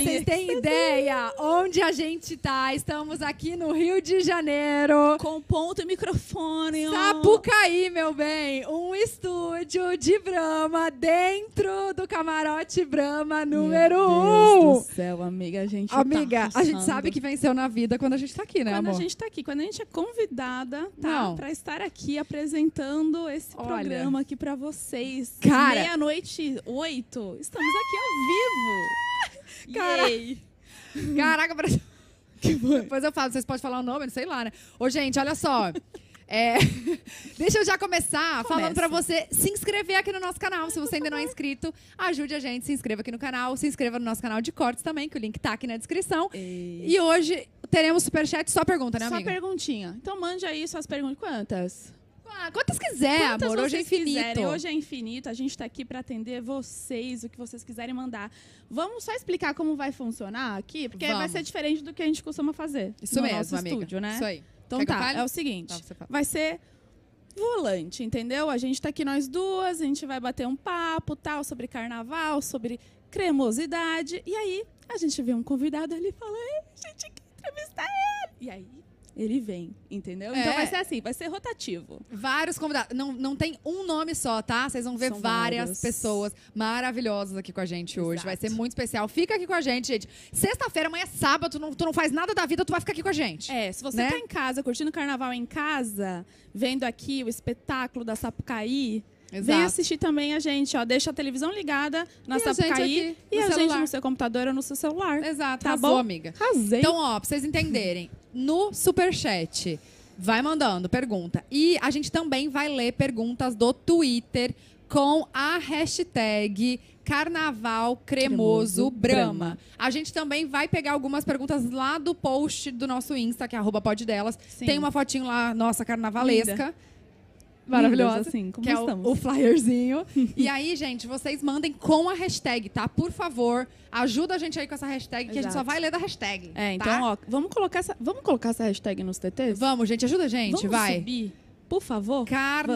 vocês têm ideia onde a gente tá, estamos aqui no Rio de Janeiro. Com ponto e microfone. ó. Sapucaí, meu bem, um estúdio de Brahma dentro do camarote Brahma Meu número Deus um. do céu, amiga, a gente Amiga, tá a gente fuçando. sabe que venceu na vida quando a gente tá aqui, né, Quando amor? a gente tá aqui, quando a gente é convidada, tá? Não. Pra estar aqui apresentando esse Olha. programa aqui pra vocês. Cara. Meia-noite, oito, estamos aqui ao vivo. Cara. Yay. Caraca, parece... Depois eu falo, vocês podem falar o nome, sei lá, né? Ô, gente, olha só. É, Deixa eu já começar falando Começa. pra você se inscrever aqui no nosso canal. Se você ainda não é inscrito, ajude a gente, se inscreva aqui no canal, se inscreva no nosso canal de cortes também, que o link tá aqui na descrição. E E hoje teremos superchat, só pergunta, né, Só amiga? perguntinha. Então mande aí suas perguntas. Quantas? Ah, quantas quiser, Quantas amor. Hoje é vocês infinito. quiserem. Hoje é infinito. A gente tá aqui pra atender vocês, o que vocês quiserem mandar. Vamos só explicar como vai funcionar aqui? Porque vai Vamos. ser diferente do que a gente costuma fazer. Isso no mesmo, nosso amiga. estúdio, né? Isso aí. Então Quer que eu tá, fale? é o seguinte. Tá, você fala. vai ser volante, entendeu? A gente tá aqui nós duas, a gente vai bater um papo, tal, sobre carnaval, sobre cremosidade. E aí, a gente vê um convidado ali e fala, "Ei, a gente quer entrevistar ele. E aí, ele vem, entendeu? Então É. vai ser assim, vai ser rotativo. Vários convidados. Não, não tem um nome só, tá? Vocês vão ver São várias vários. pessoas maravilhosas aqui com a gente hoje. Exato. Vai ser muito especial. Fica aqui com a gente, gente. Sexta-feira, amanhã é sábado, tu não, tu não faz nada da vida, tu vai ficar aqui com a gente. É, se você Né? tá em casa, curtindo o carnaval em casa, vendo aqui o espetáculo da Sapucaí, vem assistir também a gente, ó. Deixa a televisão ligada na E a gente Sapucaí aqui e no a gente celular. no seu computador ou no seu celular. Exato, Tá arrasou, bom? amiga. Arrasei. Então, ó, pra vocês entenderem, no superchat, vai mandando pergunta. E a gente também vai ler perguntas do Twitter com a hashtag Carnaval Cremoso Cremoso Brama. Brahma. A gente também vai pegar algumas perguntas lá do post do nosso Insta, que é arroba pode delas. Sim. Tem uma fotinho lá, nossa, carnavalesca. Linda. Maravilhosa. Lindas, assim, como que é estamos. o, o flyerzinho. e aí, gente, vocês mandem com a hashtag, tá? Por favor, ajuda a gente aí com essa hashtag, que a gente só Exato. vai ler da hashtag. É, então, tá? ó, vamos colocar essa, vamos colocar essa hashtag nos TTs? Vamos, gente, ajuda a gente, vamos vai. subir, por favor?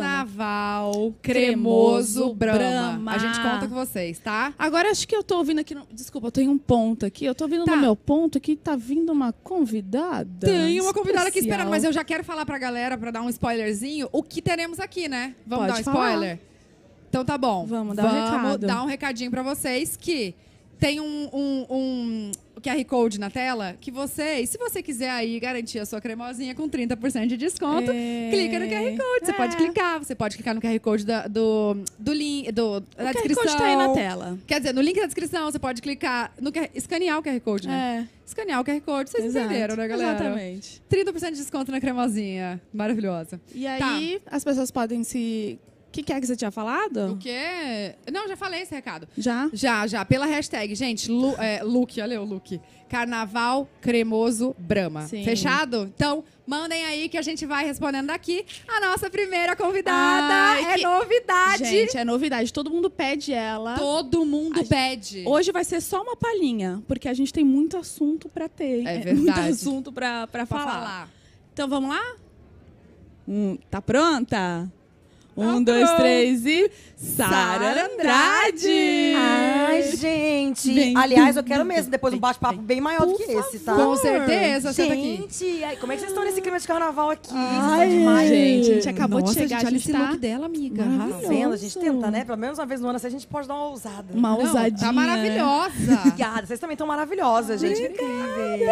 Carnaval cremoso Cremoso Brahma. Brahma. A gente conta com vocês, tá? Agora acho que eu tô ouvindo aqui, no- desculpa, eu tenho um ponto aqui, eu tô ouvindo Tá. no meu ponto que tá vindo uma convidada. Tem uma convidada aqui esperando, especial. mas eu já quero falar pra galera, pra dar um spoilerzinho, o que teremos aqui, né? Vamos Pode dar um falar. spoiler? Então tá bom. Vamos dar um recado. dar um recadinho pra vocês que tem um, um, um QR Code na tela que vocês, se você quiser aí garantir a sua cremosinha com 30% de desconto, É. clica no QR Code. Você É. pode clicar, você pode clicar no QR Code da- do, do link, do, da O QR descrição. Code tá aí na tela. Quer dizer, no link da descrição, você pode clicar no QR, escanear o QR Code, né? É, Escanear o QR Code, vocês exato. entenderam, né, galera? Exatamente. 30% de desconto na cremosinha. Maravilhosa. E aí, as pessoas podem se... O que, que é que você tinha O falado? quê? Não, já falei esse recado. Já? Já, já. Pela hashtag, gente, Lu, é, look, olha o look. Carnaval cremoso Brahma. Sim. Fechado? Então, mandem aí que a gente vai respondendo aqui. A nossa primeira convidada Ai, é que- novidade. Gente, é novidade, todo mundo pede ela. Todo mundo pede. Hoje vai ser só uma palhinha, porque a gente tem muito assunto pra ter. É hein? verdade. Muito assunto pra, pra, pra falar. falar. Então vamos lá? Um, tá pronta? Um, Tá dois, pronta. três e. Sara Sara Andrade. Andrade! Ai, gente. Bem- Aliás, eu quero mesmo depois um bate-papo bem maior do que esse, tá? Com certeza, senta aqui. Gente, ai, como é que vocês estão nesse clima de carnaval aqui? Ai, Isso tá demais. gente, a gente acabou Nossa, de chegar, gente, a olha gente esse tá look dela, amiga. maravilhosa. Arrasou. Tá vendo? A gente Nossa. tenta, né? Pelo menos uma vez no ano assim, a gente pode dar uma ousada. uma Não, ousadinha. Tá né? maravilhosa. Obrigada, vocês também estão maravilhosas, gente. Incríveis.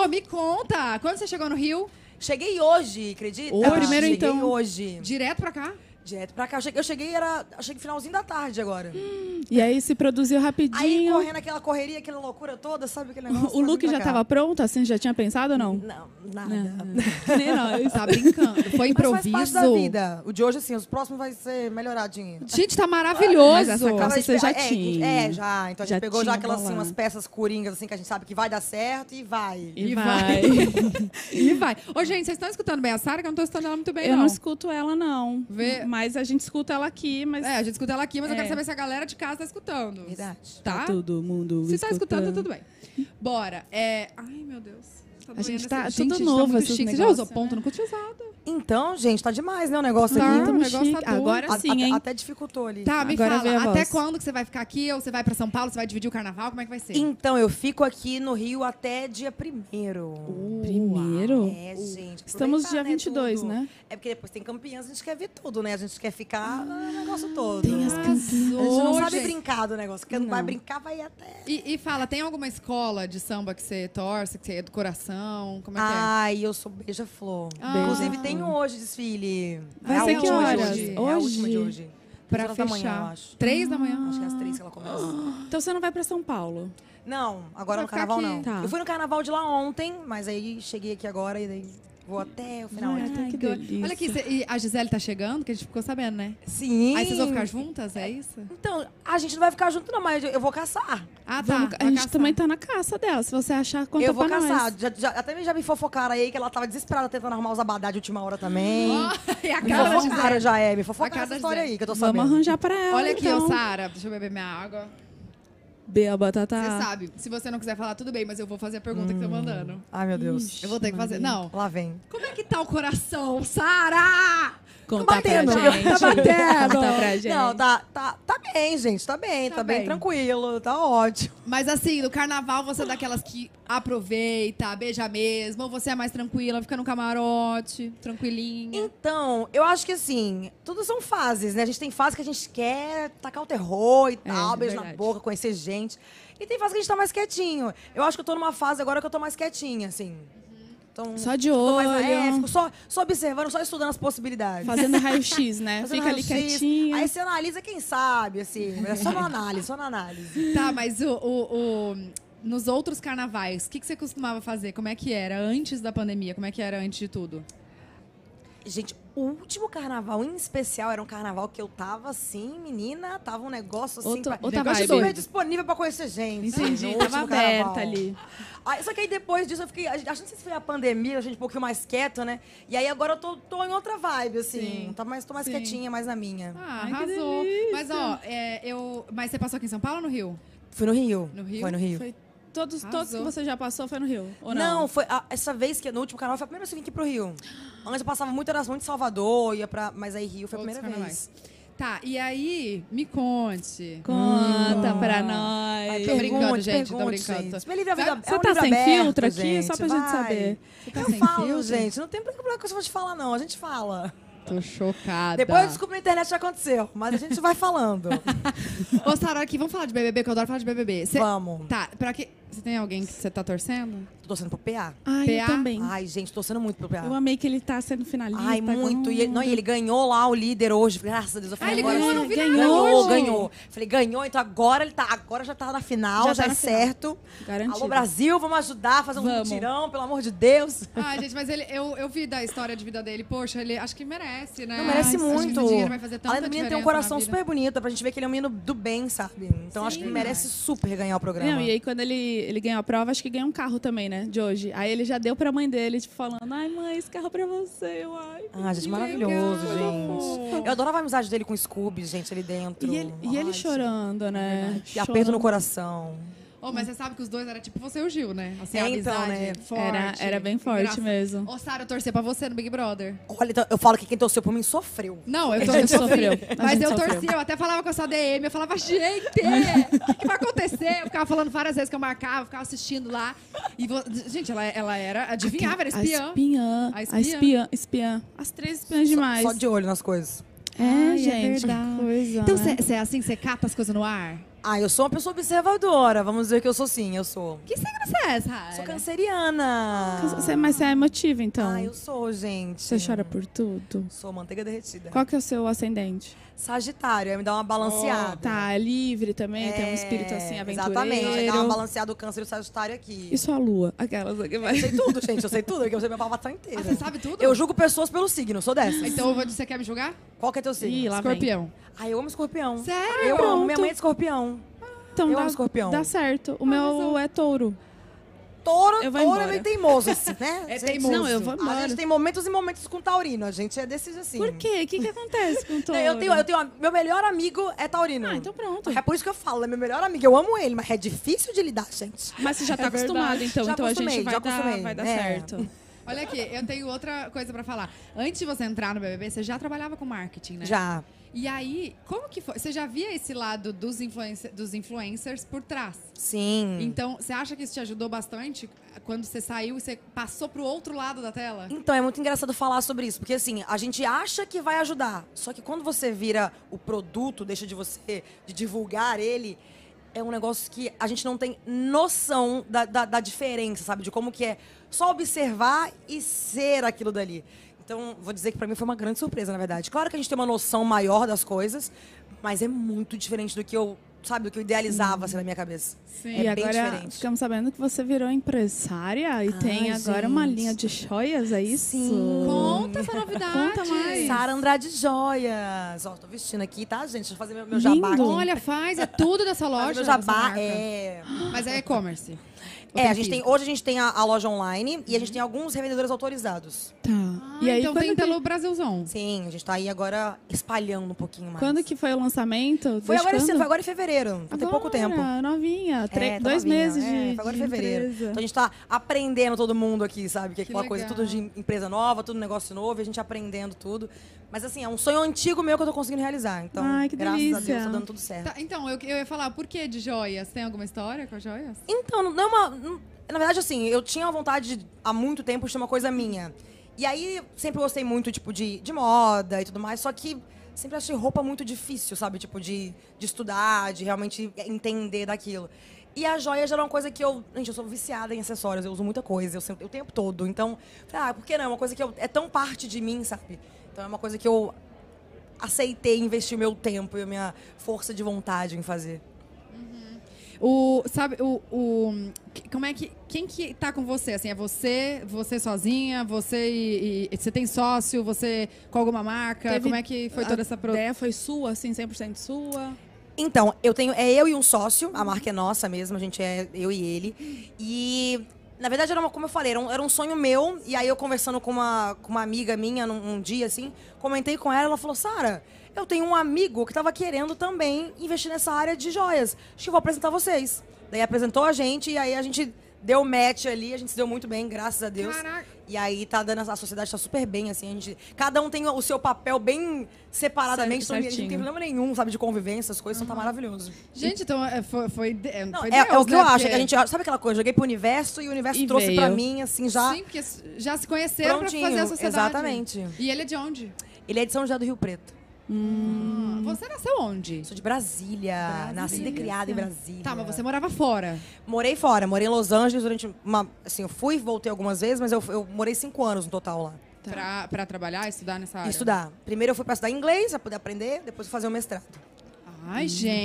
Ô, me conta, quando você chegou no Rio, Cheguei hoje, acredita? Hoje? Primeiro, cheguei então. hoje. direto pra cá? Direto pra cá. Eu cheguei, eu cheguei era, eu cheguei finalzinho da tarde agora. E aí se produziu Aí rapidinho. correndo aquela correria, aquela loucura toda, sabe aquele negócio? o look Pra já cá. tava pronto? Assim, já tinha pensado ou não? Não, nada. Que nem nós. Tá brincando. Foi Mas improviso. faz parte da vida. O de hoje, assim, os próximos vai ser melhoradinho. Gente, tá maravilhoso. Mas essa Cara, calça a gente você já é, tinha. É, já. Então a gente Já pegou tinha já aquelas, assim, bolado. umas peças coringas, assim, que a gente sabe que vai dar certo e vai. E E vai. E vai. Ô, gente, vocês estão escutando bem a Sara? Que eu não tô escutando ela muito bem, Eu não escuto ela, não. Vê- Mas a gente escuta ela aqui, mas. É, a gente escuta ela aqui, mas eu É. quero saber se a galera de casa tá escutando. Verdade. Tá? Todo mundo. Se tá escutando, tá tudo bem. Bora. É... Ai, meu Deus. A gente tá Gente, tudo isso novo muito esses chique. Você já usou negócios, ponto né? no cu usado. Então, gente, tá demais, né? O negócio Tá. aqui. o Tamo negócio tá chique. bom. Agora A- sim, a- hein? Até dificultou ali. Tá, me Agora veio a fala, até voz. quando que você vai ficar aqui? Ou você vai pra São Paulo? Você vai dividir o carnaval? Como é que vai ser? Então, eu fico aqui no Rio até dia primeiro. Primeiro? É, gente. Estamos aproveitar, dia 22, tudo. né? É porque depois tem Campinas, a gente quer ver tudo, né? A gente quer ficar no negócio todo. Tem as A cantinas. gente não Ô, sabe gente. brincar do negócio. Quem não vai Não. brincar, vai até. E, e fala, tem alguma escola de samba que você torce, que você é do coração? Como é que é? Ai, eu sou beija-flor. Ah. Inclusive, tem hoje desfile. Vai é a ser que última de horas? Hoje. É a última de Hoje? hoje. Pra Três horas fechar. da manhã, eu acho. Três da manhã? Acho que é às três que ela começa. Então você não vai pra São Paulo. Não, agora Vai no ficar carnaval aqui. não. Tá. Eu fui no carnaval de lá ontem, mas aí cheguei aqui agora e daí vou até o final. é, Ai, aqui. que doido. delícia. Olha aqui, cê- e a Gisele tá chegando, que a gente ficou sabendo, né? Sim. Aí vocês vão ficar juntas, é isso? Então, a gente não vai ficar junto, não, mas eu vou caçar. Ah, tá. Vamos- a vai gente caçar. também tá na caça dela. Se você achar, conta eu vou pra caçar. nós. Já, já- até já me fofocaram aí que ela tava desesperada tentando arrumar os abadá de última hora também. e a me cara da fofocaram Gisele. já, é. Me A fofocaram cara essa da história Gisele. aí que eu tô Vamos sabendo. arranjar pra ela. Olha aqui, então. ô Sara, deixa eu beber minha água. Beba, Tá. batata. Você sabe, se você não quiser falar, tudo bem, mas eu vou fazer a pergunta que tô mandando. Hum. Ai, meu Deus. Eu vou ter que fazer. Não. Lá vem. Como é que tá o coração, Sara? Conta batendo. pra gente. Tá batendo. Conta pra gente. Não, tá, tá, tá bem, gente. Tá bem, tá, Tá bem. bem. tranquilo. Tá ótimo. Mas assim, no carnaval você é daquelas que aproveita, beija mesmo, ou você é mais tranquila, fica no camarote, tranquilinha. Então, eu acho que assim, tudo são fases, né? A gente tem fase que a gente quer tacar o terror e tal, é beijo na verdade. boca, conhecer gente. E tem fase que a gente tá mais quietinho. Eu acho que eu tô numa fase agora que eu tô mais quietinha, assim. Então, Só de tô olho. mais, é, fico só, só observando, só estudando as possibilidades. Fazendo raio-x, né? Fazendo Fica ali raio-x. quietinha. Aí você analisa, quem sabe, assim. mas É só na análise, só na análise. Tá, mas o, o- o- nos outros carnavais, o que, que você costumava fazer? Como é que era antes da pandemia? Como é que era antes de tudo? Gente, o último carnaval em especial era um carnaval que eu tava assim, menina, tava um negócio assim. pra- Outra- outra negócio vibe. super disponível pra conhecer gente. Entendi, No tava último aberta carnaval. ali. Aí- só que aí depois disso eu fiquei. a gente- Acho que não sei se foi a pandemia, a gente um pouquinho mais quieto, né? E aí agora eu tô, tô em outra vibe, assim. Sim. Tá mais, tô mais Sim. quietinha, mais na minha. Ah, Ai, que arrasou. Mas ó, é, eu. Mas você passou aqui em São Paulo ou no Rio? Fui no Rio. No Rio? Foi no Rio. Foi todos, todos que Arrasou. você já passou foi no Rio, ou não, não? foi a- essa vez que no último carnaval foi a primeira vez que eu vim aqui pro Rio. Antes eu passava muito, era muito em Salvador, ia pra. Mas aí Rio foi a Outros primeira carnavais. vez. Tá, e aí, me conte. Conta Hum. pra Ai, nós. tô brincando, Pergunte, gente, tô pergunte, brincando. gente. Me livre a vida- é Você um tá livro sem aberto, filtro aqui? Só gente, pra gente vai. saber. Você tá Eu sem falo, filtro? gente. Não tem problema que eu vou te falar, não. A gente fala. Tô chocada. Depois eu descubro na internet o que aconteceu, mas a gente vai falando. Ô, Sara, aqui, vamos falar de BBB, que eu adoro falar de BBB. Cê- Vamos. Tá, pra que. Você tem alguém que você tá torcendo? Tô torcendo pro PA. Ai, PA? eu também. Ai, gente, tô torcendo muito pro PA. Eu amei que ele tá sendo finalista. Ai, muito. E ele, não, e ele ganhou lá o líder hoje, graças a Deus. Eu falei, Ah, ele agora ganhou, sim. eu não vi nada ganhou, hoje. ganhou. Falei, ganhou, então agora ele tá, agora já tá na final, já, Já tá é na final. certo. Garantido. Alô, Brasil, vamos ajudar, fazer um Vamos. tirão, pelo amor de Deus. Ah, gente, mas ele, eu, eu vi da história de vida dele. Poxa, ele acho que merece, né? Não merece Acho que esse muito. dinheiro vai fazer tanta Além do menino tem um diferença coração na vida. super bonito, pra gente ver que ele é um menino do bem, sabe? Então acho que ele Sim. merece super ganhar o programa. Não, e aí quando ele, ele ganhou a prova, acho que ganhou um carro também, né? De hoje. Aí ele já deu pra mãe dele, tipo, falando, ai mãe, esse carro é pra você, eu ai. Ah, gente, que maravilhoso, legal, fofo." gente. Eu adorava a amizade dele com o Scooby, gente, ali dentro. E ele, e Ai, ele gente. chorando, né? E aperto no Chorando. coração. Ô, mas você sabe que os dois era tipo você e o Gil, né? Assim, É, a então, amizade né? forte. Era, era bem forte Engraçado. mesmo. Ô, Sara, eu torcer pra você no Big Brother. Olha, então, eu falo que quem torceu por mim sofreu. Não, eu, A tô, eu gente sofri. sofreu. A Mas gente eu sofreu. torci, eu até falava com essa DM, eu falava, gente, o que, que vai acontecer? Eu ficava falando várias vezes que eu marcava, ficava assistindo lá. E vo- Gente, ela, ela era, adivinhava, era A espiã. espiã. A A espiã. espiã. As três espiãs demais. Só de olho nas coisas. É, Ai, é gente, verdade. que coisa. Então né? você é assim, você cata as coisas no ar? Ah, eu sou uma pessoa observadora. Vamos dizer que eu sou sim, eu sou. Que signo você é, Sara? Sou canceriana. Você- Mas você é emotiva, então? Ah, eu sou, gente. Você chora por tudo? Sou manteiga derretida. Qual que é o seu ascendente? Sagitário, aí me dá uma balanceada. Tá, é livre também, tem um É, espírito assim, aventureiro. Exatamente, aí dá uma balanceada do câncer e o Sagitário aqui. E sua lua? Aquelas que vai... Eu sei tudo, gente. Eu sei tudo, porque eu sei minha palmação inteira. Ah, você sabe tudo? Eu julgo pessoas pelo signo, eu sou dessa. Então eu vou- você quer me julgar? Qual que é teu signo? Ih, lá vem. Escorpião. Ah, eu amo escorpião. Sério? Eu amo. Pronto. Minha mãe é de escorpião. Então Eu dá, amo escorpião. dá certo. O meu mas eu- é touro. touro, Eu vou touro é embora. meio teimoso, assim, né? É A gente- teimoso. Não, eu vou A embora. gente tem momentos e momentos com taurino. A gente é desses assim. Por quê? O que, que acontece com o touro? Eu tenho, eu tenho, meu melhor amigo é taurino. Ah, então pronto. É por isso que eu falo, é meu melhor amigo. Eu amo ele, mas é difícil de lidar, gente. Mas você já tá É acostumado, verdade. então. Já então a gente acostumei, vai já dar, acostumei. vai dar É. certo. né? Olha aqui, eu tenho outra coisa pra falar. Antes de você entrar no BBB, você já trabalhava com marketing, né? Já. E aí, como que foi? Você já via esse lado dos, influencer- dos influencers por trás? Sim. Então, você acha que isso te ajudou bastante quando você saiu e você passou pro outro lado da tela? Então, é muito engraçado falar sobre isso, porque assim, a gente acha que vai ajudar, só que quando você vira o produto, deixa de você de divulgar ele, é um negócio que a gente não tem noção da, da, da diferença, sabe? De como que é só observar e ser aquilo dali. Então, vou dizer que pra mim foi uma grande surpresa, na verdade. Claro que a gente tem uma noção maior das coisas, mas é muito diferente do que eu, sabe, do que eu idealizava assim, na minha cabeça. Sim. É e bem agora diferente. ficamos sabendo que você virou empresária e Ai, tem agora uma gente. linha de joias, é isso? Sim. Conta essa novidade. Conta mais. Sara Andrade Joias. Ó, tô vestindo aqui, tá, gente? Deixa eu fazer meu, meu jabá aqui. Lindo. Olha, faz, é tudo dessa Fazer loja. meu dessa jabá marca. é. Mas é e-commerce. Ou É, a gente tem, físico? hoje a gente tem a, a loja online e a gente tem alguns revendedores autorizados. Tá. Ah, e aí, então quando, tem que, pelo Brasilzão. Sim, a gente tá aí agora espalhando um pouquinho mais. quando que foi o lançamento? Foi Desde agora, esse- quando? foi agora em fevereiro, tem pouco tempo. Agora, Novinha, tre- É, tá dois novinha, meses é, de. foi agora em de fevereiro. empresa. Então a gente tá aprendendo todo mundo aqui, sabe? Que é Que aquela coisa, legal. tudo de empresa nova, tudo negócio novo, e a gente aprendendo tudo. Mas assim, é um sonho antigo meu que eu tô conseguindo realizar. Então, Ai, que graças a delícia. Deus, tá dando tudo certo. Tá, então, eu, eu ia falar, por que de joias? Tem alguma história com as joias? Então, não é uma. não- Na verdade, assim, eu tinha a vontade de, há muito tempo de ser uma coisa minha. E aí, sempre gostei muito, tipo, de, de moda e tudo mais, só que sempre achei roupa muito difícil, sabe? Tipo, de, de estudar, de realmente entender daquilo. E a joia já era uma coisa que eu. Gente, eu sou viciada em acessórios, eu uso muita coisa, eu sempre, o tempo todo. Então, falei, ah, por que não? É uma coisa que eu, é tão parte de mim, sabe? Então é uma coisa que eu aceitei investir o meu tempo e a minha força de vontade em fazer. O, sabe, o, o- que- como é que, quem que tá com você, assim, é você, você sozinha, você e, e- você tem sócio, você com alguma marca, Teve como é que foi toda essa... A Pro... ideia foi sua, assim, 100% sua. Então, eu tenho. É eu e um sócio, a marca é nossa mesmo, a gente é eu e ele. E. Na verdade, era uma, como eu falei, era um, era um sonho meu. E aí, eu conversando com uma, com uma amiga minha num um dia, assim, comentei com ela, ela falou: Sara, eu tenho um amigo que tava querendo também investir nessa área de joias. Acho que eu vou apresentar vocês. Daí apresentou a gente, e aí a gente deu match ali, a gente se deu muito bem, graças a Deus. Caraca, E aí tá dando, a sociedade tá super bem, assim, a gente. Cada um tem o seu papel bem separadamente, então Certo, a gente não tem certinho. problema nenhum, sabe, de convivência, essas coisas, então tá maravilhoso. gente, então é, foi, foi, de- é, Não, foi é, é Deus, o que né? eu acho, Porque- é que a gente. Sabe aquela coisa? Joguei pro universo e o universo E trouxe pra veio. mim, assim, já. Sim, porque já se conheceram prontinho. pra fazer a sociedade. Exatamente. E ele é de onde? Ele é de São José do Rio Preto. Ah, Você nasceu onde? Sou de Brasília. Nascida e criada em Brasília. Tá, mas você morava fora. Morei fora, morei em Los Angeles durante uma. Assim, eu fui, voltei algumas vezes, mas eu, eu morei cinco anos no total lá. Tá. Pra, pra trabalhar, estudar nessa área? E estudar. Primeiro eu fui pra estudar inglês, pra poder aprender, depois fui fazer o mestrado. Ai,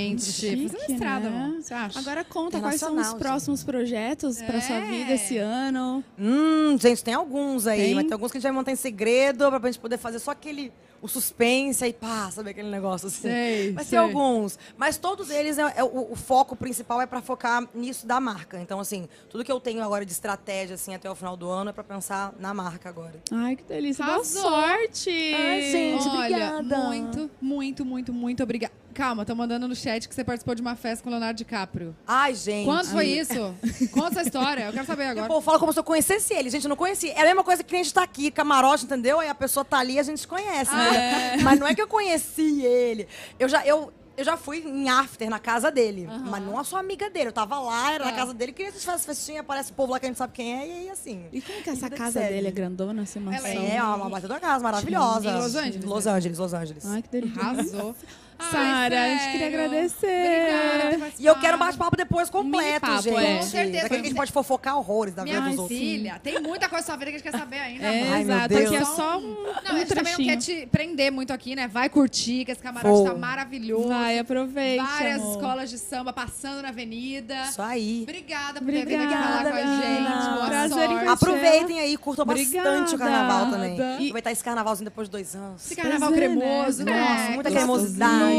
gente. Fazer Hum, Chique, uma estrada, né? amor. Você acha? Agora conta quais são os Internacional, próximos projetos pra sua É. vida esse ano. Hum, gente, tem alguns aí, Tem? mas tem alguns que a gente vai manter em segredo pra gente poder fazer só aquele. o suspense aí, pá, sabe aquele negócio assim. sei, Vai sei. ser alguns, mas todos eles, é, é o, o foco principal é pra focar nisso da marca. Então, assim, tudo que eu tenho agora de estratégia, assim, até o final do ano é pra pensar na marca agora. Ai, que delícia. Boa Arrasou. sorte! Ai, gente. Olha, obrigada. muito, muito, muito, muito obrigada. Calma, estão mandando no chat que você participou de uma festa com o Leonardo DiCaprio. Ai, gente. Quando foi isso? Conta essa história, eu quero saber E o agora. povo Tipo, fala como se eu conhecesse ele. Gente, eu não conheci. É a mesma coisa que a gente tá aqui, camarote, entendeu? Aí a pessoa tá ali e a gente se conhece, Ah, né? Mas não é que eu conheci ele. Eu já, eu, eu já fui em after na casa dele. Mas não sou amiga dele. Eu tava lá, era Ah. na casa dele. Queria que a gente fizesse festinha, aparece o povo lá que a gente sabe quem é. E aí, assim... E como que essa Vida de casa série. dele é grandona, assim, mansão? é- É uma, uma baita de uma casa maravilhosa. Em Los Angeles, Los né? Angeles, Los Angeles. Ai, que delícia. Arrasou. Ai, Sara, a gente sério. queria agradecer. Obrigada por E eu quero participar. bate-papo depois completo, Mini papo, gente. é. Com certeza. Daqui a gente pode fofocar horrores da vida Minha dos Ai, outros. filha, tem muita coisa na sua vida que a gente quer saber ainda. É, amor. Tá Ai, meu exato. Deus. Aqui é só um, Não, a um gente também é não trechinho. quer te prender muito aqui, né? Vai curtir, que esse camarote Vou. tá maravilhoso. Vai, aproveita. Várias amor. escolas de samba passando na avenida. Isso aí. Obrigada por ter vindo aqui falar Obrigada, com a gente. menina. Boa Prazer em sorte. conhecer. Aproveitem aí, curtam bastante Obrigada. o carnaval também. E- Aproveitar esse carnavalzinho depois de dois anos. Esse carnaval Pois é, né? cremoso, né? Nossa, muita Gostosinho. cremosidade. cremosidade.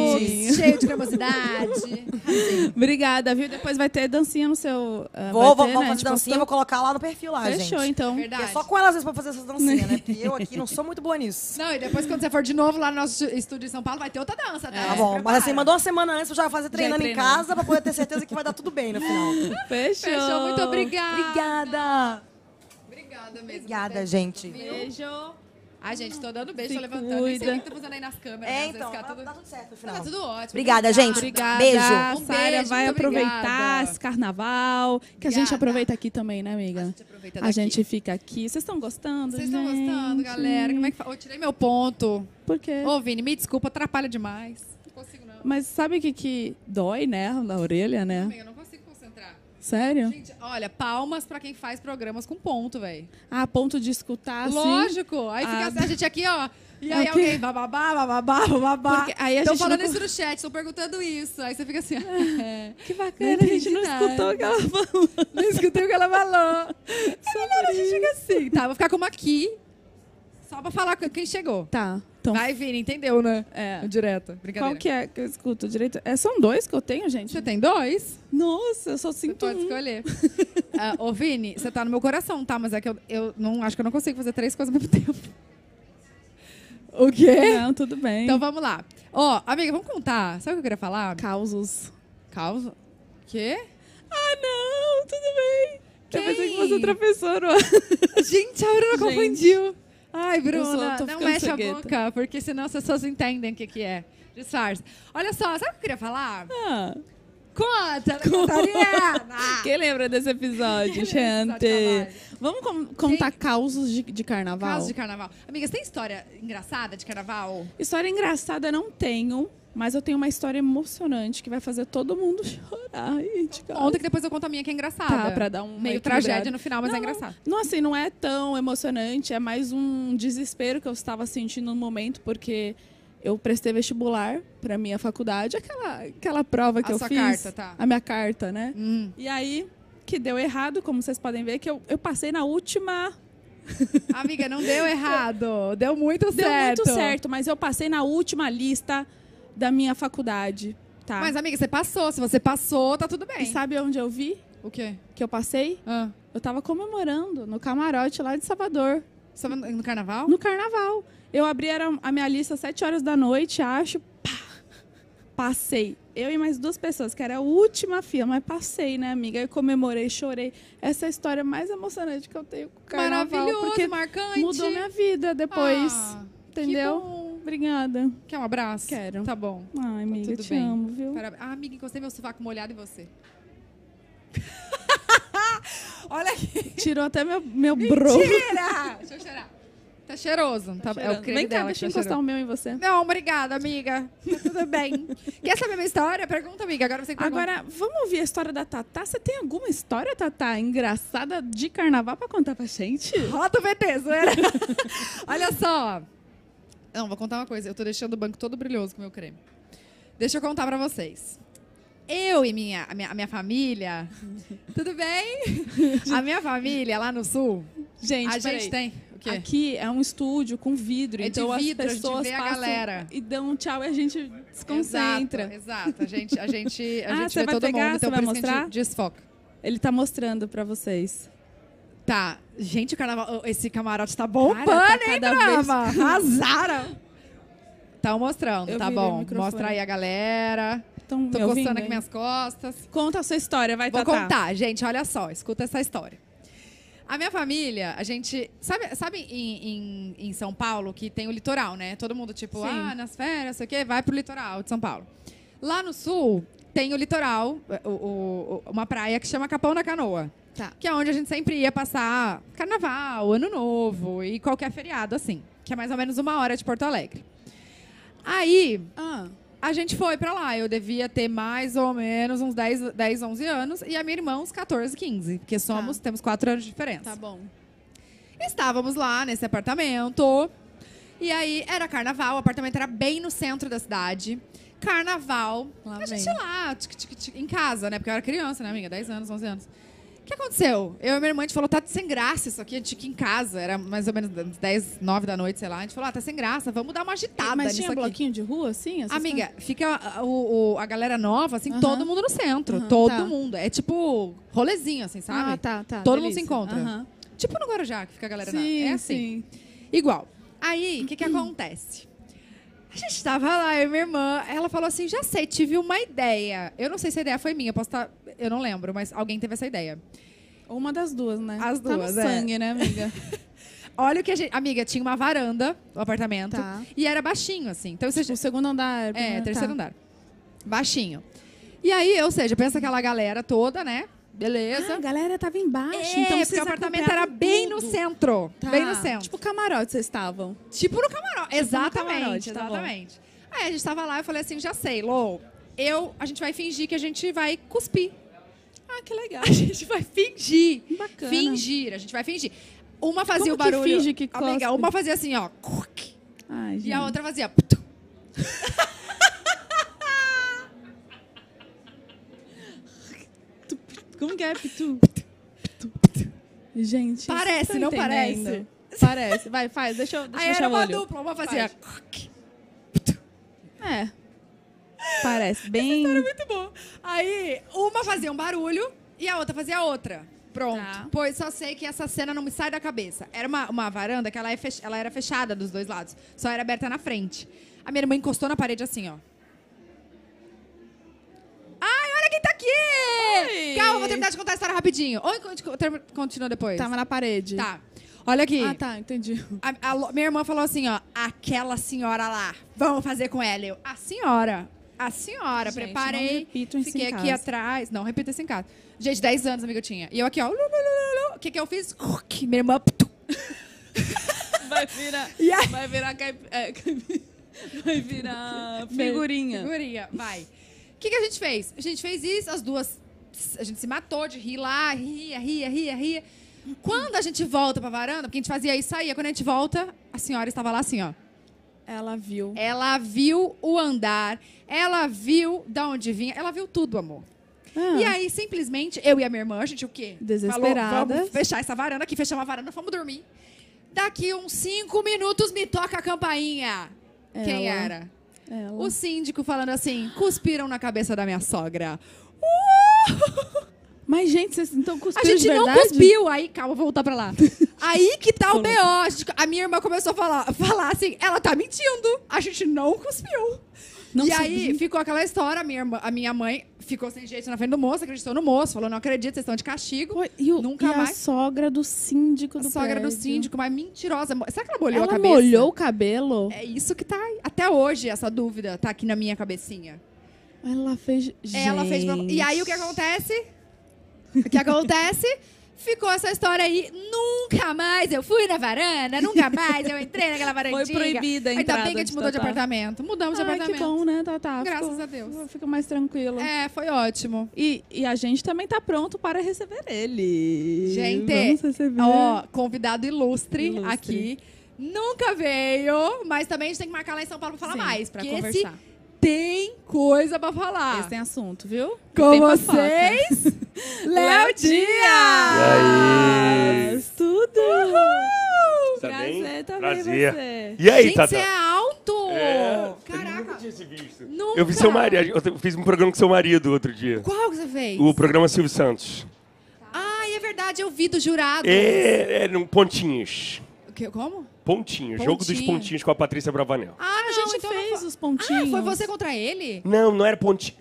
cheio de cremosidade. Obrigada, viu? Depois vai ter dancinha no seu. ah, Vou, vou, vai ter, vou né? fazer Tipo, dancinha, vou colocar lá no perfil lá, Fechou, gente. então. Verdade. É só com elas mesmo pra fazer essas dancinhas, né? Porque eu aqui não sou muito boa nisso. Não, e depois quando você for de novo lá no nosso estúdio em São Paulo, vai ter outra dança, tá? Tá bom, mas assim, mandou uma semana antes, eu já vou fazer treinando em treinando. casa pra poder ter certeza que vai dar tudo bem no final. Fechou. Fechou, muito obrigada. Obrigada! Obrigada mesmo. Obrigada, gente. Beijo. Ai, gente, tô dando beijo, Se tô levantando. Nem sei cuida. o que tá fazendo aí nas câmeras. né? É, Às vezes então, fica vai- tudo- dá tudo certo Tá no final. tudo ótimo. Obrigada, gente. Obrigada. Beijo. Um Sara beijo, vai muito aproveitar obrigada. esse carnaval, que a gente Obrigada. aproveita aqui também, né, amiga? A gente aproveita A daqui. gente fica aqui. Vocês estão gostando? Vocês estão gente? gostando, galera? Como é que fa... Eu tirei meu ponto. Por quê? Ô, Vini, me desculpa, atrapalha demais. Não consigo, não. Mas sabe o que, que dói, né? Na orelha, né? Amiga, eu não consigo concentrar. Sério? Gente, olha, palmas pra quem faz programas com ponto, velho. Ah, a ponto de escutar, assim. Lógico. Aí Ah. É fica assim, a gente aqui, ó. E aí Ok. alguém, bababá, bababá, bababá. Porque aí a Tão gente falando não- isso no chat, estão perguntando isso. Aí você fica assim, é. Que Não bacana, a entendi gente não nada. escutou o que ela falou. Não escutei o que ela falou. Só a gente fica assim. Tá, vou ficar como aqui. Só pra falar com quem chegou. Tá, então. Vai, Vini, entendeu, né? É. O Direto. Brincadeira. Qual que é que eu escuto direito? É, são dois que eu tenho, gente? Você tem dois? Nossa, eu só Você sinto pode um. escolher. Ah, ô, Vini, você tá no meu coração, tá? Mas é que eu, eu não, acho que eu não consigo fazer três coisas ao mesmo tempo. O quê? Não, tudo bem. Então vamos lá. Ó, amiga, vamos contar. Sabe o que eu queria falar? Causos. Causa. Quê? Ah, não, tudo bem. Eu Quem? pensei que fosse outra pessoa. não. Gente, a Bruna Gente. confundiu. Ai, Eu sou- Bruna, tô não ficando mexe cegueta. a boca, porque senão as pessoas entendem o que, que é. Disfarça. Olha só, sabe o que eu queria falar? Ah, Conta, né, Catarina! Quem lembra desse episódio, Quem lembra desse gente? episódio, Vamos com- contar causos de, de carnaval? Caso de carnaval. Amiga, você tem história engraçada de carnaval? História engraçada eu não tenho, mas eu tenho uma história emocionante que vai fazer todo mundo chorar. Ai, de cara. Conta que depois eu conto a minha que é engraçada. Tá, pra dar um Meio equilibrado. tragédia no final, mas Não, é engraçado. Não, assim, não é tão emocionante, é mais um desespero que eu estava sentindo no momento, porque eu prestei vestibular para minha faculdade, aquela, aquela prova que A eu sua fiz. carta, tá. A minha carta, né? Hum. E aí, que deu errado, como vocês podem ver, que eu, eu passei na última. Amiga, não deu errado. Deu muito Deu certo. muito certo, mas eu passei na última lista da minha faculdade, tá? Mas, amiga, você passou. Se você passou, tá tudo bem. e sabe onde eu vi O quê? que eu passei? Ah, Eu tava comemorando no camarote lá de Salvador. você tava no carnaval? No carnaval. Eu abri era a minha lista às 7 horas da noite, acho. Pá. Passei. Eu e mais duas pessoas, que era a última fila, mas passei, né, amiga? Eu comemorei, chorei. Essa é a história mais emocionante que eu tenho com o carnaval. Maravilhoso, porque marcante. mudou minha vida depois. Ah, entendeu? Que bom. Obrigada. Quer um abraço? Quero. Tá bom. Ai, amiga, tudo te bem. amo, viu? Parab- Ah, amiga, encostei meu sovaco molhado em você. Olha aqui. Tirou até meu, meu bro. Cheira! Deixa eu cheirar. Tá cheiroso. Tá é o creme Vem cá, dela deixa eu que tá encostar o cheiroso. meu em você. Não, obrigada, amiga. Tá tudo bem. Quer saber minha história? Pergunta, amiga. Agora você que pergunta. Agora, vamos ouvir a história da Tatá. Você tem alguma história, Tatá, engraçada de carnaval pra contar pra gente? Rota o VT, zoeira. Olha só. Não, vou contar uma coisa. Eu tô deixando o banco todo brilhoso com o meu creme. Deixa eu contar pra vocês. Eu e minha, a minha, a minha família. Tudo bem? A minha família lá no sul. Gente, a peraí. gente tem. O quê? Aqui é um estúdio com vidro, É de então vidro, a as gente pessoas vê a passam galera. e dão um tchau e a gente desconcentra. Exato, exato. A gente, a gente, a Ah, gente você vê vai todo pegar? mundo, então Você vai por isso que a mostrar? gente desfoca. Ele tá mostrando pra vocês. Tá. Gente, o carnaval. Esse camarote tá bombando, Cara, tá hein, cada vez- Brahma? Arrasaram! Estão mostrando, Eu tá virei o bom. microfone. Mostra aí a galera. Então, Tô me ouvindo, coçando aqui hein? minhas costas. Conta a sua história, vai, Vou Tatá. contar, gente. Olha só, escuta essa história. A minha família, a gente. Sabe, sabe em, em- em São Paulo que tem o litoral, né? Todo mundo, tipo, Sim. ah, nas férias, sei o quê, vai pro litoral de São Paulo. Lá no sul, tem o litoral, o- o- o- uma praia que chama Capão da Canoa. Tá. Que é onde a gente sempre ia passar carnaval, ano novo e qualquer feriado, assim. Que é mais ou menos uma hora de Porto Alegre. Aí, Ah, a gente foi pra lá. Eu devia ter mais ou menos uns 10, 10 11 anos. E a minha irmã, uns 14, 15. Porque somos, temos 4 anos de tá diferença. bom. Estávamos lá nesse apartamento. E aí, era carnaval. O apartamento era bem no centro da cidade. Carnaval. Lá a gente vem. lá, tic, tic, tic, em casa, né? Porque eu era criança, né, amiga? 10 anos, 11 anos. O que aconteceu? Eu e minha irmã, a gente falou, tá sem graça isso aqui, a gente fica em casa, era mais ou menos 10, 9 da noite, sei lá. A gente falou, ah, tá sem graça, vamos dar uma agitada Mas nisso tinha aqui. bloquinho de rua, assim? essas Amiga, fica a, o- o- a galera nova, assim, Aham. todo mundo no centro. Aham, todo tá. mundo. É tipo rolezinho, assim, coisas? sabe? Ah, tá, tá. Todo mundo beleza. se encontra. Aham. Tipo no Guarujá, que fica a galera na... Sim, É assim. sim. Igual. Aí, o que, que acontece? A gente tava lá, eu e minha irmã, ela falou assim: já sei, tive uma ideia. Eu não sei se a ideia foi minha, posso estar. Eu não lembro, mas alguém teve essa ideia. Ou Uma das duas, né? As Tá duas, no é. sangue, né, amiga? Olha o que a gente. Amiga, tinha uma varanda, o apartamento, Tá. e era baixinho, assim. Então, você o segundo andar. É, né? terceiro Tá. andar. Baixinho. E aí, ou seja, pensa aquela galera toda, né? Ah, a Beleza. galera tava embaixo, É, então porque o apartamento era bem no centro. Bem no centro. Tipo camarote vocês estavam. Tipo no Então, tá camarote. Exatamente, camarote, tá bom. exatamente. Aí a gente tava lá, eu falei assim, já sei, Lô, eu, a gente vai fingir que a gente vai cuspir. Ah, que legal. A gente vai fingir. Bacana. Fingir, a gente vai fingir. Uma fazia Como o barulho. Que finge que cospe? Amiga, uma fazia assim, ó. cuc, Ai, gente. E a outra fazia. Como que é, Pitu? Gente, Parece, vocês não estão entendendo? Parece. Vai, faz. Deixa eu, deixa Aí era eu fechar o uma olho. dupla, uma fazia. Faz. cuc, É. Parece bem... é Muito bom. Aí, uma fazia um barulho e a outra fazia outra. Pronto. Tá. Pois só sei que essa cena não me sai da cabeça. Era uma, uma varanda que ela, é fech- ela era fechada dos dois lados. Só era aberta na frente. A minha irmã encostou na parede assim, ó. Ai, olha quem tá aqui! Oi! Calma, vou terminar de contar a história rapidinho. Ou con- ter- continua depois? Tava na parede. Tá. Olha aqui. Ah, tá. Entendi. A- a Lo- minha irmã falou assim, ó, aquela senhora lá, vamos fazer com ela. Eu, a senhora, a senhora, Gente, não preparei, repito isso fiquei em aqui casa. atrás. Não, repita isso em casa. Gente, 10 anos, amiga, eu tinha. E eu aqui, ó, lu, lu, lu, lu, lu. o que que eu fiz? Ruc, Minha irmã, ptu. Vai virar... E aí- Vai virar... caip- é, caip- Vai virar figurinha. Figurinha, vai. O que, que a gente fez? A gente fez isso, as duas. A gente se matou de rir lá, ria, ria, ria, ria. Quando a gente volta pra varanda, porque a gente fazia isso, saía. Quando a gente volta, a senhora estava lá assim, ó. Ela viu. Ela viu o andar, ela viu da onde vinha, ela viu tudo, amor. Ah. E aí, simplesmente, eu e a minha irmã, a gente o quê? Desesperadas. Falou, vamos fechar essa varanda aqui, fechamos a varanda, fomos dormir. Daqui uns cinco minutos me toca a campainha. Quem Ela. era? Ela. O síndico falando assim, cuspiram na cabeça da minha sogra. Mas, gente, vocês então A cuspiram gente de verdade? não cuspiu. Aí, calma, vou voltar pra lá. Aí que tá o B.O. A, gente- a minha irmã começou a falar, falar assim, ela tá mentindo. A gente não cuspiu. Não e sabia. aí ficou aquela história, a minha, irmã- a minha mãe ficou sem jeito na frente do moço, acreditou no moço, falou, não acredito, vocês estão de castigo. Pô, e o, Nunca e a mais. sogra do síndico A do sogra do prédio? síndico, mas mentirosa. Mo- Será que ela molhou Ela a cabeça? molhou o cabelo? É isso que tá aí. Até hoje, essa dúvida tá aqui na minha cabecinha. Ela fez... Gente. Ela fez. pra- E aí o que acontece? O que acontece? Ficou essa história aí. Nunca mais eu fui na varanda, nunca mais eu entrei naquela varandinha. proibida a Ainda entrada bem que a gente de mudou de Tatá. apartamento. Mudamos de Ai, que apartamento. bom, né, Tatá? Graças Ficou- a Deus. Fica mais tranquilo. É, foi ótimo. E, e a gente também tá pronto para receber ele. Gente, Vamos receber. Ó, convidado ilustre, Ilustre. aqui. Nunca veio, mas também a gente tem que marcar lá em São Paulo pra falar Sim, mais. pra porque esse conversar. tem coisa pra falar. Esse tem assunto, viu? Com Tem fofoca. vocês, Léo Léo Dias! E aí? Tudo! Tá bem? Prazer também Prazer. você. E aí, Gente, Tata? você é alto! É, eu nunca Caraca! tinha te visto. Nunca. Eu vi seu marido. Eu fiz um programa com seu marido outro dia. Qual que você fez? O programa Silvio Santos. Ah, é verdade, eu vi do jurado. É, é num pontinhos. O quê? Como? Pontinhos. Jogo dos Pontinhos. pontinhos com a Patrícia Bravanel. Ah, A não, gente então não fez foi- os pontinhos. Ah, foi você contra ele? Não, não era pontinhos.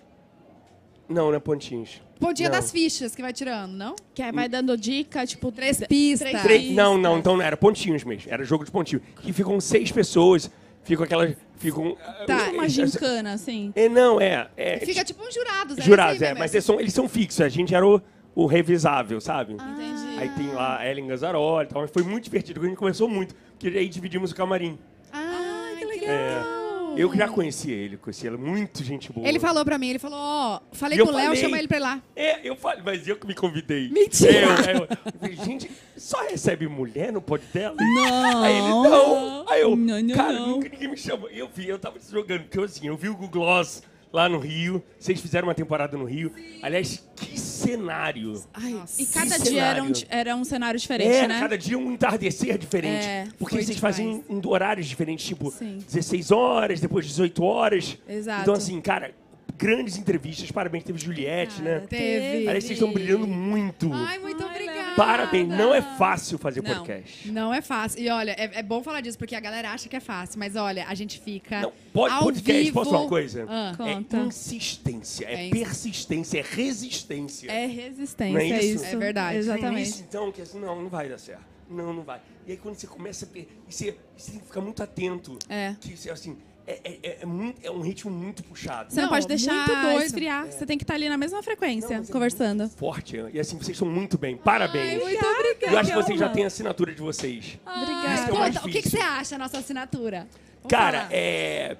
Não, não é pontinhos. Pontinha Não. das fichas que vai tirando, não? Que aí vai dando dica, tipo... Três de- pistas. Três- três Tre- pistas. Não, não, então não era pontinhos mesmo. Era jogo de pontinhos. E ficam seis pessoas. Ficam aquelas. Ficam. Tá, eh, Uma eh, gincana, assim. É, não, é. é Fica tipo uns jurados, né? Jurados, Isso aí é, mesmo. mas eles são, eles são fixos. A gente era o, o revisável, sabe? Ah. Entendi. Aí tem lá a Ellen Gazzaroli e tal. Mas foi muito divertido, porque a gente conversou muito. Porque aí dividimos o camarim. Ah, que legal. É, eu que já conhecia ele, conhecia ele. Muito gente boa. Ele falou pra mim, ele falou, ó, falei E eu com o Léo, falei. chama ele pra ir lá. É, eu falei, mas eu que me convidei. Mentira! É, Eu, é, eu, eu falei, gente, só recebe mulher no pod dela? Não. Aí ele, não. Aí eu, Não, não, cara, não. nunca ninguém me chamou. Eu vi, eu tava jogando, porque eu assim, eu vi o Google Gloss lá no Rio. Vocês fizeram uma temporada no Rio. Aliás, que cenário! Ai, Nossa. e cada Que dia era um, cenário. era um cenário diferente, É, né? cada dia um entardecer diferente. É, porque foi vocês fazem em horários diferentes, tipo Sim. 16 horas, depois 18 horas. Exato. Então, assim, cara, grandes entrevistas. Parabéns, teve Juliette, né? Cara, Teve. Aliás, vocês estão brilhando muito. Ai, muito Ai, obrigada. Parabéns, não é fácil fazer Não. podcast. Não é fácil. E olha, é, é bom falar disso, porque a galera acha que é fácil. Mas olha, a gente fica Não, pode, ao podcast, vivo. posso falar uma coisa? Ah. Conta. É insistência, é, É isso. persistência, é resistência. É resistência, Não é é isso? isso? É verdade. No Exatamente. início, então, que assim, não, não vai dar certo. Não, não vai. E aí quando você começa a... per- E você, você tem que ficar muito atento. É. Que, você, assim, é, é- é- é muito- é um ritmo muito puxado. Você não, Não, pode deixar muito doido. esfriar. Você tem que estar ali na mesma Não, frequência, mas é conversando. muito forte. E assim, vocês estão muito bem. Parabéns. muito obrigada. Eu acho que vocês já Calma. têm a assinatura de vocês. Mas Isso é Obrigada. o mais Ah, conta, o que, que difícil. você acha da nossa assinatura? Vamos Cara, falar. é...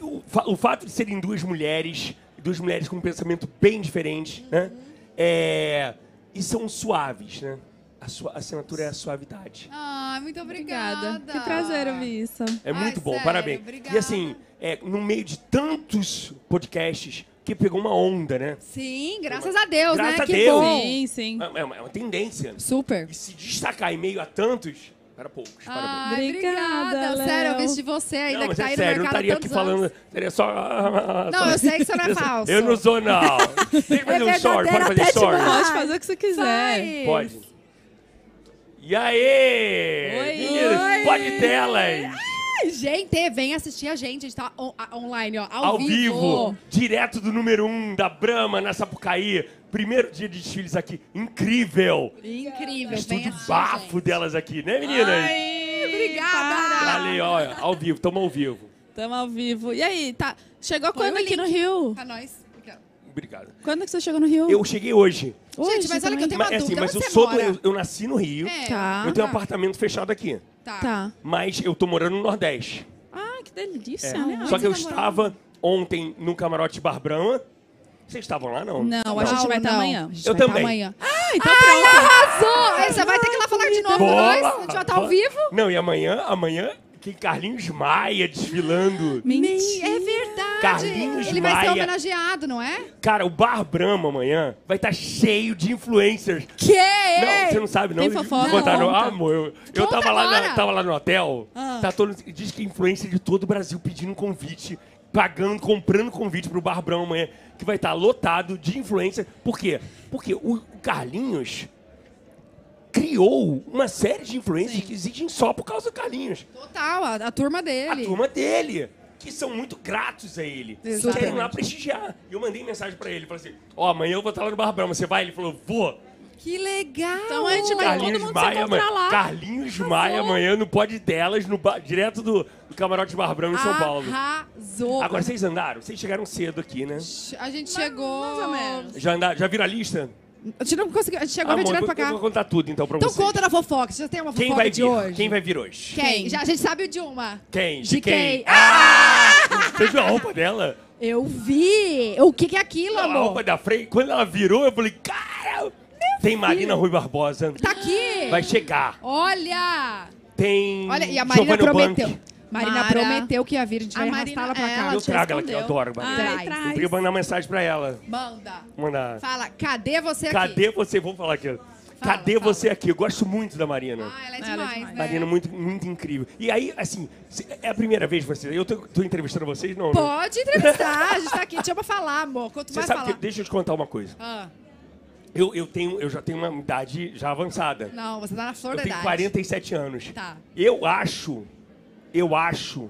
O, fa- o fato de serem duas mulheres, duas mulheres com um pensamento bem diferente, Uhum. né? É... E são suaves, né? A, sua, a assinatura é a suavidade. Ai, Ah, muito obrigada. Obrigada. Que prazer ouvir isso. É Ai, muito bom, Ah, sério, parabéns. obrigada. E assim, é, no meio de tantos podcasts, que pegou uma onda, né? Sim, graças a Deus, Graças né? a que Deus. bom. Sim, sim. É uma, é uma tendência. Super. E se destacar em meio a tantos, para poucos, parabéns. Ai, obrigada. Obrigada, Léo. Sério, eu vejo de você ainda não, que mas tá é aí sério, eu no não mercado estaria há aqui tantos falando. anos. Estaria só. Não, eu sei que você não é falso. Eu não sou, não. Deixa eu fazer um story, pode fazer story. Pode fazer o que você quiser. Vai. né? Pode. E aí? Oi. Meninas, Oi. pode telas. Ai, Gente, vem assistir a gente. A gente tá on- a- online, ó. Ao, Ao vivo, direto do número 1 um da Brahma na Sapucaí. Primeiro dia de desfiles aqui. Incrível. Incrível. Vem Estúdio assistir, bafo delas aqui, né, meninas? Ai, obrigada. Ali, ó, ao vivo, tamo ao vivo. para. Tamo ao vivo. E aí, tá? Chegou Põe um quando o aqui link. no Rio? gente. Pra nós. Obrigado. Quando que você chegou no Rio? Eu cheguei hoje. Gente, mas olha que eu tenho uma Mas, é assim, dúvida. mas eu Onde você sou do, mora? eu, eu nasci no Rio. É, Tá. Eu tenho um apartamento fechado aqui. Tá. Tá. Mas eu tô morando no Nordeste. Ah, que delícia. É. né? Só que eu você tá estava ontem no camarote Barbrama. Vocês estavam lá, não? Não, a gente vai estar Não, amanhã. a gente Eu vai tá também. Amanhã. Ah, então pronto. Arrasou! Aí Você vai ter que ir lá falar de novo com Bola! nós? é A gente vai estar ao vivo? Não, e amanhã, amanhã, tem Carlinhos Maia desfilando. Mentira. É verdade. Carlinhos Ele vai ser Maia. homenageado, não é? Cara, o Bar Brahma amanhã vai estar cheio de influencers. Que? Não, você não sabe, não. Tem De- de fofoca, botar no- conta. Ah, amor, eu, eu Conta tava, lá agora. na- tava lá no hotel. Tá todo, diz que influencer de todo o Brasil pedindo um convite, pagando, comprando convite pro Bar Brahma amanhã, que vai estar lotado de influencer. Por quê? Porque o, o Carlinhos criou uma série de influencers que existem só por causa do Carlinhos. Total, a, a turma A dele. turma dele. Que são muito gratos a ele. que Exatamente. Querem lá prestigiar. E eu mandei mensagem pra ele. Falei assim, ó, amanhã eu vou estar lá no Bar Brahma. Você vai? Ele falou, vou. Que legal. Então a gente vai- todo Carlinhos mundo se Maia, encontrar amanhã- lá. Carlinhos Maia amanhã no pod delas, no ba- direto do, do camarote Barbrão em São Paulo. Arrasou. Agora vocês andaram? Vocês chegaram cedo aqui, né? A gente chegou... mais ou menos. Já, andaram, já viram a lista? A gente não conseguiu... A gente chegou Ah, e veio amor, direto eu, pra cá. eu vou contar tudo então pra Então vocês. conta na fofoca. Você já tem uma fofoca Quem vai de vir? hoje? Quem vai vir hoje? Quem? Já, a gente sabe o de uma. Quem? De quem? Ah! Você viu a roupa dela? Eu vi. O que, que é aquilo, Não, a amor? roupa da frente. Quando ela virou, eu falei, cara! Tem Marina Rui Barbosa. Tá aqui. Vai Hum, chegar. Olha. Tem. Olha, e a Marina Giovanna prometeu. Bank. Marina Mara. prometeu que ia vir. A gente vai arrastá-la pra é, cá. Eu te trago ela aqui, eu respondeu. adoro, Marina. Ai, Traz. Eu queria mandar uma mensagem pra ela. Ah, Manda. Mandar. Fala, cadê você aqui? Ah. Cadê você? Vamos falar aqui. Cadê fala. você aqui? Eu gosto muito da Marina. Ah, ela é Ela é demais, demais. né? Marina, muito, muito incrível. E aí, assim, se- é a primeira vez que você. Eu tô, tô entrevistando vocês, não? né? Pode entrevistar. A gente tá aqui. Deixa pra falar, amor. Quanto Você mais sabe falar. que. Deixa eu te contar uma coisa. Ah, Eu, eu, tenho, eu já tenho uma idade já avançada. não, você tá na flor Eu da tenho idade. 47 anos. Tá. Eu acho. Eu acho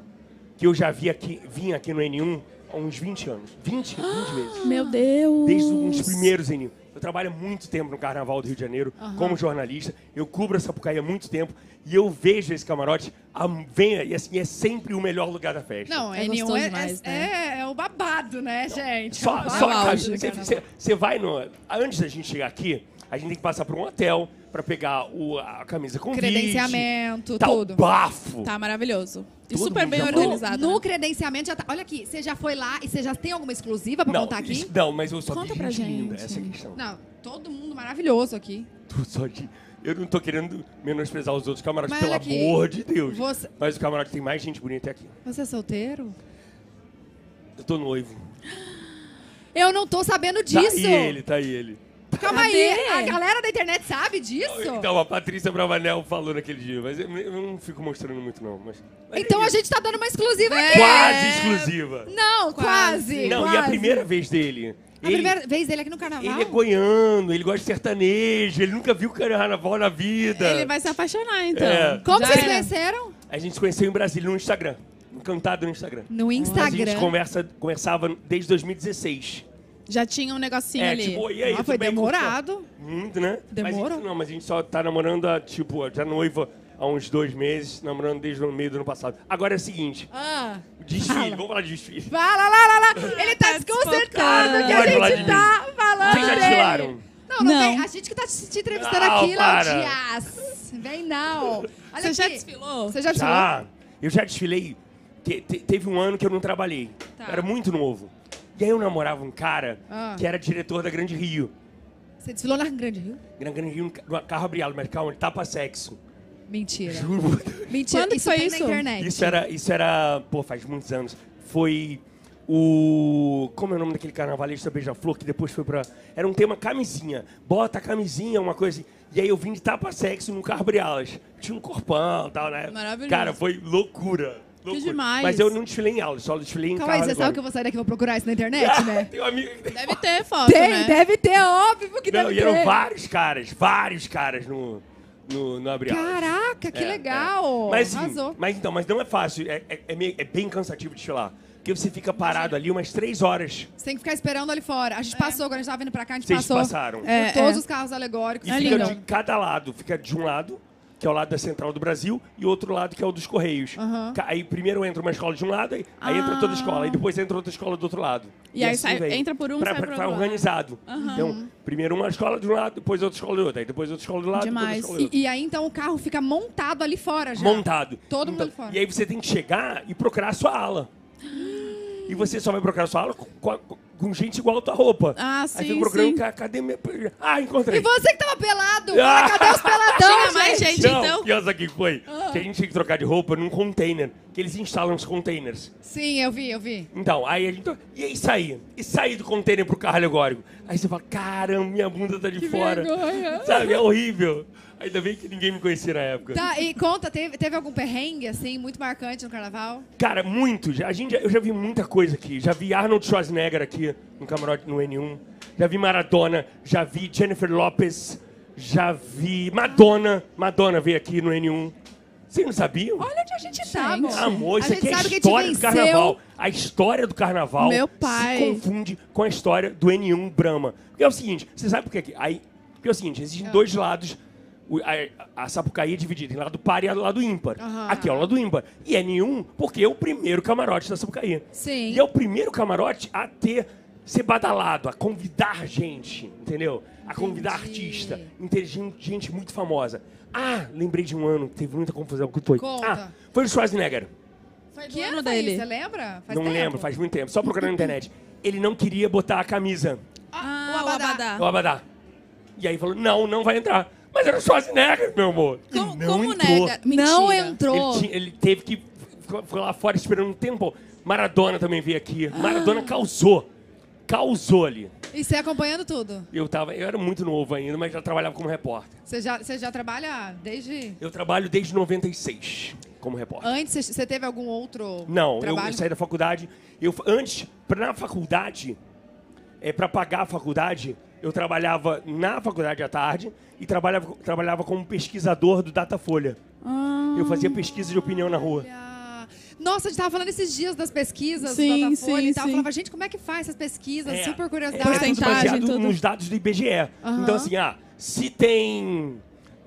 que eu já vi aqui, vim aqui no N1 há uns 20 anos. 20, 20 vezes. Meu Deus. desde os primeiros em Eu trabalho há muito tempo no Carnaval do Rio de Janeiro, como jornalista. Eu cubro essa Sapucaí há muito tempo. E eu vejo esse camarote, a, venha, e assim, é sempre o melhor lugar da festa. Não, É é N1 gostoso é, demais, é, né? é, é o babado, né, gente? é o Só, babado. só o auge do você- você- você vai no... Antes da gente chegar aqui, a gente tem que passar por um hotel pra pegar o, a camisa convite. Credenciamento, tal, tudo. bafo. Tá maravilhoso. E Todo super mundo bem já falou. organizado. No, né? no credenciamento já tá. Olha aqui, você já foi lá e você já tem alguma exclusiva pra não, contar aqui? isso- não, mas eu só Conta vi pra gente. linda, essa é a questão. Não, todo mundo maravilhoso aqui. Tu só de- Eu não tô querendo menosprezar os outros camarotes, Mas pelo olha aqui, amor de Deus. você- é Mas o camarote tem mais gente bonita aqui. Você é solteiro? é Eu tô noivo. Eu não tô sabendo Tá disso. aí ele, tá aí ele. Calma aí, Cadê? a galera da internet sabe disso? Então, a Patrícia Bravanel falou naquele dia, mas eu, eu não fico mostrando muito, não. Mas, mas Então é a isso. gente tá dando uma exclusiva aqui. Quase exclusiva. Não, quase. É. Quase. Não, e a quase. primeira vez dele. A primeira Ah. vez dele aqui no carnaval? Ele é goiano, ele gosta de sertanejo, ele nunca viu carnaval na vida. Ele vai se apaixonar, então. É. Como Já vocês era. conheceram? A gente se conheceu em Brasília no Instagram. Encantado no Instagram. No A gente Instagram. conversa, conversava desde 2016. Já tinha um negocinho é, ali. tipo, e aí? Ah, tudo foi bem? tá? demorado. Muito, né? Demorou. Mas, a gente- não, mas a gente só tá namorando, há, tipo, já noiva há uns dois meses, namorando desde o meio do ano passado. Agora é o seguinte, Ah, desfile, vamos falar de desfile. fala lá, lá, lá. Ele tá Tá desconcertado que Pode a falar de gente mim. tá falando Vocês já dele. desfilaram? Não, não, Não. vem. A gente que tá te te entrevistando Não, aqui, para. Laudias. Vem não. Olha Você já aqui. desfilou? Você já desfilou? Já. Eu já desfilei. Te- te- teve um ano que eu não trabalhei. Tá. Eu Era muito novo. E aí eu namorava um cara Ah. que era diretor da Grande Rio. Você desfilou na Grande Rio? Na Grande Rio, um ca- um carro abriado, mas calma, ele tapa sexo. Mentira. Juro. por Deus. Mentira. Quando que isso foi tem isso? na internet. Isso era, isso era. Pô, faz muitos anos. Foi o. Como é o nome daquele carnavalista Beija-Flor que depois foi pra. Era um tema camisinha. Bota a camisinha, uma coisa assim. E aí eu vim de tapa-sexo num carro Briolas. Tinha um corpão e tal, né? Maravilhoso. Cara, foi loucura. loucura. demais. Mas eu não desfilei em aula, só desfilei em Calma aí, carro. você sabe que eu vou sair daqui e vou procurar isso na internet, né? Tem um amigo que tem. Deve ter foto, Tem, né? deve ter, óbvio que Não, deve e eram ter. vários caras, vários caras no, no, no Abre Alas. Caraca, que É, legal. é. Mas, assim, Arrasou. mas então, mas não é fácil. É, é- é meio- é bem cansativo desfilar. Porque você fica parado ali umas três horas. Você tem que ficar esperando ali fora. A gente passou, quando a gente tava vindo pra cá, a gente Vocês passou. passaram. Por É, todos é. os carros alegóricos. E É fica lindo. de cada lado. Fica de um lado, que é o lado da Central do Brasil, e outro lado, que é o dos Correios. Aham. Ca- Aí primeiro entra uma escola de um lado, aí, aí entra toda a escola. Aí depois entra outra escola do outro lado. Ah. assim E aí sai- vem. entra por um, pra, sai pra- por pra outro lado. organizado. Então, primeiro uma escola de um lado, depois outra escola do outro. Aí depois outra escola do lado, depois outra Demais. escola do outro. E, e aí, então, o carro fica montado ali fora já. montado. Então, Todo mundo fora. E aí você tem que chegar e procurar a sua ala. E você só vai procurar a sua ala com, com- com gente igual a tua roupa. Ah, Aí sim, você procurando, sim. ca- cadê minha... Ah, encontrei. E você que tava pelado. Ah! Ah, cadê os peladão, Tinha mais gente? Ah. gente, Não, então. e olha só que foi. Que a gente tinha que trocar de roupa num container. Que eles instalam os containers. Sim, eu vi, eu vi. Então, aí a gente... E aí saía. E saía do container pro carro alegórico. Aí você fala, caramba, minha bunda tá de fora. vergonha. Sabe, é horrível. Ainda bem que ninguém me conhecia na época. Tá, e conta, teve, teve algum perrengue, assim, muito marcante no carnaval? Cara, muito. Já, a gente, já- eu já vi muita coisa aqui. Já vi Arnold Schwarzenegger aqui no camarote no N1. Já vi Maradona. Já vi Jennifer Lopez. Já vi Madonna. Madonna veio aqui no N1. Vocês não sabiam? Olha onde a gente, tá, Gente. amor. Amor, isso a gente aqui é a sabe que história a do gente carnaval. venceu. A história do carnaval Meu pai. se confunde com a história do N1 Brahma. Porque é o seguinte, você sabe por que que- aí Porque é o seguinte, existem Ah. dois lados. o- A, a Sapucaí é dividida em lado par e lado ímpar. Aham. Aqui é o lado ímpar. E N1 porque é o primeiro camarote da Sapucaí. Sim. E é o primeiro camarote a ter ser badalado, a convidar gente, entendeu? A convidar Entendi. artista, inteligente, gente muito famosa. Ah, lembrei de um ano que teve muita confusão com o Toy. Conta. Ah, foi o Schwarzenegger. Foi do Que ano ano dele. dele? Você lembra? Faz não tempo. lembro, faz muito tempo. Só procurando na internet. Ele não queria botar a camisa, Ah, Ah, o Abadá. o Abadá. E aí falou, não, não vai entrar. Mas era o Schwarzenegger, meu amor. Ele Como, não como entrou. nega? Mentira. Não entrou. Ele, tinha- ele teve que... Ficou ficou lá fora esperando um tempo. Maradona também veio aqui. Ah. Maradona causou. Causou ali. E você acompanhando tudo? Eu, tava, eu era muito novo ainda, mas já trabalhava como repórter. Você já, você já trabalha desde... Eu trabalho desde 96 como repórter. Antes, você- você teve algum outro Não, eu, trabalho? eu saí da faculdade. Eu, antes, pra, na faculdade, é, para pagar a faculdade, eu trabalhava na faculdade à tarde e trabalhava, trabalhava como pesquisador do Datafolha. Ah. Eu fazia pesquisa de opinião na rua. Olha. Nossa, a gente tava falando esses dias das pesquisas Sim, do Datafolha sim, e tal. Eu sim. falava, gente, como é que faz essas pesquisas? É, Super Era tudo curiosidade. Porcentagem, baseado tudo. ah, nos dados do IBGE. Então, assim, ah, se tem.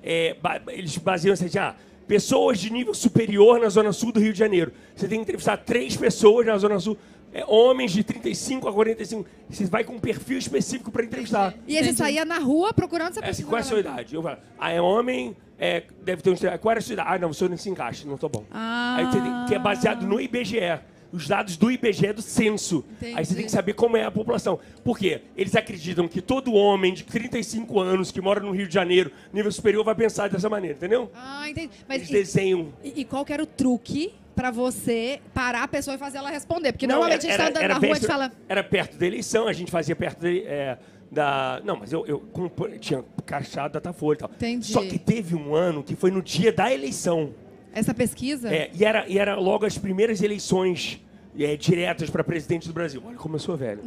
é, ba- eles baseiam assim, ah, pessoas de nível superior na Zona Sul do Rio de Janeiro. Você tem que entrevistar três pessoas na Zona Sul, é, homens de 35 a 45. Você vai com um perfil específico para entrevistar. E aí você saía na rua procurando essa É assim, pesquisa. qual é a sua idade? Eu falo, ah, é homem, é, deve ter uns. Qual era a sua idade? Ah, não, o senhor não se encaixa, não tô bom. Ah. Aí você tem, que é baseado no IBGE. Os dados do IBGE do censo. Aí você Entendi. tem que saber como é a população. Por quê? Eles acreditam que todo homem de 35 anos que mora no Rio de Janeiro, nível superior, vai pensar dessa maneira, entendeu? Ah, entendi. Eles Mas e, desenham. e- e qual que era o truque pra você parar a pessoa e fazer ela responder. Porque Não, normalmente a gente tá andando na rua e perto- fala. Era perto da eleição, a gente fazia perto da. é, da- não, mas eu, eu compo- tinha caixado da Folha e tal. Entendi. Só que teve um ano que foi no dia da eleição. Essa pesquisa? É, e, era, e era logo as primeiras eleições é, diretas para presidente do Brasil. Olha como eu sou velho.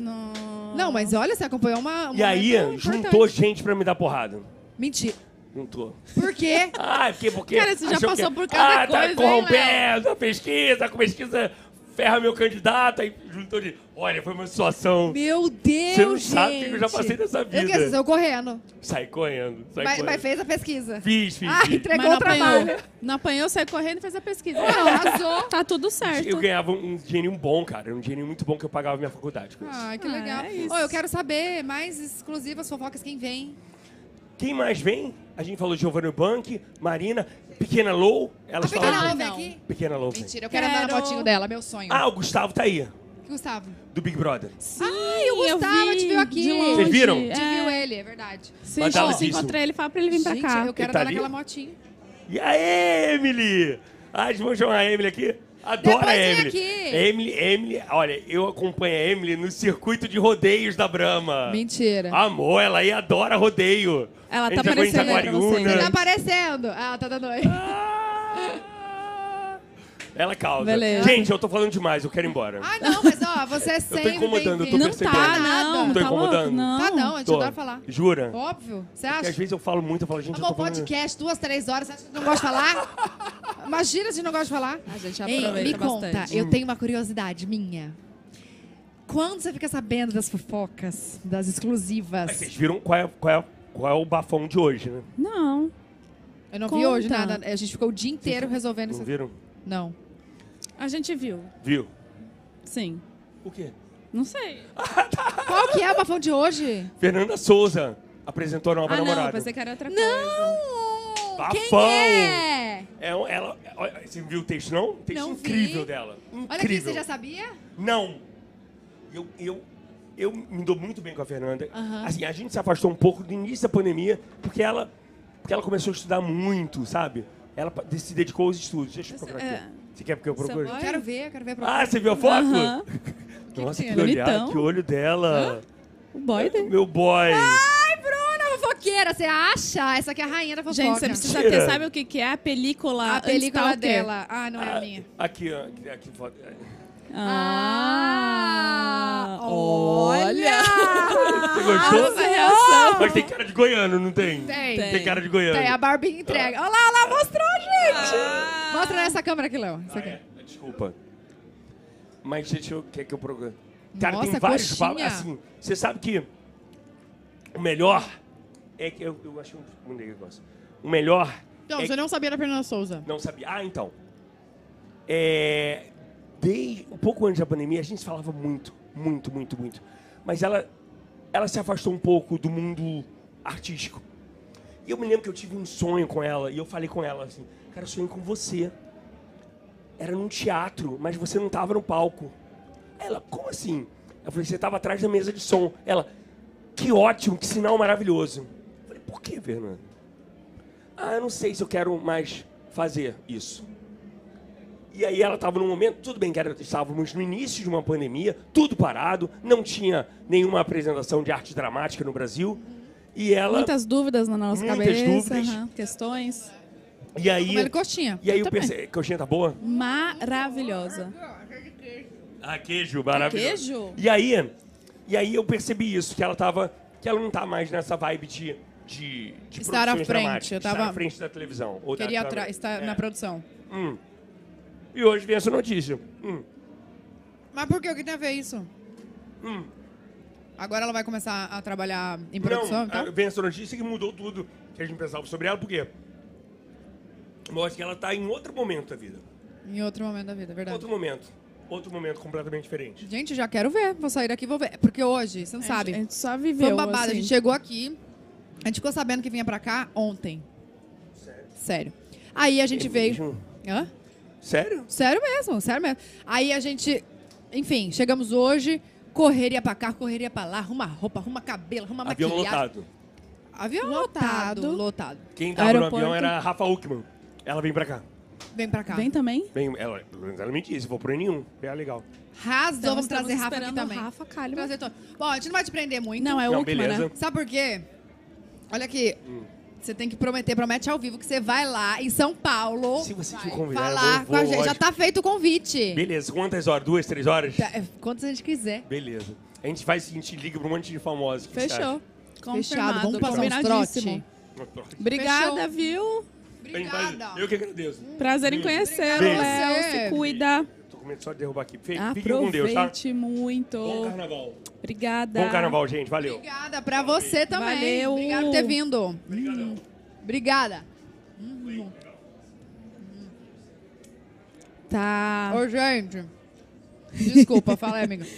Não, mas olha, você acompanhou uma. um e aí, momento juntou importante. gente para me dar porrada. Mentira. Juntou. Por quê? Ah, porque, porque. Cara, você já achou passou que- por cada ah, coisa, tá hein, corrompendo a pesquisa, com pesquisa ferra meu candidato. Aí juntou de. Olha, foi uma situação. Meu Deus! Você não sabe o que eu já gente. passei nessa Eu vida. quero dizer, eu correndo. Sai correndo. Sai Mas, correndo. mas fez a pesquisa. Fiz, fiz. Ah, fiz. entregou não o trabalho. apanhou. Não apanhou, saiu correndo e fez a pesquisa. Não, arrasou. Tá tudo certo. Eu ganhava um dinheirinho bom, cara. Era um dinheirinho muito bom que eu pagava minha faculdade. com isso. Ah, que Ah, legal. é isso. Ô, eu quero saber mais exclusivas fofocas quem vem. Ah. Quem mais vem? A gente falou de Giovanni Bank, Marina, Pequena Lou. Elas a Ah, pequena falaram. Lou vem não. aqui. Pequena Lou. vem. Mentira, eu quero, andar na Quero. motinho dela, meu sonho. Ah, o Gustavo tá aí, Gustavo. do Big Brother. Sim, Ai, o Gustavo, vi Ah, te viu aqui. de longe. Vocês viram? Te É. viu ele, é verdade. Sim, Mas se ela se disse- encontrar ele, fala pra ele vir pra Gente, cá. eu quero Ele tá andar ali? naquela motinha. E a Emily! Ah, eles vão chamar a Emily aqui? Adoro a Depois vem Emily. aqui. Emily, Emily, olha, eu acompanho a Emily no circuito de rodeios da Brahma. Mentira. Amor, ela aí adora rodeio. Ela tá Ah, Entre Água em aparecendo aí pra Jaguariúna. Você vocês. tá aparecendo. Ah, tá dando oi. Ah! Ela causa. Beleza. Gente, eu tô falando demais, eu quero ir embora. Ah, não, mas ó, você é sempre incomodando, eu tô bem-vindo. Não tá, percebendo. não. Não tô tá incomodando. louco? Não. Tá não, a gente Tô. adora falar. Jura? Óbvio. Porque Você às acha? vezes eu falo muito, eu falo, gente, eu Amor, tô falando... podcast, duas, três horas, você acha que não gosta de falar? Imagina se não gosta de falar. A gente Ei, aproveita me bastante. conta, eu tenho uma curiosidade minha. Quando você fica sabendo das fofocas, das Mas exclusivas? Vocês viram qual é, qual, é, qual é o bafão de hoje, né? Não. Eu não vi Conta. hoje nada. A gente ficou o dia inteiro resolvendo Não isso. viram? Não. A gente viu. Viu? Sim. O quê? Não sei. Qual que é o bafão de hoje? Fernanda Souza apresentou a nova ah, não. namorada. Eu pensei que era outra coisa. Não! Bafão! é- Quem é? É, um- ela, olha, você viu o texto, não? Um texto Não vi. incrível dela. Olha aqui, Incrível. você já sabia? Não. Eu, eu, eu me dou muito bem com a Fernanda. Aham. Assim, a gente se afastou um pouco do início da pandemia, porque ela, porque ela começou a estudar muito, sabe? Ela pa- se dedicou aos estudos. Deixa eu procurar aqui. é. Você quer que eu procure? vai? Quero ver, quero ver. Ah, você viu a foto? Aham. Nossa, que que, tinha? olhar, Bonitão. que olho dela. É, O boy dele. Meu boy. Ai, Bruna, fofoqueira, você acha? Essa aqui é a rainha da fofoca. Gente, você precisa Mentira. ter, sabe o que, que é? A película A película Unstalker. dela. Ah, não é a minha. Aqui, ó. aqui, Aqui, é. foto. Ah. Ah, Você Nossa, gostou? a reação. Mas tem cara de goiano, não tem? Tem. Tem, Tem. cara de goiano. Tem, a Barbie entrega. Olha lá, olha lá, mostrou, gente! Mostra nessa câmera aqui, Léo. Isso Ah, aqui. é. Desculpa. Mas, gente, eu, quer que eu programe? Cara, Nossa, tem vários coxinha. papos. Assim, você sabe que o melhor é que. Eu, eu acho que eu mudei o negócio. O melhor. é que- Então, não sabia da Fernanda Souza. não sabia. Ah, então. É, desde, um pouco antes da pandemia, a gente falava muito, muito, muito, muito. Mas ela, ela se afastou um pouco do mundo artístico. E eu me lembro que eu tive um sonho com ela, e eu falei com ela assim, cara, eu sonhei com você. Era num teatro, mas você não tava no palco. Aí Ela, como assim? Eu falei, você tava atrás da mesa de som. Ela, que ótimo, que sinal maravilhoso. Eu falei, por que, Fernanda? Ah, eu não sei se eu quero mais fazer isso. E aí ela estava num momento, tudo bem que era, estávamos no início de uma pandemia, tudo parado, não tinha nenhuma apresentação de arte dramática no Brasil. E ela. Muitas dúvidas na nossa Muitas cabeça. dúvidas. aham, Questões. e aí. Comendo coxinha. E aí eu Também. pensei, coxinha tá boa? Maravilhosa. Ah, queijo, maravilhoso. Queijo? E aí, e aí eu percebi isso, que ela tava. que ela não tá mais nessa vibe de. de, de Estar à produções frente, dramáticas, eu Estar tava- à frente da televisão. ou da Queria câmera. atra- estar É. na produção. Hum. E hoje vem essa notícia. Hum. Mas por que? O que tem a ver isso? Hum. Agora ela vai começar a trabalhar em produção tá? Não, e tal? a- vem essa notícia que mudou tudo que a gente pensava sobre ela, por quê? Mostra que ela tá em outro momento da vida. Em outro momento da vida, é verdade. Outro momento. Outro momento completamente diferente. Gente, já quero ver. Vou sair daqui e vou ver. Porque hoje, você não sabe. A gente só Foi viveu. um babado. assim. A gente chegou aqui. A gente ficou sabendo que vinha pra cá ontem. Sério. Aí a gente É veio. mesmo? Hã? Sério? Sério mesmo, sério mesmo. Aí a gente, enfim, chegamos hoje, correria pra cá, correria pra lá, arruma roupa, arruma cabelo, arruma Avião maquiagem. lotado. Avião Lotado. lotado. Lotado. Quem tava no Aeroporto. avião era a Rafa Uckman. Ela vem pra cá. Vem pra cá. Vem também? Bem, ela, pelo menos ela me disse, vou por nenhum. É legal. Arrasou, Então, vamos trazer estamos Rafa aqui esperando o também. Rafa Kalimann. Trazer todo- Bom, a gente não vai te prender muito. Não, é o Não, Ukma, beleza. né? Sabe por quê? Olha aqui. Você tem que prometer, promete ao vivo que você vai lá em São Paulo Se você te vai convidar, falar um eu vou, com a gente. lógico. Já tá feito o convite. Beleza, quantas horas? Duas, três horas? Tá, é, Quantas a gente quiser. Beleza. A gente faz o seguinte, liga pra um monte de famosos. o que você Fechou. Fechado. Confirmado. Vamos passar uns combinadíssimo. trote. acha? Obrigada, viu? Bem, mas Obrigada. Eu que agradeço. Prazer em conhecê-lo, Beijo. Léo. Se cuida. Tô com medo só de derrubar aqui. Fique, Ah, fiquem com Deus, tá? Aproveite muito. Bom carnaval. Obrigada. Bom carnaval, gente. Valeu. Obrigada pra você também. Valeu. Obrigada por ter vindo. Hum, Obrigada. Tá. Ô, gente. Desculpa, fala aí, amiga.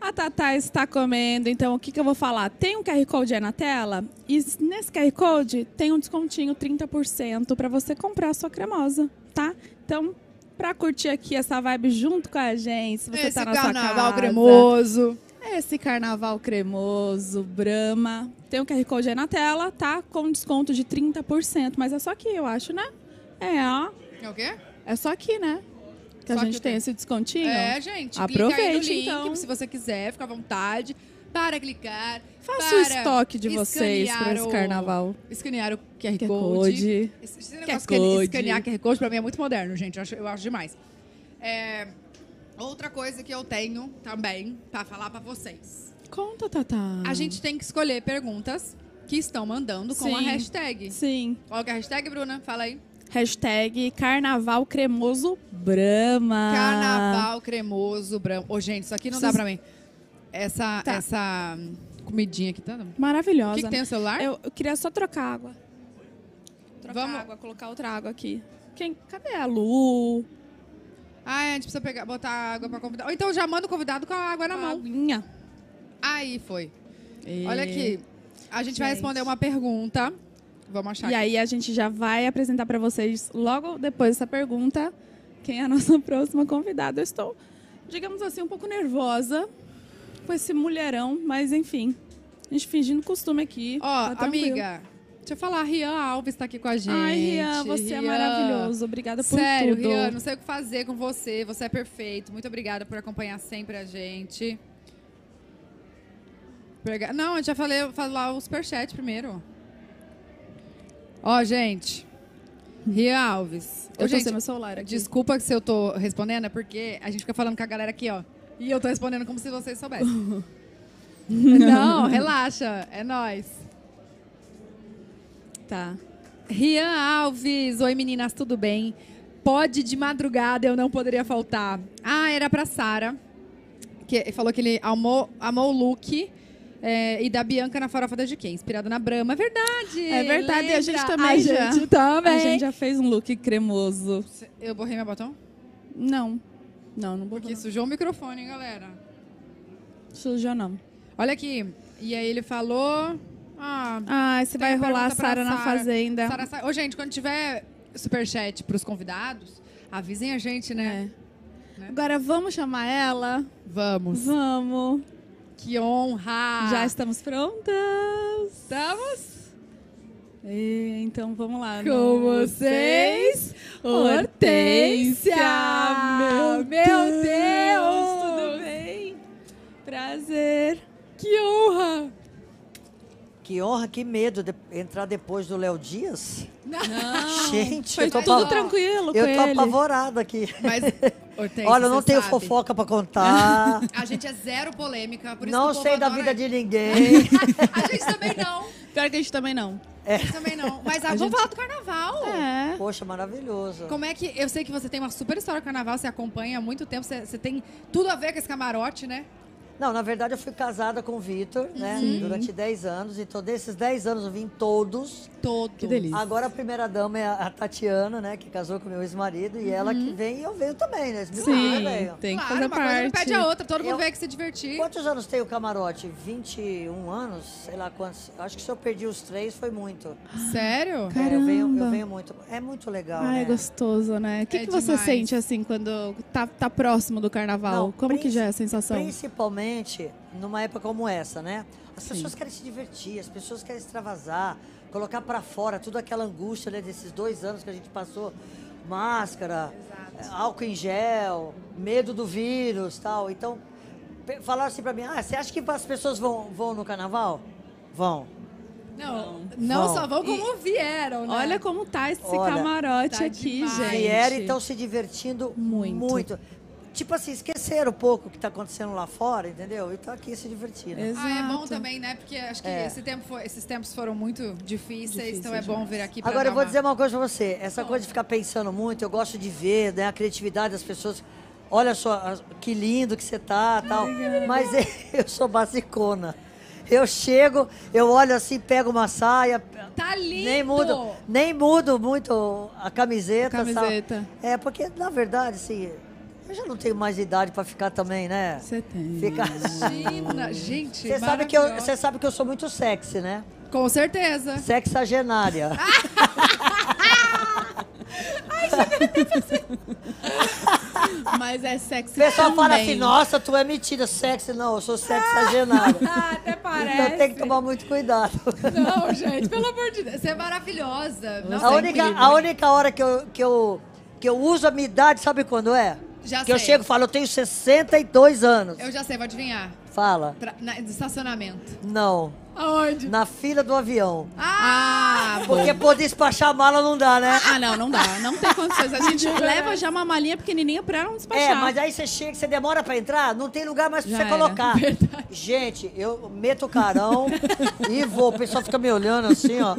A Tatá está comendo, então o que, que eu vou falar? Tem um QR Code aí na tela e s- nesse QR Code tem um descontinho 30% para você comprar a sua cremosa, tá? Então, para curtir aqui essa vibe junto com a gente, se você Esse tá na sua carnaval casa, cremoso. Esse carnaval cremoso, Brahma, tem um QR Code aí na tela, tá? Com desconto de 30%, mas é só aqui, eu acho, né? É, ó. É o quê? É só aqui, né? Que a Só gente aqui tem tem. esse descontinho. É, gente. clica aí no Aproveite, link, então. se você quiser, fica à vontade. Para clicar. Faça para o estoque de vocês escanear para esse o- carnaval. Escanear o QR, QR Code. Code. Esse esse QR negócio que ele Code. escanear QR Code pra mim é muito moderno, gente. Eu acho, eu acho demais. É, outra coisa que eu tenho também pra falar pra vocês. Conta, Tatá. A gente tem que escolher perguntas que estão mandando com a Sim. hashtag. Sim. Qual que é a hashtag, Bruna? Fala aí. Hashtag Carnaval Cremoso Brahma. Carnaval cremoso branco. Ô, gente, isso aqui não dá Vocês- pra mim. Essa, Tá. essa hum, comidinha aqui tá. O Maravilhosa. que, que tem né? no celular? eu, eu queria só trocar água. Trocar Vamos. água, colocar outra água aqui. Quem? Cadê a Lu? Ah, é, a gente precisa pegar, botar água pra convidar. Ou então já manda o convidado com a água na Com a mão. Aguinha. Aí foi. E- Olha aqui. A gente, vai Gente. responder uma pergunta. Vamos achar. E aí a gente já vai apresentar pra vocês logo depois dessa pergunta quem é a nossa próxima convidada. Eu estou, digamos assim, um pouco nervosa com esse mulherão, mas enfim, a gente fingindo costume aqui. Ó, tá tranquilo. amiga, deixa eu falar, Rian Alves tá aqui com a gente. Ai, Rian, você é Rian. maravilhoso. Obrigada por Sério, tudo. Rian, não sei o que fazer com você. Você é perfeito. Muito obrigada por acompanhar sempre a gente. Obriga- Não, eu já falei falar o superchat primeiro. Ó, gente. Rian Alves. Ô, Eu tô gente, sem meu celular aqui. Desculpa se eu tô respondendo, é porque a gente fica falando com a galera aqui, ó. E eu tô respondendo como se vocês soubessem. Não, Hum. relaxa. É nóis. Tá. Rian Alves. Oi, meninas, tudo bem? Pode de madrugada, eu não poderia faltar. Ah, era pra Sara. Que falou que ele amou, amou o look. é, e da Bianca na farofa da GQ, inspirada na Brahma. É verdade! É verdade, e a gente lembra? também A já. gente também. A gente já fez um look cremoso. Eu borrei meu batom? Não. Não, não vou. Porque sujou o microfone, hein, galera. Sujou, não. Olha aqui. E aí ele falou. Ah, Ah, você tem vai uma rolar a pergunta pra Sara na Sara. fazenda. Sara Sa- Ô, gente, quando tiver superchat pros convidados, avisem a gente, né? É. Agora vamos chamar ela. Vamos. Vamos. Que honra! Já estamos prontas. estamos E, então vamos lá. com No- vocês, Hortência! Hortência! Meu, Deus, tudo bem? Prazer. Que honra! Que honra, que medo de entrar depois do Léo Dias. Gente, Foi eu tô, tudo apavo- tranquilo com eu tô ele. apavorada aqui. Mas, Hortência, Olha, eu não você tenho sabe, fofoca pra contar. A gente é zero polêmica, por isso Ah. não que o povo sei da adora- vida de ninguém. A gente também não. Pior que a gente também não. A gente também não. Mas ah, A vamos gente- falar do carnaval. É. É. Poxa, maravilhoso. Como é que. Eu sei que você tem uma super história com carnaval, você acompanha há muito tempo, você, você tem tudo a ver com esse camarote, né? Não, na verdade eu fui casada com o Vitor, né? Durante 10 anos. Então, desses 10 anos eu vim em todos. Todo. Que delícia. Agora a primeira dama é a a Tatiana, né? Que casou com meu ex-marido. E ela que vem e eu venho também, né? Esse menino, Uhum. Sim, né, velho? tem que Claro, fazer uma coisa não parte. pede a outra, todo mundo Eu- vê que se divertir. Quantos anos tem o camarote? 21 anos? Sei lá quantos. Acho que se eu perdi os três foi muito. Sério? É, eu, venho, Caramba. Ah, eu venho muito. É muito legal. Ai, né? gostoso, né? O que, É que você demais. sente, assim, quando tá, tá próximo do carnaval? Não, Como que princi- já é a sensação? Principalmente numa época como essa, né? As Sim. pessoas querem se divertir, as pessoas querem extravasar, colocar pra fora toda aquela angústia né, desses dois anos que a gente passou máscara, é, álcool em gel, medo do vírus tal. Então, pe- falaram assim pra mim, ah, você acha que as pessoas vão, vão no carnaval? Vão. Não, não Bom, só vão como vieram, né? Olha como tá esse Olha, camarote tá aqui, demais. gente. Vieram e estão se divertindo Muito. muito. Tipo assim, esqueceram um pouco o que tá acontecendo lá fora, entendeu? E estão aqui se divertindo. Exato. Ah, é bom também, né? Porque acho que É. esse tempo foi- esses tempos foram muito difíceis, Difícil então é bom vir aqui pra Agora dar eu vou uma- dizer uma coisa pra você. Essa coisa de ficar pensando muito, eu gosto de ver, né? A criatividade das pessoas. Olha só, as- que lindo que você tá, tal. Mas eu sou basicona. Eu chego, eu olho assim, pego uma saia, Tá lindo! nem mudo, nem mudo muito a camiseta, sabe? Camiseta. É, porque na verdade, assim, eu já não tenho mais idade pra ficar também, né? Você tem. Ficar. Imagina, gente, Você sabe, que eu, maravilhosa. você sabe que eu sou muito sexy, né? Com certeza. Ah, Sexagenária. Mas é sexy O pessoal fala também. assim, nossa, tu é metida, sexy. Não, eu sou sexagenária. Ah, até parece. Então tem que tomar muito cuidado. Não, gente, pelo amor de Deus. Você é maravilhosa. Nossa, a, é única, incrível. a única hora que eu, que, eu, que eu uso a minha idade, sabe quando é? Já que eu sei. chego e falo, eu tenho 62 anos. Eu já sei, vou adivinhar. Fala. Pra- na- do estacionamento. Não, Aonde? na fila do avião. Ah! Porque por despachar a mala não dá, né? Ah, não, não dá. Não tem condições. A gente leva já uma malinha pequenininha pra ela não despachar. É, mas aí você chega, você demora pra entrar, não tem lugar mais pra Já você era. colocar. Gente, eu meto o carão e vou. O pessoal fica me olhando assim, ó.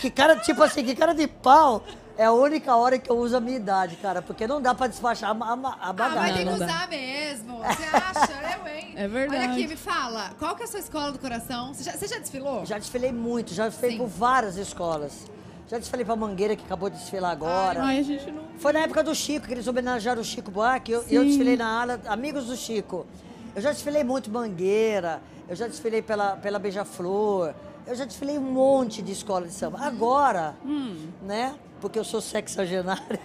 Que cara, tipo assim, que cara de pau. É a única hora que eu uso a minha idade, cara. Porque não dá pra despachar a, ma- a, ma- a Ah, mas tem bagagem. que não dá. usar mesmo. Você acha? Eu, hein? É verdade. Olha aqui, me fala. Qual que é a sua escola do coração? Você já, você já desfilou? já desfilei muito, já desfilei Sim. por várias escolas. Já desfilei pra Mangueira, que acabou de desfilar agora. Ai, a gente não... Foi na época do Chico, que eles homenagearam o Chico Buarque. Eu, eu Sim. desfilei na ala Amigos do Chico. Eu já desfilei muito Mangueira, eu já desfilei pela, pela Beija-Flor, eu já desfilei um monte de escola de samba. Agora, Hum, né? Porque eu sou sexagenária.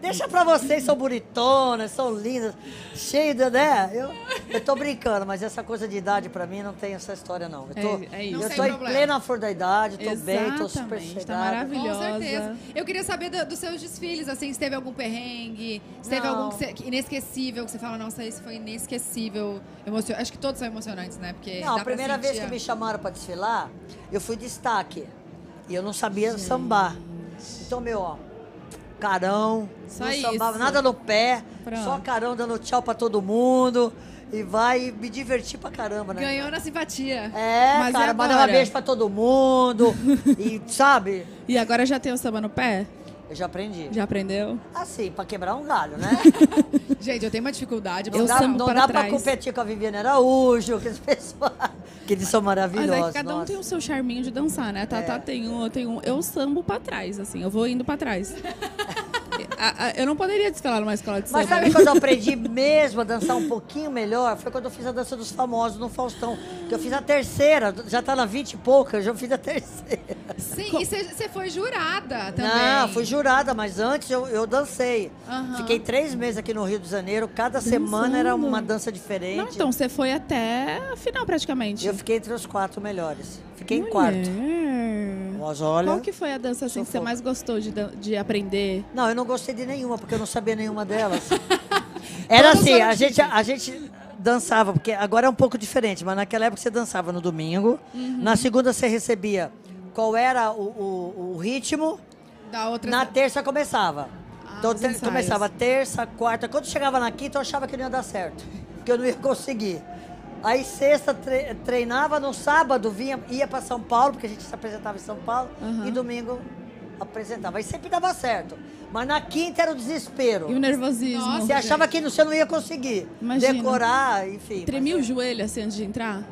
Deixa pra vocês, são bonitonas, são lindas, cheias, de- né? Eu, eu tô brincando, mas essa coisa de idade pra mim não tem essa história, não. Eu tô, É- é isso. eu Não tem tô em problema. plena flor da idade, tô bem, tô super Exatamente, tá chegada. Com maravilhosa. certeza. Eu queria saber do- dos seus desfiles, assim, se teve algum perrengue, se teve Não. algum que você- que inesquecível, que você fala, nossa, esse foi inesquecível. Emocion... Acho que todos são emocionantes, né? É, Porque Não, dá a pra primeira vez sentir que a- me chamaram pra desfilar, eu fui destaque. E eu não sabia sambar. Então, meu, ó, carão, Só não isso. sambava nada no pé, Pronto. só carão dando tchau pra todo mundo. E vai me divertir pra caramba, né? Ganhou na simpatia. É, Mas e cara, agora? mandava beijo pra todo mundo. e, sabe, E agora já tem o samba no pé? eu já aprendi. Já aprendeu? Tá Assim, pra quebrar um galho, né? Gente, eu tenho uma dificuldade. Não Eu dá, sambo não para dá pra trás. competir com a Viviane Araújo, aqueles pessoas que eles são Mas maravilhosos. é que cada um nossa. É. tem o seu charminho de dançar, né? A Tatá tem um, eu tenho um. Eu sambo pra trás, assim. Eu vou indo pra trás. A- a- eu não poderia descalar numa escola de Mas samba. sabe quando eu aprendi mesmo a dançar um pouquinho melhor? Foi quando eu fiz a dança dos famosos no Faustão. Que eu fiz a terceira, já tá na 20 e pouca, eu já fiz a terceira. Sim, e você- você foi jurada também. Não, fui jurada, mas antes eu, eu dancei. Aham. Fiquei três meses aqui no Rio de Janeiro, cada semana era uma dança diferente. Não, é então, você foi até a final, praticamente. Eu fiquei entre os quatro melhores. Fiquei Mulher. em quarto. Mas olha. Qual que foi a dança assim, que você Sufoco. mais gostou de, dan- de aprender? Não, eu não gostei de nenhuma, porque eu não sabia nenhuma delas. Era assim, a gente, a gente dançava, porque agora é um pouco diferente, mas naquela época você dançava no domingo, Uhum. na segunda você recebia qual era o, o- o ritmo, Da Ah, outra. na terça começava. então os te- ensaios. começava terça, quarta. Quando chegava na quinta, eu achava que não ia dar certo, que eu não ia conseguir. Aí sexta tre- treinava, no sábado vinha, ia para São Paulo, porque a gente se apresentava em São Paulo, Aham. e domingo apresentava. Aí sempre dava certo. Mas na quinta era o desespero. E o nervosismo? Nossa. Você achava que você não ia conseguir Imagina. decorar, enfim. Tremia o joelho assim antes de entrar?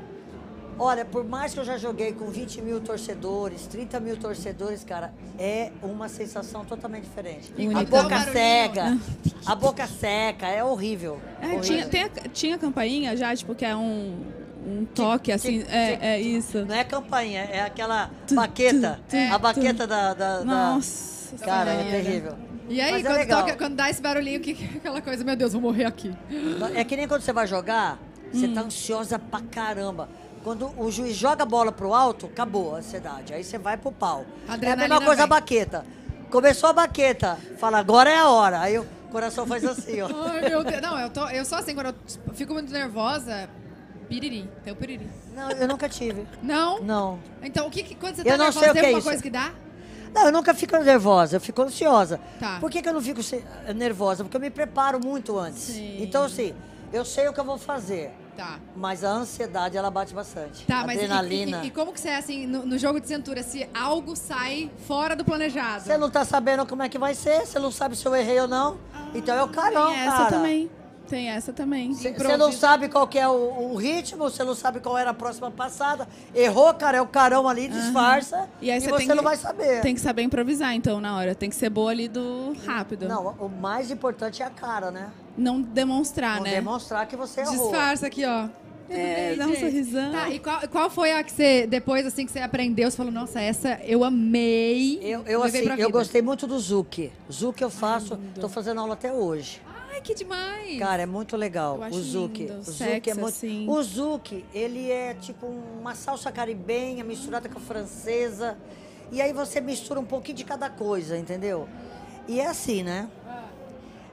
Olha, por mais que eu já joguei com 20 mil torcedores, 30 mil torcedores, cara, é uma sensação totalmente diferente. Única. A Dá um boca barulhinho. seca, a boca seca, é horrível. É, tinha, tem a, tinha campainha já, tipo, que é um, um toque assim. tic, é, tic, é isso. Não é campainha, é aquela baqueta, tum, a baqueta da... da- da- Nossa. Cara, é Maria, né? terrível. E aí, Mas é quando, legal. toca- quando dá esse barulhinho, que, que é aquela coisa, meu Deus, vou morrer aqui. Hum. É que nem quando você vai jogar, você tá ansiosa pra caramba. Quando o juiz joga a bola pro alto, acabou a ansiedade. Aí você vai pro pau. é A a adrenalina mesma coisa vem. a baqueta. Começou a baqueta. Fala, agora é a hora. Aí o coração faz assim, ó. Ai, meu Deus. Não, eu, tô, eu sou assim, quando eu fico muito nervosa, piriri. Tem o piriri. Não, eu nunca tive. Não? Não. Então, o que, que- quando você Eu tá não nervosa, sei o tem que é alguma isso. coisa que dá? Não, eu nunca fico nervosa, eu fico ansiosa. Tá. Por que, que eu não fico se- eh, nervosa? Porque eu me preparo muito antes. Sim. Então, assim, eu sei o que eu vou fazer, Tá. mas a ansiedade, ela bate bastante. Tá, mas e- Adrenalina. E, e como que você é assim no, no jogo de cintura, se algo sai fora do planejado? Você não tá sabendo como é que vai ser, você não sabe se eu errei ou não. Ah. então é o carão, Tem essa cara. também. Tem essa também. Você não sabe qual que é o, o ritmo, você não sabe qual era a próxima passada. Errou, cara, é o carão ali, disfarça. E aí você você tem não que- vai saber. Tem que saber improvisar, então, na hora. Tem que ser boa ali do rápido. Não, o mais importante é a cara, né? Não demonstrar, não né? demonstrar que você errou. Disfarça aqui, ó. Tudo É, bem, dá um gente? sorrisão. Tá, e qual, qual foi a que você, depois, assim, que você aprendeu, você falou, nossa, essa eu amei. Eu, eu, levei assim, pra eu vida. gostei muito do Zuki. Zuki eu faço, tô fazendo aula até hoje. Ai, que demais. Cara, é muito legal. Eu acho O Zuki. lindo, O Zuki sexy, é muito. assim. O Zuki, ele é tipo uma salsa caribenha misturada com a francesa. E aí você mistura um pouquinho de cada coisa, entendeu? E é assim, né?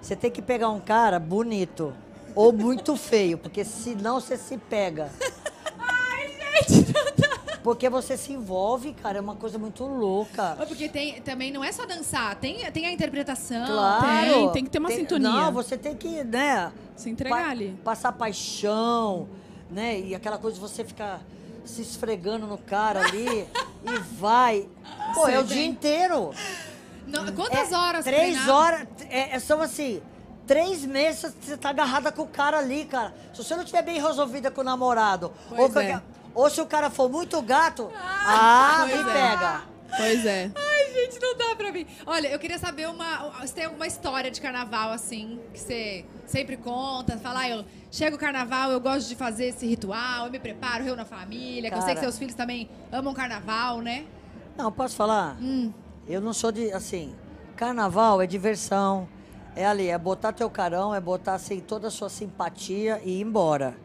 Você tem que pegar um cara bonito ou muito feio, porque senão você se pega. Porque você se envolve, cara, é uma coisa muito louca. Ô, Porque tem, também não é só dançar, tem, tem a interpretação. Claro. tem- tem que ter uma sintonia. Não, você tem que, né? Se entregar pa- ali. Passar paixão, né? E aquela coisa de você ficar se esfregando no cara ali e vai. Pô, é o Você dia tem- inteiro. Não, quantas É horas? Três treinar? horas. É, é- são assim. Três meses você tá agarrada com o cara ali, cara. Se você não tiver bem resolvida com o namorado, Pois ou, com é. a- ou se o cara for muito gato, ah, me pois é. pega. Pois é. Ai, gente, não dá pra mim. Olha, eu queria saber uma. Se tem alguma história de carnaval, assim, que você sempre conta, fala, ah, eu chego o carnaval, eu gosto de fazer esse ritual, eu me preparo, reúno a família, que eu sei que Cara. seus filhos também amam carnaval, né? Hum. Não, posso falar? Eu não sou de, assim, carnaval é diversão, é ali, é botar teu carão, é botar, assim, toda a sua simpatia e ir embora.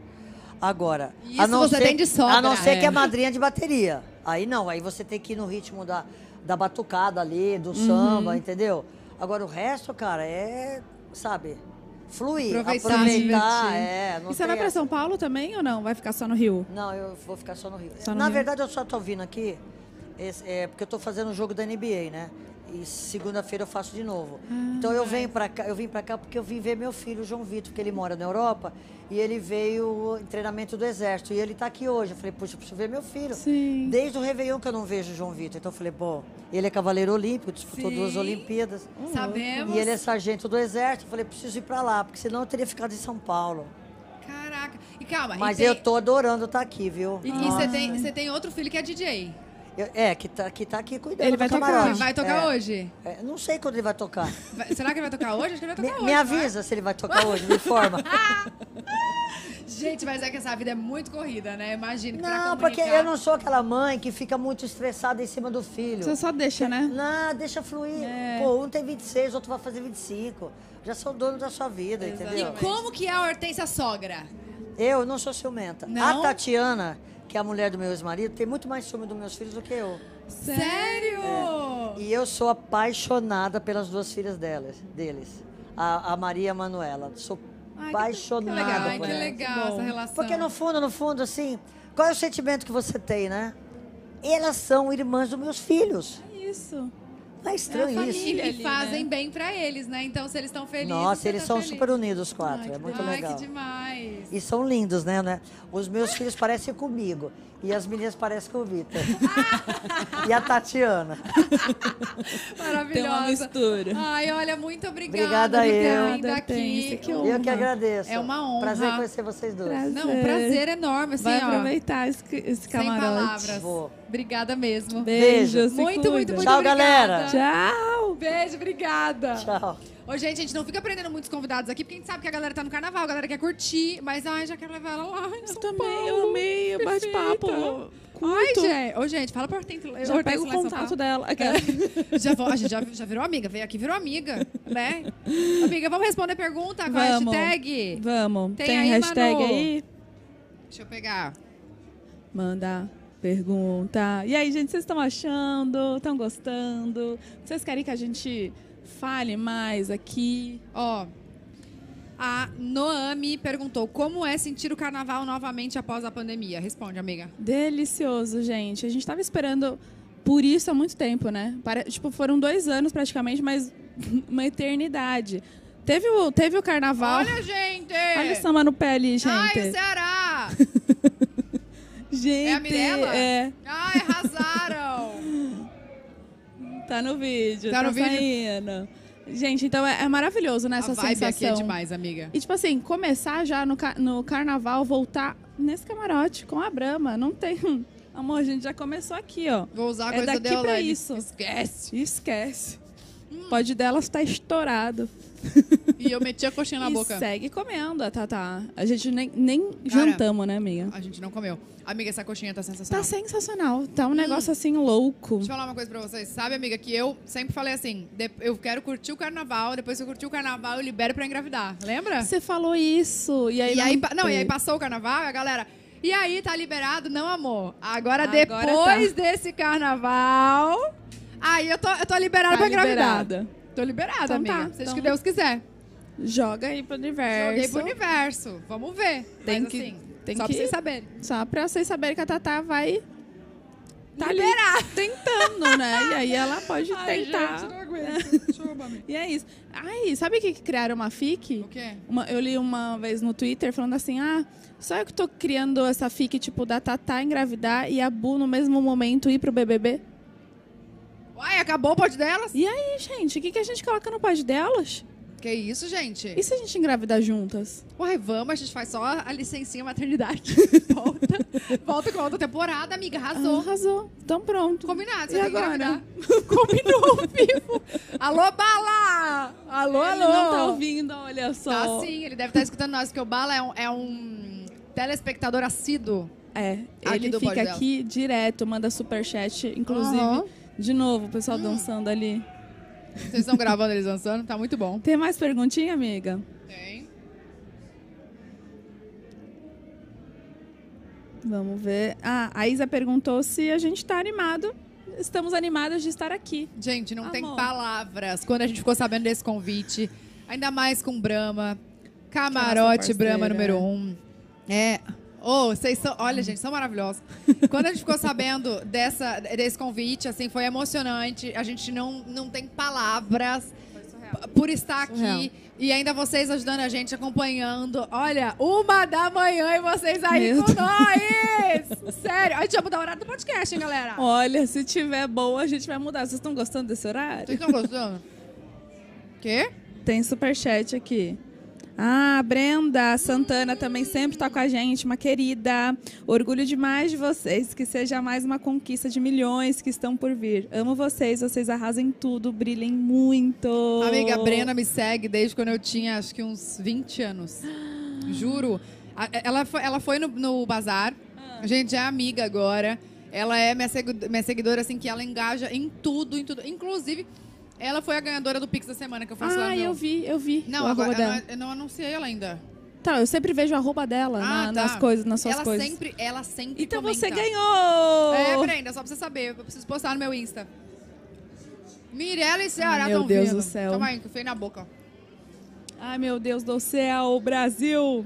Agora, Isso você tem de sobra, a não ser é. que é madrinha de bateria. Aí não, aí você tem que ir no ritmo da, da batucada ali, do Uhum. samba, entendeu? Agora, o resto, cara, é, sabe, fluir, Aproveitar, aproveitar, se divertir. é. Não E você tem vai pra essa. São Paulo também ou não? Vai ficar só no Rio? Não, eu vou ficar só no Rio. Só no Na Rio. verdade, eu só tô vindo aqui esse- é, porque eu tô fazendo o jogo da NBA, né? E segunda-feira eu faço de novo. Hum. então eu venho para cá, eu vim para cá porque eu vim ver meu filho, o João Vitor, que ele mora na Europa, e ele veio em treinamento do exército e ele tá aqui hoje. Eu falei, puxa, eu preciso ver meu filho. Sim. Desde o Réveillon que eu não vejo o João Vitor. Então eu falei, pô, ele é cavaleiro olímpico, disputou Sim. duas Olimpíadas. Uhum. Sabemos. E ele é sargento do exército. Eu falei, preciso ir para lá, porque senão eu teria ficado em São Paulo. Caraca. E calma, Mas e tem- eu tô adorando estar aqui, viu? E, e você tem, você tem outro filho que é DJ. Eu- é, que tá, que tá aqui cuidando. Ele do vai tocar camarote. Que vai tocar É, hoje. é, não sei quando ele vai tocar. Vai- será que ele vai tocar hoje? Acho que ele vai Me, tocar hoje. me não é? avisa se ele vai tocar hoje, me informa. Gente, mas é que essa vida é muito corrida, né? Imagina. que pra não, porque comunicar- eu não sou aquela mãe que fica muito estressada em cima do filho. Você só deixa, né? Não, deixa fluir. É. Pô, um tem 26, outro vai fazer 25. Já sou dono da sua vida, E entendeu? como que é a Hortência sogra? Eu não sou ciumenta. Não? A Tatiana, que é a mulher do meu ex-marido, tem muito mais ciúme dos meus filhos do que eu. É. Sério? E eu sou apaixonada pelas duas filhas delas, deles. A, a Maria e a Manuela. Sou Ai, que apaixonada legal, nada ai, por que elas. legal Bom, essa relação. Porque no fundo, no fundo, assim, qual é o sentimento que você tem, né? Elas são irmãs dos meus filhos. Isso. Não é estranho família. isso. e, ali, e fazem né? bem pra eles, né? Então, se eles estão felizes. Nossa, você eles tá são feliz. super unidos, os quatro. Ai, que é muito Ai, legal. que demais. Então, E são lindos, né, né? Os meus filhos parecem comigo. E as meninas parecem com o Vitor. Ah! e a Tatiana. Maravilhosa. Ah, mistura. Ai, olha, muito obrigada, Obrigada por ter eu. vindo aqui. Hortência, que Eu que Honra. agradeço. É uma honra. Prazer conhecer vocês dois. Prazer. Não, um prazer enorme, assim, Vai ó. aproveitar esse, esse Sem camarote. palavras. Vou. Obrigada mesmo. Beijo. Beijo. se Muito, cuida. muito, muito Tchau, obrigada. galera. Tchau. Beijo, obrigada. Tchau. Ô, gente, a gente não fica prendendo muitos convidados aqui, porque a gente sabe que a galera tá no carnaval, a galera quer curtir, mas ai, já quero levar ela lá. em Eu São também, eu Paulo. amei. o Perfeita. Bate-papo. Ai, Curto. gente. Ô, gente, fala pra Hortência. Já Hortência pega o lá em São contato Paulo. É. dela. Aquela. Já, vo- a gente já, já virou amiga, veio aqui, virou amiga, né? Amiga, vamos responder a pergunta com a Vamos. hashtag? Vamos. Tem Tem, aí, hashtag Manu? aí? Deixa eu pegar. Manda. pergunta. E aí, gente, vocês estão achando? Estão gostando? Vocês querem que a gente fale mais aqui? Ó. A Noami perguntou: como é sentir o carnaval novamente após a pandemia? Responde, amiga. Delicioso, gente. A gente tava esperando por isso há muito tempo, né? Pare- tipo, foram dois anos praticamente, mas uma eternidade. Teve o, teve o carnaval. Olha, gente! Ah, Olha o samba no pé ali, gente. Ai, o Ceará! Gente, É a Mirella? é. Ai, arrasaram! Tá no vídeo, Tá tá, no vídeo. saindo. Gente, então é, é maravilhoso, né? Essa a vibe aqui sensação. é demais, amiga. E, tipo assim, começar já no, ca- no carnaval, voltar nesse camarote com a Brahma. Não tem. um, Amor, a gente já começou aqui, ó. Vou usar a É coisa daqui dela pra lá, ele- isso. Esquece. Hum. Esquece. Pode delas tá estourado. E eu meti a coxinha na e boca. segue comendo, a Tatá. A gente nem, nem Tá. Cara, jantamos, né, amiga? A gente não comeu. Hum. Amiga, essa coxinha tá sensacional. Tá sensacional. Tá um negócio assim louco. Deixa eu falar uma coisa pra vocês. Sabe, amiga, que eu sempre falei assim: de- eu quero curtir o carnaval, depois que eu curtir o carnaval, eu libero pra engravidar. Lembra? Você falou isso. E aí. E aí, pa- não, e aí teve. passou o carnaval, a galera. E aí, tá liberado? Não, amor. Agora, Agora tá." depois desse carnaval. Aí eu tô, eu tô liberada Tá pra engravidar. liberada. Tô liberada, Então amiga. tá, Seja então- que Deus quiser. Joga aí pro universo. Joguei pro universo. Vamos ver. Tem Mas, que- assim, tem só que- pra vocês saberem. Só pra vocês saberem que a Tatá vai. Tá ali Liberar. tentando, né? E aí ela pode tentar. aguento. Chupa, amiga. E é isso. Ai, sabe o que que criaram uma FIC? O quê? Uma- eu li uma vez no Twitter falando assim: ah, só eu que tô criando essa FIC, tipo, da Tatá engravidar e a Bu no mesmo momento ir pro BBB. Uai, acabou o pote delas? E aí, gente, o que, que a gente coloca no pod delas? Que isso, gente? E se a gente engravidar juntas? Uai, vamos, a gente faz só a licencinha maternidade. volta. Volta com a outra temporada, amiga. Ah, Arrasou. arrasou. Então pronto. Combinado, você E tem que agora? engravidar. Combinou ao vivo. Alô, Bala! Alô, Ele alô! não tá ouvindo, olha só. Tá sim, ele deve estar escutando nós, porque o Bala é um, é um telespectador assíduo. É, Aqui ele do fica bordel. aqui direto, manda superchat, inclusive. Aham. Hum. De novo, o pessoal dançando ali. Vocês estão gravando eles dançando, tá muito bom. Tem mais perguntinha, amiga? Tem. Vamos ver. Ah, a Isa perguntou se a gente tá animado. Estamos animadas de estar aqui. Gente, não tem Amor. palavras. Quando a gente ficou sabendo desse convite, ainda mais com Brahma, Que camarote é nossa Brahma parceira. número um. É. Ô, vocês são. Olha, gente, são maravilhosos. Quando a gente ficou sabendo dessa, desse convite, assim, foi emocionante. A gente não, não tem palavras p- por estar aqui. Surreal. E ainda vocês ajudando a gente, acompanhando. Olha, uma da manhã e vocês aí Meu com Deus. nós! Sério. A gente vai mudar o horário do podcast, hein, galera? Olha, se tiver boa, a gente vai mudar. Vocês estão gostando desse horário? Vocês estão gostando? Quê? Tem superchat aqui. Ah, Brenda Santana também sempre tá com a gente, uma querida. Orgulho demais de vocês, que seja mais uma conquista de milhões que estão por vir. Amo vocês, vocês arrasem tudo, brilhem muito. Amiga, a Brena me segue desde quando eu tinha acho que uns 20 anos. Juro. A- é, Ela foi, ela foi no, no bazar. Ah. A gente é amiga agora. Ela é minha, segu- minha seguidora, assim, que ela engaja em tudo, em tudo. Inclusive, ela foi a ganhadora do Pix da semana que eu faço lá. Ah, no meu- eu vi, eu vi. Não, o agora, arroba eu, não, dela. eu não anunciei ela ainda. Tá, eu sempre vejo o arroba dela Ah, na- tá. nas coisas, nas suas Ela coisas. sempre, ela sempre Então comenta. você ganhou! É, Brenda, só pra você saber. Eu preciso postar no meu Insta. Mirella e Ceará Ai, meu tão Deus vindo. do céu. Toma aí, que eu fui na boca. Ai, meu Deus do céu, Brasil!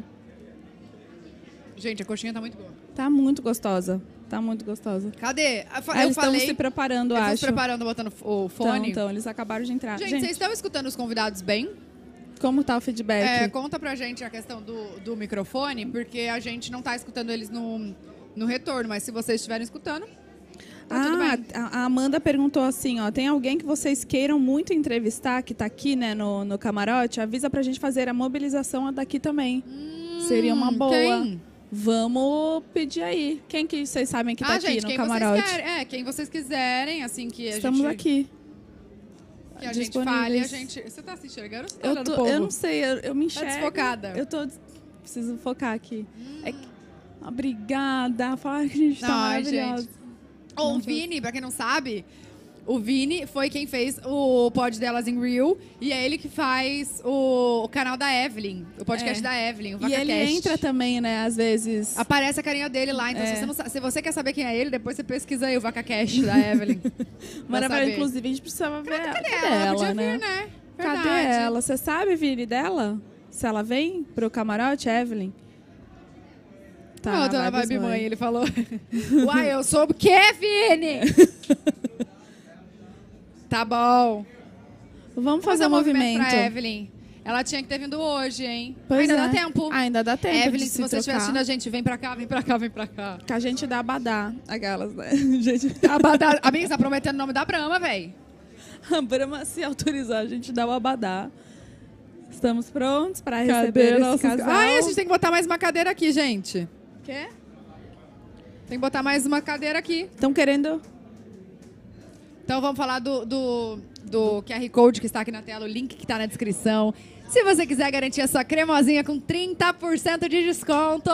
Gente, a coxinha tá muito boa. Tá muito gostosa. Tá muito gostosa. Cadê? Eu, fa- Ah, eu eles estão falei. se preparando, eu fui se acho. preparando, botando f- o Então, fone. então, eles acabaram de entrar. Gente, Gente, vocês estão escutando os convidados bem? como tá o feedback? É, conta pra gente a questão do, do microfone, porque a gente não tá escutando eles no, no retorno, mas se vocês estiverem escutando, tá tudo ah, bem. a a Amanda perguntou assim, ó, tem alguém que vocês queiram muito entrevistar, que tá aqui, né, no, no camarote? Avisa pra gente fazer a mobilização daqui também. Seria uma Hum, boa. Tem. Vamos pedir aí. Quem que vocês sabem que tá ah, aqui gente, no quem camarote? vocês querem. É, quem vocês quiserem, assim, que a Estamos gente... aqui. Que a gente disponíveis. fale, a gente... Você tá se enxergando ou você tá Eu, olhando tô- o povo? eu não sei, eu, eu me Tá enxergo. desfocada. Hum. Eu tô. des- Preciso focar aqui. É que- Obrigada. Fala que a gente tá Ai, maravilhosa. gente. Ô, o Vini, pra quem não sabe, O Vini foi quem fez o pod delas em Real. E é ele que faz o, o canal da Evelyn. O podcast É. da Evelyn, o E VacaCast. ele entra também, né? Às vezes. Aparece a carinha dele lá. Então, É. se, você não sa- se você quer saber quem é ele, depois você pesquisa aí o VacaCast da Evelyn. Pra Maravilha, saber. inclusive, a gente precisava ver. Cadê, Ela podia né? vir, né? Cadê Verdade. ela? Você sabe, Vini, dela? Se ela vem pro camarote, Evelyn? Tá, ela tá na Ah, vibes vibe mãe. ele falou. Uai, eu soube o quê, Vini? tá bom. Vou Vamos fazer um movimento. pra Evelyn. Ela tinha que ter vindo hoje, hein? Pois Ainda é. dá tempo. Ainda dá tempo. Evelyn, de se, você estiver trocar. assistindo a gente, vem pra cá, vem pra cá, vem pra cá. Que a gente dá badá. Aquelas, né? gente, A, Bada- Tá, a Bia está prometendo o nome da Brahma, véi. a Brahma se autorizar, a gente dá o abadá. Estamos prontos pra Cadê receber nossos- esse casal. Ai, a gente tem que botar mais uma cadeira aqui, gente. Quê? Tem que botar mais uma cadeira aqui. Estão querendo... Então vamos falar do, do, do QR Code que está aqui na tela, o link que está na descrição. Se você quiser garantir a sua cremosinha com 30% de desconto,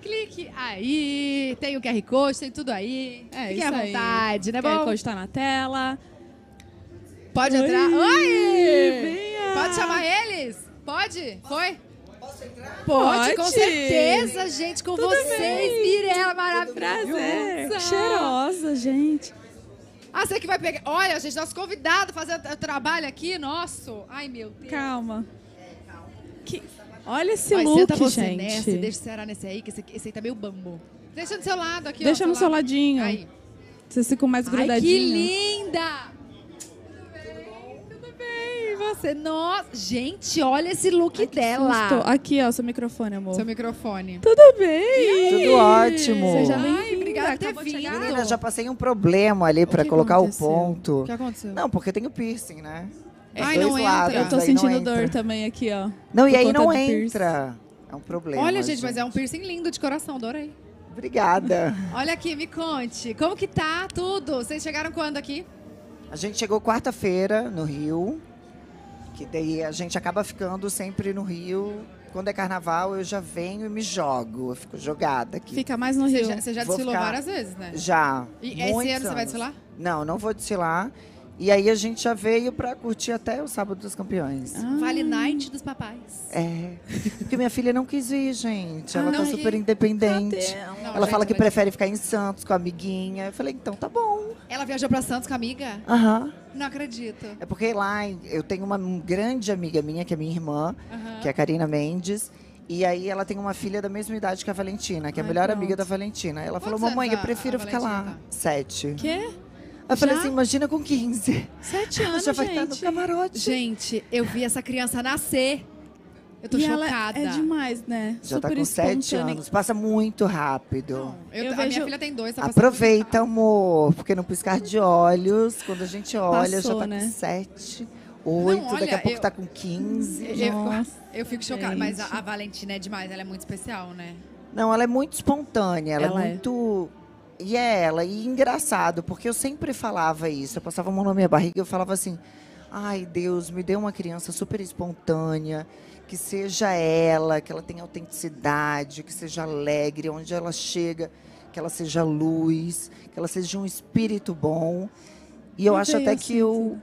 clique aí. Tem o QR Code, tem tudo aí. É, Fique isso à aí. vontade, né, Quer bom? encostar tá na tela. Pode entrar. Oi! Vinha! Pode chamar eles? Pode? Foi? Pode, com certeza, gente, com vocês. Mirella, maravilhosa. Prazer. Cheirosa, gente. Ah, você que vai pegar. Olha, gente, nosso convidado fazendo o trabalho aqui, nosso. Ai, meu Deus. Calma. Que- Olha esse Vai, look, senta você gente. nessa e deixa o Ceará nesse aí, que esse, aqui- esse aí tá meio bambo. Deixa do seu lado aqui, ó, tá Deixa no seu ladinho. Aí. Vocês ficam mais Ai, que grudadinhos. linda! Tudo bem, tudo bem. E Você, nossa, gente, olha esse look dela. Gostou? Aqui, ó, seu microfone, amor. Seu microfone. Tudo bem? Tudo ótimo. Seja Ai, bem-vinda. obrigada por ter Acabou de chegar. vindo. Menina, já passei um problema ali pra que colocar aconteceu? o ponto. O que aconteceu? Não, porque tem o piercing, né? Os Ai, dois não lados, entra. Eu tô aí não sentindo dor entra. também aqui, ó. Não, e por aí conta não do piercing. entra. É um problema. Olha, gente, mas é um piercing lindo de coração, adorei. Obrigada. Olha aqui, me conte, como que tá tudo? Vocês chegaram quando aqui? A gente chegou quarta-feira no Rio, que daí a gente acaba ficando sempre no Rio. Quando é carnaval, eu já venho e me jogo. Eu fico jogada aqui. Fica mais no Você Rio. já, você já Vou desfilou ficar. várias vezes, né? Já. E esse muitos ano você vai anos. desfilar? Não, não vou desfilar. E aí a gente já veio pra curtir até o Sábado dos Campeões. Vale Night dos papais. É. Porque minha filha não quis ir, gente. Ela Ah, não, tá super e- independente. Não, já Ela fala que entra, prefere ficar em Santos com a amiguinha. Eu falei, então tá bom. mas- Ela viajou pra Santos com a amiga? Aham. Não acredito. É porque lá em- eu tenho uma grande amiga minha, que é minha irmã, Aham. que é a Karina Mendes. E aí ela tem uma filha da mesma idade que a Valentina, que é a Ai, melhor pronto. amiga da Valentina. Ela falou, anos mamãe, a- eu prefiro a ficar lá. Valentina Sete. Quê? Eu falei Já? assim, imagina com 15. Sete Ela anos, já vai estar no gente. camarote. Gente, eu vi essa criança nascer. Eu tô e chocada. ela é demais, né? já Super tá com sete espontânea. anos. Passa muito rápido. Eu, Eu a minha vejo- filha tem dois. tá passando Aproveita, amor, porque no piscar de olhos, quando a gente olha, Passou, já tá né? com 7, 8, Não, daqui a olha, pouco eu- tá com 15. muito rápido. Eu, Nossa, eu fico chocada. Mas a, gente. a Valentina é demais, ela é muito especial, né? Não, ela é muito espontânea, ela, Ela é. é muito. E é ela, e engraçado, porque eu sempre falava isso. Eu passava a mão na minha barriga e eu falava assim: ai, Deus, me dê uma criança super espontânea, que seja ela, que ela tenha autenticidade, que seja alegre, onde ela chega, que ela seja luz, que ela seja um espírito bom. E eu E acho veio até assim, que eu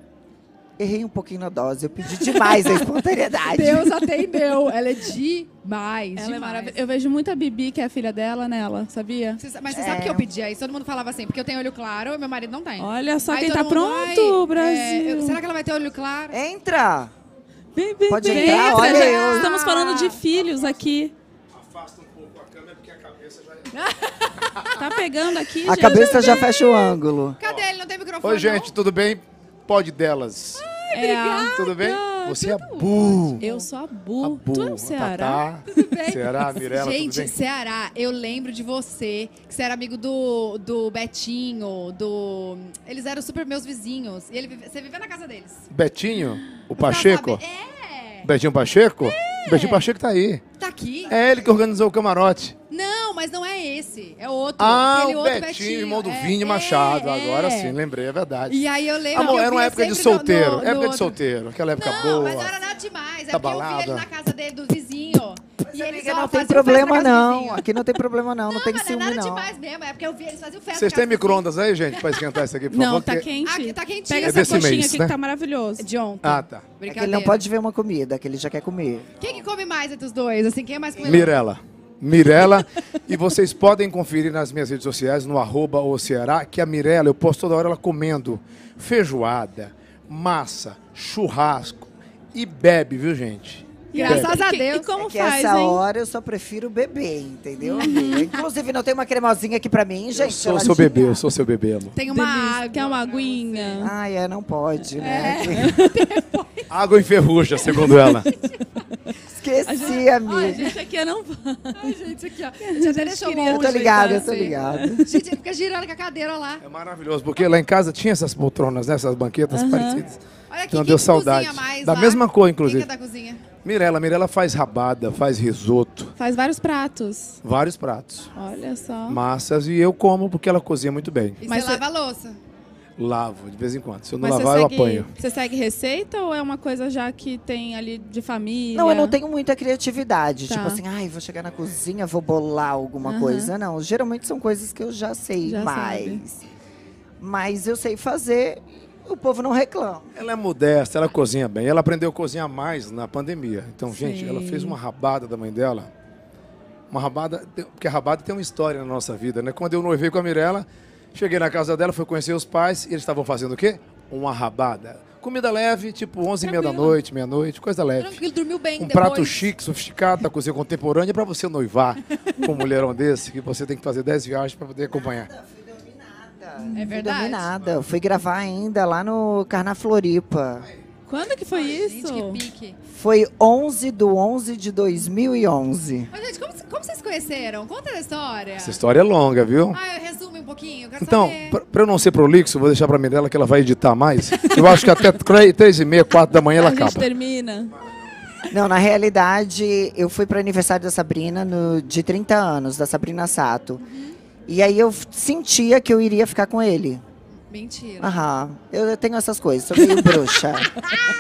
errei um pouquinho na dose, eu pedi demais a espontaneidade. Deus atendeu. Ela é demais. Ela é demais. maravilhosa. Eu vejo muito a Bibi, que é a filha dela, nela, sabia? Você sa- Mas você É. sabe o que eu pedi? Aí todo mundo falava assim, porque eu tenho olho claro e meu marido não tem. Olha só Aí quem todo tá mundo, pronto, "Ai, é, Brasil. eu- será que ela vai ter olho claro? Entra! Bem, bem, Pode bem. entrar, olha Gente, eu. Estamos falando de filhos aqui. é- Afasta um pouco a câmera porque a cabeça já Tá pegando aqui, A gente. cabeça já fecha o ângulo. Cadê ele? tá Não Ah, tem microfone, Oi, gente, tudo bem? Pode delas. É, a- tudo bem? Você é Bu. eu sou a Bu. A Tu é Bu, o a tá, Ceará? Tatá. Tudo um bem? Ceará, Mirella, tudo Gente, bem? Ceará, eu lembro de você, que você era amigo do, do Betinho, do. Eles eram super meus vizinhos. E ele vive- você vivia na casa deles. Betinho, o Pacheco. Sabe? É! Betinho Pacheco? Betinho Pacheco tá aí. Tá aqui? É ele que organizou o camarote. Não, mas não é esse. É outro. Ah, aquele o outro Betinho, Betinho, irmão do É, Vini é, Machado. é. Agora sim, lembrei, é verdade. E aí eu lembro. Amor, que eu era uma via época de sempre no- solteiro. no- no época de outro- solteiro, aquela época Não, boa. mas não era nada demais. É Da porque eu vi ele balada. na casa dele, do vizinho. E eles, Amiga, ó, não faziam tem festa problema na casa do não. vizinho. Aqui não tem problema não, não tem Mano, é ciúme nada não. demais mesmo. É porque eu vi, eles faziam festa. Vocês na casa têm do micro-ondas aí, gente, pra esquentar isso aqui, por Não, favor? tá Porque- quente. Aqui tá quentinho. Pega É essa desse coxinha mês, aqui né? que tá maravilhoso. vizinho. De ontem. Ah, tá. É que ele Brincadeira. não pode ver uma comida, que ele já quer comer. Quem que come mais entre os dois? Assim, quem é mais comilão? Mirela. Mirela. e vocês podem conferir nas minhas redes sociais, no arroba o Ceará, que a Mirela, eu posto toda hora ela comendo feijoada, massa, churrasco e bebe, viu, gente? Graças a E- E Deus. como É que faz, essa hein? hora eu só prefiro beber, entendeu? amiga? Inclusive, não tem uma cremosinha aqui pra mim, Eu gente. sou Ela seu tinha- bebê, eu sou seu bebê, amor. Tem uma Delícia. água. Quer uma aguinha? É. Ai, é, não pode, né? Água enferruja, segundo ela. Esqueci, Ai, amiga. gente, aqui é eu não vou. Ai, gente, isso aqui, ó. Já até deixou longe. Eu tô ligada, eu tô ligada. Gente, ele fica girando com a cadeira lá. É maravilhoso, porque lá em casa tinha essas poltronas, né? Essas banquetas parecidas. Olha aqui, Então quem deu que saudade. cozinha mais Da lá? mesma cor, Quem inclusive. que é da cozinha? Mirela, Mirela faz rabada, faz risoto, Faz vários pratos. vários pratos. Olha só. Massas e eu como porque ela cozinha muito bem. E Mas você você- lava a louça. Lavo de vez em quando. Se eu não Mas você lavar, eu segue, apanho. você segue receita ou é uma coisa já que tem ali de família? Não, eu não tenho muita criatividade. Tá. Tipo assim, ai, vou chegar na cozinha, vou bolar alguma Aham. coisa. Não, geralmente são coisas que eu já sei Já mais. Mas eu sei fazer, o povo não reclama. Ela é modesta, ela cozinha bem. Ela aprendeu a cozinhar mais na pandemia. Então, gente, ela fez uma rabada da mãe dela. Uma rabada, porque a rabada tem uma história na nossa vida, né? Quando eu noivei com a Mirella, cheguei na casa dela, fui conhecer os pais e eles estavam fazendo o quê? Uma rabada. Comida leve, tipo 11 h 30 da Tranquilo. noite, meia-noite, coisa leve. Tranquilo, dormiu bem Um depois. prato chique, sofisticado, da cozinha contemporânea para você noivar com um mulherão desse, que você tem que fazer 10 viagens para poder acompanhar. É Não dormi verdade. nada. Eu fui gravar ainda lá no Carna Floripa. Quando que foi isso? Gente, que pique. Foi 11 do 11 de 2011. Mas, gente, como, como vocês se conheceram? Conta a história. Essa história é longa, viu? Ah, eu resume um pouquinho. eu Quero Então, saber. pra- pra eu não ser prolixo, vou deixar pra Mirella que ela vai editar mais. Eu acho que até tre- três e meia, quatro da manhã ela a gente acaba. termina. Não, na realidade, eu fui para aniversário da Sabrina no- de 30 anos, da Sabrina Sato. E aí eu f- sentia que eu iria ficar com ele. Mentira. Aham. Eu eu tenho essas coisas, sou meio bruxa.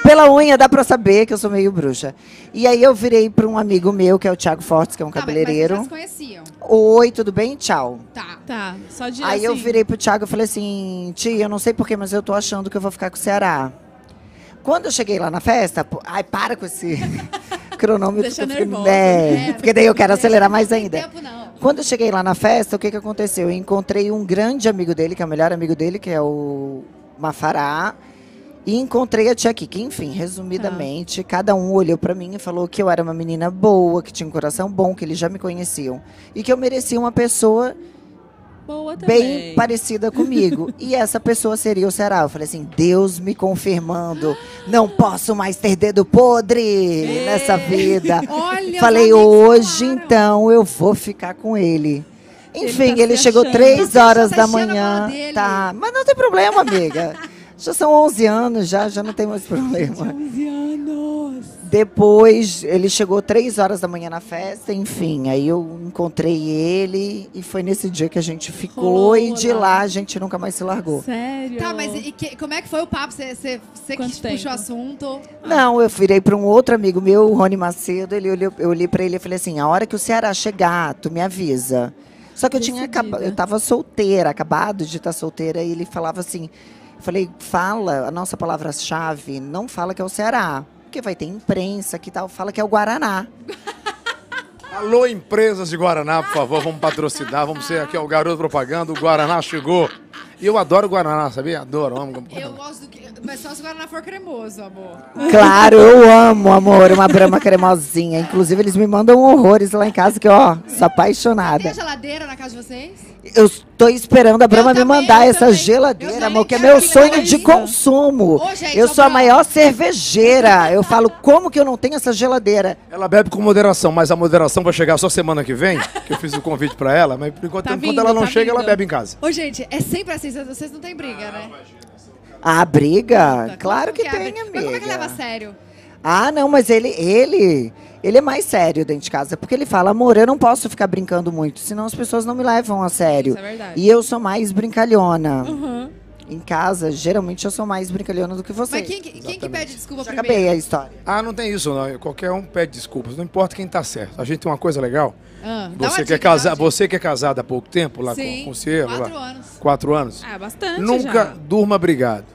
Pela unha dá pra saber que eu sou meio bruxa. E aí eu virei pra um amigo meu, que é o Thiago Fortes, que é um Tá, mas- cabeleireiro. Mas, vocês já se conheciam. Oi, tudo bem? Tchau. Tá. Tá, só de Aí eu assim, virei pro Thiago e falei assim, tia, eu não sei porquê, mas eu tô achando que eu vou ficar com o Ceará. Quando eu cheguei lá na festa, pô, ai, para com esse cronômetro. Deixa que eu fiquei- nervosa. É, É, porque daí eu quero é, acelerar mais não tem ainda. tempo, não. Quando eu cheguei lá na festa, o que, que aconteceu? Eu encontrei um grande amigo dele, que é o melhor amigo dele, que é o Mafará. E encontrei a tia Kiki. Enfim, resumidamente, Tá. cada um olhou pra mim e falou que eu era uma menina boa, que tinha um coração bom, que eles já me conheciam. E que eu merecia uma pessoa Boa bem também. parecida comigo. e essa pessoa seria o Ceará. Eu falei assim, Deus me confirmando. Não posso mais ter dedo podre nessa vida. É. Olha, os falei, amigos hoje falaram. então eu vou ficar com ele. Enfim, tá ele, se chegou achando. três Você horas já tá da enchendo a bola manhã. dele. Tá, mas não tem problema, amiga. Já são 11 anos, já, já não tem mais problema. 11 anos. Depois, ele chegou três horas da manhã na festa, enfim. Aí eu encontrei ele e foi nesse dia que a gente ficou Rolou e de lá. lá a gente nunca mais se largou. Sério? Tá, mas e que- como é que foi o papo? Você- Você você que Quanto puxou tempo? o assunto. Não, eu virei para um outro amigo meu, o Rony Macedo, ele olhou, eu olhei para ele e falei assim: "A hora que o Ceará chegar, tu me avisa". Só que eu tinha Decidida. acaba- eu tava solteira, acabado de estar solteira e ele falava assim: eu "Falei, fala, a nossa palavra-chave, não fala que é o Ceará, porque vai ter imprensa que tal, fala que é o Guaraná". Alô, empresas de Guaraná, por favor, vamos patrocinar. Vamos ser aqui, ó, o garoto propaganda. O Guaraná chegou. E eu adoro Guaraná, sabia? Adoro, amo. Eu gosto do que. Mas só se agora na for cremoso, amor. Claro, eu amo, amor, uma brama cremosinha. Inclusive, eles me mandam horrores lá em casa, que ó, sou Tem a apaixonada. geladeira na casa de vocês? Eu tô esperando a brama me também, mandar eu essa também. Eu geladeira, também amor, que é quero meu que sonho leve de isso. consumo. Ô, gente, Eu ô, sou a Brama. maior cervejeira. Eu falo, como que eu não tenho essa geladeira? Ela bebe com moderação, mas a moderação vai chegar só semana que vem, que eu fiz o convite pra ela. Mas por enquanto, Tá enquanto vindo, ela não tá chega, ela vindo. bebe em casa. Ô, gente, é sempre assim, vocês- vocês não têm briga, né? Ah, briga? Tá, Claro como que é tem, abre? amiga. Mas como é que leva a sério? Ah, não, mas ele, ele, ele é mais sério dentro de casa, porque ele fala, amor, eu não posso ficar brincando muito, senão as pessoas não me levam a sério. Isso é verdade. Uhum. E eu sou mais brincalhona. em casa, geralmente eu sou mais brincalhona do que você. Mas quem, que- quem que pede desculpa Já primeiro? acabei a história. Ah, não tem isso, não. Qualquer um pede desculpas. Não importa quem tá certo. A gente tem uma coisa legal. Ah, dá uma Você que, dica, é dá casa... uma dica. você que é casada há pouco tempo, lá Sim, com, com o Ciro, quatro lá- anos. Quatro anos. Ah, bastante Nunca já. durma brigado.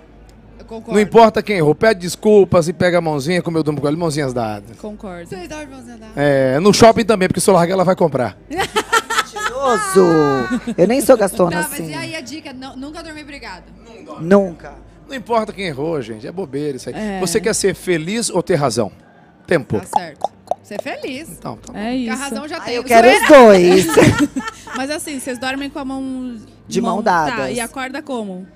Eu concordo. Não importa quem errou. Pede desculpas e pega a mãozinha, como eu durmo com ela, mãozinhas dadas. Concordo. Você dá uma mãozinha da- É, no shopping também, porque se eu largar, ela vai comprar. Mentiroso! Eu nem sou gastona Tá, mas assim. e aí a dica? Não- nunca dormi brigado. Nunca. Não importa quem errou, gente. É bobeira isso aí. Você quer ser feliz ou ter razão? Tempo. Tá certo. Você é feliz. Então, tá bom. É Porque isso. a razão já Aí tem. eu quero os dois. Mas assim, vocês dormem com a mão. De mão dada dadas. e acorda como?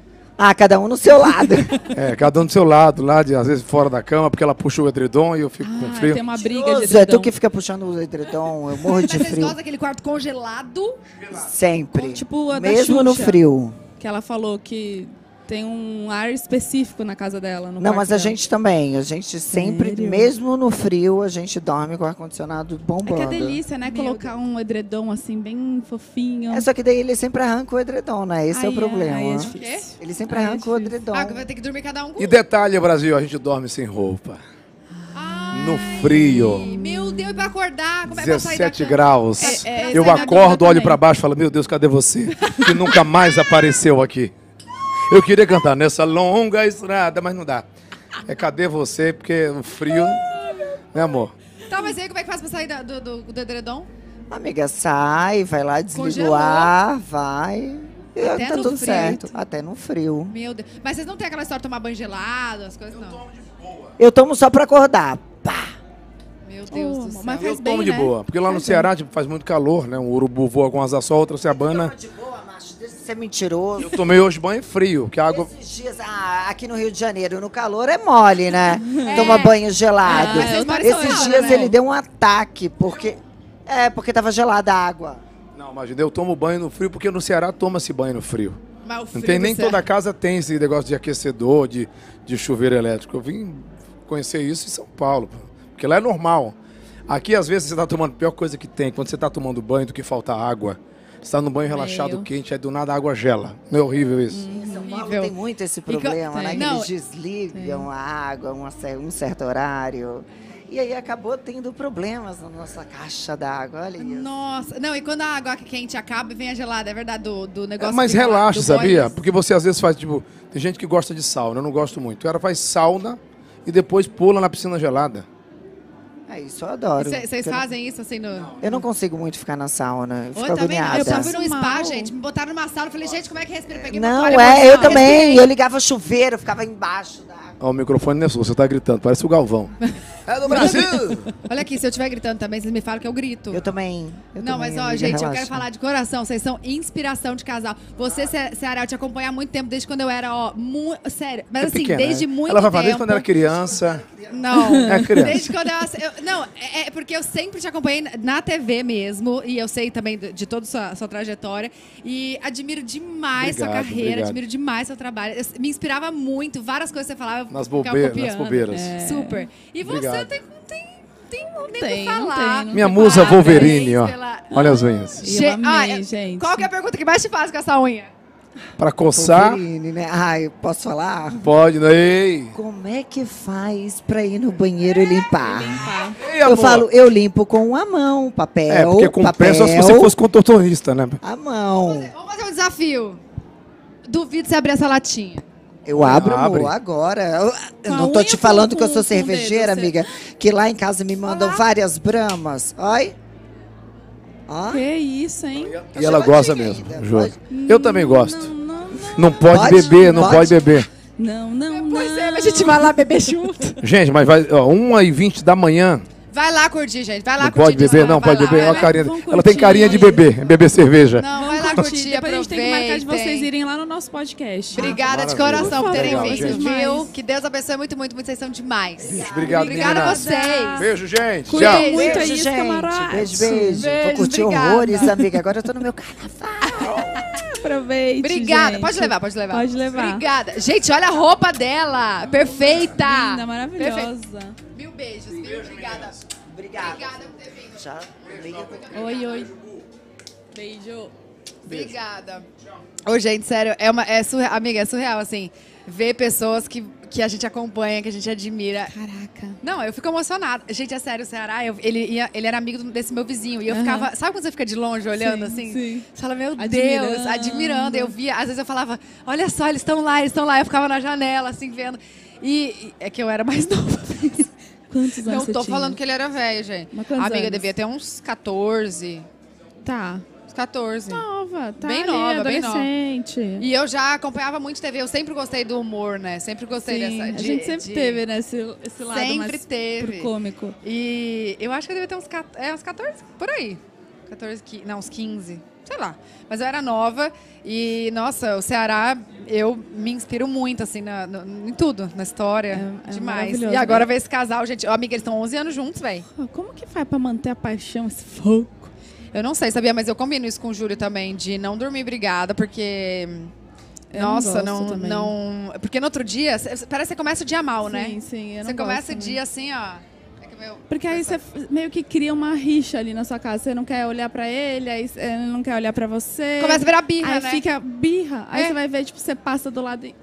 Ah, cada um no seu lado. É, cada um do seu lado, lá, de, às vezes fora da cama, porque ela puxa o edredom e eu fico com Ah, frio. tem uma briga de Mentiroso, é tu dedão. que fica puxando o edredom, eu morro Mas de vocês frio. gostam daquele quarto congelado? Sempre. Tipo a da Mesmo no Xuxa. frio. Que ela falou que tem um ar específico na casa dela. Não, No quarto mas a dela. gente também. A gente sempre, Sério? mesmo no frio, a gente dorme com o ar-condicionado É que bombando. é delícia, né? Colocar um edredom assim, bem fofinho. É, só que daí ele sempre arranca o edredom, né? Esse é o Aí problema. aí é O quê? difícil. ele sempre Aí é arranca o difícil. edredom. Ah, que vai ter que dormir cada um com E detalhe, Brasil, a gente dorme sem roupa. No frio. Meu Deus, e pra Ah, acordar, como é pra sair da 17 cama? graus. É, é, eu sai da acordo, cama olho também. pra baixo e falo, meu Deus, cadê você? Que nunca mais apareceu aqui. Eu queria cantar nessa longa estrada, mas não dá. É cadê você? Porque o frio. Né, amor? Tá, mas e aí como é que faz pra sair da- do, do, do edredom? Amiga, sai, vai lá, desliga o Congelou. ar, vai. E Até tá no tudo frio. certo. Até no frio. Meu Deus. Mas vocês não tem aquela história de tomar banho gelado, as coisas, não? Eu tomo só pra acordar. Meu Deus Oh, do céu. mas Eu Faz bem, tomo de né? boa. Porque lá no Ceará tipo, faz muito calor, né? Um urubu voa com asa só, outra se abana. De boa, macho. Deixa de ser é mentiroso. Eu tomei hoje banho frio, porque a água. Esses dias, ah, aqui no Rio de Janeiro, no calor é mole, né? É. Toma banho gelado. Ah, mas vocês moram em São Esses Paulo, dias né? ele deu um ataque, porque. É, porque tava gelada a água. Não, imagina, eu tomo banho no frio, porque no Ceará toma-se banho no frio. Mas o Não frio tem nem do toda céu. casa tem esse negócio de aquecedor, de, de chuveiro elétrico. Eu vim conhecer isso em São Paulo, pô. porque lá é normal. Aqui, às vezes, você está tomando a pior coisa que tem. Quando você está tomando banho, do que falta água. Você está no banho relaxado, Meu. quente, aí do nada a água gela. Não é horrível isso? Hum, São Paulo Horrível. tem muito esse problema, tem. né? Que Não, É. eles desligam a água a uma cer- um certo horário. E aí acabou tendo problemas na nossa caixa d'água, olha isso. Nossa. Não, e quando a água quente acaba e vem a gelada, é verdade, do, do negócio. É, mas de- relaxa, do sabia? boiler. Porque você às vezes faz, tipo, tem gente que gosta de sauna, eu não gosto muito. Ela faz sauna e depois pula na piscina gelada. É isso, eu adoro. Cê- Vocês Eu não- fazem isso assim no. Eu não consigo muito ficar na sauna, eu Oi, fico também não. agoniada. Eu fui num Passo spa, mal. gente. Me botaram numa sala. Eu falei, gente, como é que respira? Peguei uma Não, toalha é, eu emocional, também. respirei. Eu ligava chuveiro, eu ficava embaixo da água. Ó, o microfone não é seu, você tá gritando, parece o Galvão. é do Brasil! Olha aqui, se eu estiver gritando também, vocês me falam que eu grito. Eu também. eu não, também, mas ó, amiga, gente, eu relaxa. quero falar de coração. Vocês são inspiração de casal. Você, Ce- Ceará, eu te acompanho há muito tempo, desde quando eu era, ó, mu- sério. Mas assim, pequena, desde né? muito Ela vai tempo. falar desde quando era criança. Não. É criança. Desde quando eu, eu- Não, é, é porque eu sempre te acompanhei na- na TV mesmo. E eu sei também do- de toda a sua, sua trajetória. E admiro demais sua Obrigado, carreira, obrigado. admiro demais seu trabalho. Eu s- me inspirava muito, várias coisas que você falava. eu Nas ficava bobe- nas copiando. É. bobeiras. Super. E você Obrigado. tem. tem tem nem tem, o que não falar. tem, não Minha musa Parabéns Wolverine, ó. pela- Olha as unhas. E eu amei, gente. Qual que é a pergunta que mais te faz com essa unha? Pra coçar, Wolverine, né? Ai, eu posso falar? pode, né? Ei! Como é que faz pra ir no banheiro e É, limpar? Ei, Eu amor. falo, eu limpo com a mão, papel, É, porque com papel, pé só se você fosse contortonista, né? a mão. Vamos fazer um desafio. Duvido você abrir essa latinha. Eu abro Ah, Abre. amor, agora. Eu- Eu Com a não tô unha te com- falando que eu com- sou com o dedo, cervejeira, você- amiga, que lá em casa me mandam várias bramas. Oi? Ó. Que isso, hein? E ela gosta mesmo, juro. Eu também Não, gosto. não, Não pode né? Pode? beber, não Pode? pode beber. não, não. não. Pois é, mas a gente vai lá beber junto. Gente, mas vai, ó, 1h20 da manhã, Vai lá curtir, gente. Vai lá não curtir. pode beber, desculpa, não vai pode lá, beber. vai Olha a lá. carinha. Vão Ela tem curtir, carinha de vamos beber, beber cerveja. Não, Vamos vai lá curtir. curtir. Depois a gente tem que marcar de vocês aproveitem. irem lá no nosso podcast. Obrigada de Ah, Maravilha. coração por terem Legal, vindo, gente. viu? Demais. Que Deus abençoe muito, muito, muito. Vocês são demais. Obrigado, Obrigada a meninas. vocês. Beijo, gente. Cuida Tchau. muito Beijo, aí, gente. camarote. Beijo, beijo. Beijo, Vou curtir obrigada. horrores, amiga. Agora eu tô no meu carnaval. Aproveite. Obrigada. gente. Pode levar, pode levar. Pode levar. Obrigada. Gente, olha a roupa dela. Perfeita. Linda, maravilhosa. Mil beijos, viu? Obrigada. Obrigada. Obrigada por ter vindo. Tchau. Oi, oi. Beijo. Obrigada. Ô, gente, sério, é uma. É surreal, amiga, é surreal, assim, ver pessoas que, que a gente acompanha, que a gente admira. Caraca. Não, eu fico emocionada. Gente, é sério, o Ceará, eu- ele, ia- ele era amigo do- desse meu vizinho. E eu Aham. ficava. Sabe quando você fica de longe olhando Sim, assim? sim. Você fala, meu Admirando. Deus, admirando. Eu via, às vezes eu falava, olha só, eles estão lá, eles estão lá. Eu ficava na janela, assim, vendo. E e- é que eu era mais nova. Quantos anos Não você tô tinha? falando que ele era velho, gente. Mas quantos Amiga, anos? devia ter uns 14. Tá. Uns 14. Nova, tá Bem ali, nova, bem nova. adolescente. E eu já acompanhava muito TV, eu sempre gostei do humor, né? Sempre gostei Sim, dessa. a de- gente sempre de- teve, né, esse, esse lado Sempre mais teve. pro cômico. E eu acho que eu devia ter uns, ca- é, uns 14, por aí. 14, qui- não, uns 15, sei lá. Mas eu era nova e, nossa, o Ceará, eu me inspiro muito, assim, na- no- em tudo, na história. É- é Demais. maravilhoso, e agora né? Uhum. ver esse casal, gente. Ó, amiga, eles estão 11 anos juntos, velho. Pô, Como que faz pra manter a paixão, esse fogo? Eu não sei, sabia? Mas eu combino isso com o Júlio também, de não dormir brigada, porque. Eu não nossa, gosto não. também. não- Porque no outro dia, cê- parece que você começa o dia mal, né? Sim, sim, eu Você não começa o gosto, né? dia assim, ó. É que meu- Porque aí você f- meio que cria uma rixa ali na sua casa. Você não quer olhar pra ele, aí c- ele não quer olhar pra você. Começa a virar birra, aí né? fica birra. Aí É. você vai ver, tipo, você passa do lado e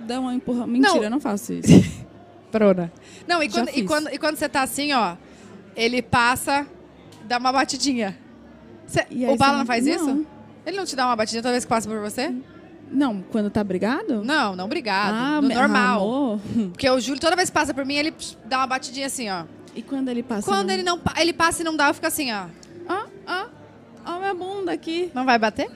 dá uma empurra. Mentira, Não. eu não faço isso. Prona. Não, e Já quando, e, fiz. quando, e quando você tá assim, ó, ele passa, dá uma batidinha. Cê- E aí o Bala você não faz não- isso? não. Ele não te dá uma batidinha toda vez que passa por você? Não, quando tá brigado? Ah, Não, não, obrigado. no me- normal. amor. Porque o Júlio, toda vez que passa por mim, ele pss, dá uma batidinha assim, ó. E quando ele passa? Quando não- ele não pa- ele passa e não dá, eu fico assim, ó. Ó, ó, ó minha bunda aqui. Não vai bater?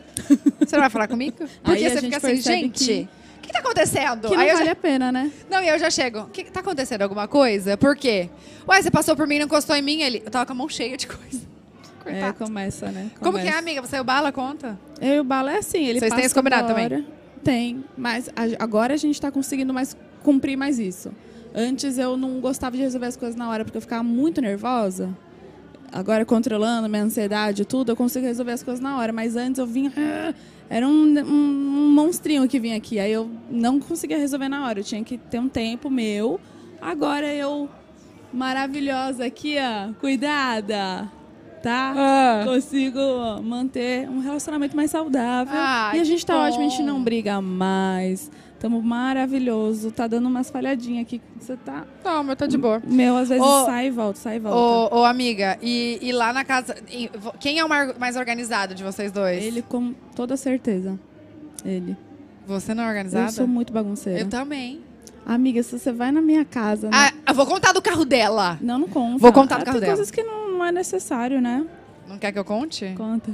Você não vai falar comigo? Porque a você gente fica assim, percebe gente, o que... que tá acontecendo? Que não Aí eu já- vale a pena, né? Não, e eu já chego. O que que tá acontecendo? Alguma coisa? Por quê? Ué, você passou por mim e não encostou em mim? Ele, eu tava com a mão cheia de coisa. É, Coitado. começa, né? Começa. Como que é, amiga? Você e o Bala conta? Eu e o Bala é assim, ele Vocês têm passa esse combinado toda também? hora. Tem, mas a- agora a gente tá conseguindo mais cumprir mais isso. Antes eu não gostava de resolver as coisas na hora porque eu ficava muito nervosa. Agora controlando minha ansiedade e tudo, eu consigo resolver as coisas na hora, mas antes eu vinha "Ah", era um, um, um monstrinho que vinha aqui. Aí eu não conseguia resolver na hora, eu tinha que ter um tempo meu. Agora eu maravilhosa aqui, ó, cuidada. Tá? Ah. consigo manter um relacionamento mais saudável. Ah, e a que gente tá bom. ótimo, a gente não briga mais. Tamo maravilhoso. Tá dando umas falhadinhas aqui. Você tá. Não, meu tá de boa. Meu, às vezes Ô, sai e volta, sai e volta. Ô, ô, amiga, e, e lá na casa. e vo- quem é o mar- mais organizado de vocês dois? Ele com toda certeza. Ele. Você não é Eu organizada? sou muito bagunceira. Eu também. Amiga, se você vai na minha casa. né? Ah, eu vou contar do carro dela. Não, não conta. Vou contar do Ah, carro Tem dela. coisas que não, não é necessário, né? Não quer que eu conte? Conta.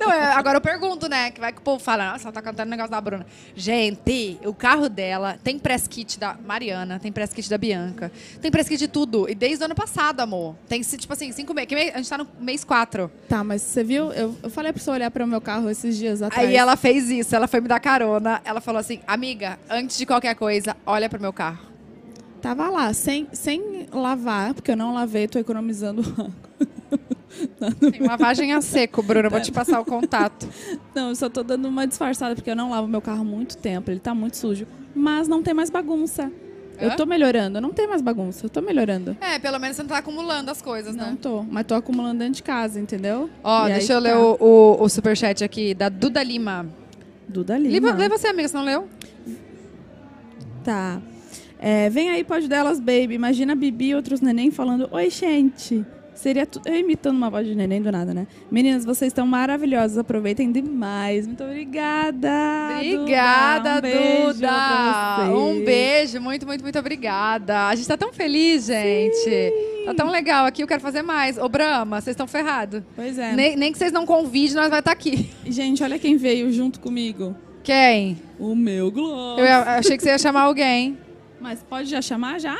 Não, é, agora eu pergunto, né? Que vai que o povo fala, nossa, ela tá cantando o negócio da Bruna. Gente, o carro dela tem press kit da Mariana, tem press kit da Bianca, tem press kit de tudo. E desde o ano passado, amor. Tem, se- tipo assim, cinco meses. que mês- A gente tá no mês quatro. Tá, mas você viu? Eu, eu falei pra você olhar pro meu carro esses dias atrás. Aí ela fez isso, ela foi me dar carona. Ela falou assim, amiga, antes de qualquer coisa, olha pro meu carro. Tava lá, sem, sem lavar, porque eu não lavei, tô economizando água. Tem lavagem a seco, Bruna, vou te passar o contato. Tá. Não, eu só tô dando uma disfarçada, porque eu não lavo meu carro há muito tempo, ele tá muito sujo. Mas não tem mais bagunça. Hã? Eu tô melhorando, não tem mais bagunça, eu tô melhorando. É, pelo menos você não tá acumulando as coisas, Não né? tô, mas tô acumulando dentro de casa, entendeu? Ó, E aí deixa eu que ler tá. o, o, o superchat aqui da Duda Lima. Duda Lima. Lima. Lê você, amiga, você não leu? Tá. É, vem aí, pode delas, baby. Imagina a Bibi e outros neném falando: Oi, gente. Seria tu... Eu imitando uma voz de neném do nada, né? Meninas, vocês estão maravilhosas. Aproveitem demais. Muito obrigada. Obrigada, Duda. Um beijo Duda. pra vocês. Um beijo, muito, muito, muito obrigada. A gente tá tão feliz, gente. Tá tão legal aqui, eu quero fazer mais. Ô, Brahma, vocês estão ferrados. Pois é. Nem, nem que vocês não convidem, nós vai estar aqui. Gente, olha quem veio junto comigo. Quem? O meu Globo. Eu, ia- achei que você ia chamar alguém. Mas pode já chamar já?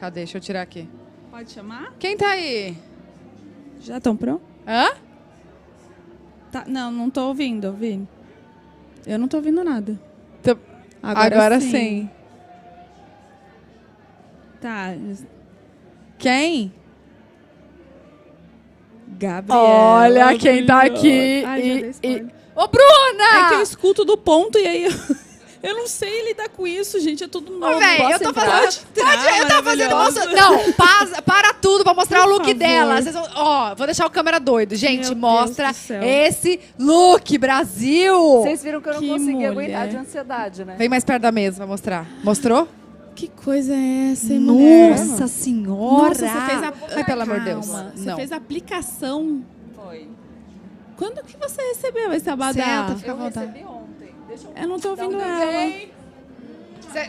Cadê? Deixa eu tirar aqui. Pode chamar? Quem tá aí? Já estão pronto? Hã? Tá, não, não tô ouvindo, Vini. Eu não tô ouvindo nada. Tô- Tá. Quem? Gabriel. Olha quem tá aqui. Ai, já e- dei e- spoiler. Ô, É que Bruna! eu escuto do ponto e aí eu, Eu não sei lidar com isso, gente. É tudo Ô, novo. Tá, véi, eu tô fazendo. Pode, eu tava fazendo moça. Não, pasa- para tudo pra mostrar Por o look favor. dela. Vocês vão- ó, vou deixar o câmera doido. Gente, Meu Deus mostra do céu. esse look, Brasil! Vocês viram que eu não Que consegui mulher. aguentar de ansiedade, né? Vem mais perto da mesa pra mostrar. Mostrou? Que coisa é essa, hein, mulher? Nossa senhora! Nossa, você fez a... Ai, pelo amor de Deus. Calma, Você Não. fez a aplicação. Foi. Quando que você recebeu esse abadá? Celta, fica à Eu vontade. recebi ontem. Deixa eu Eu não tô dar um ouvindo ela. delay.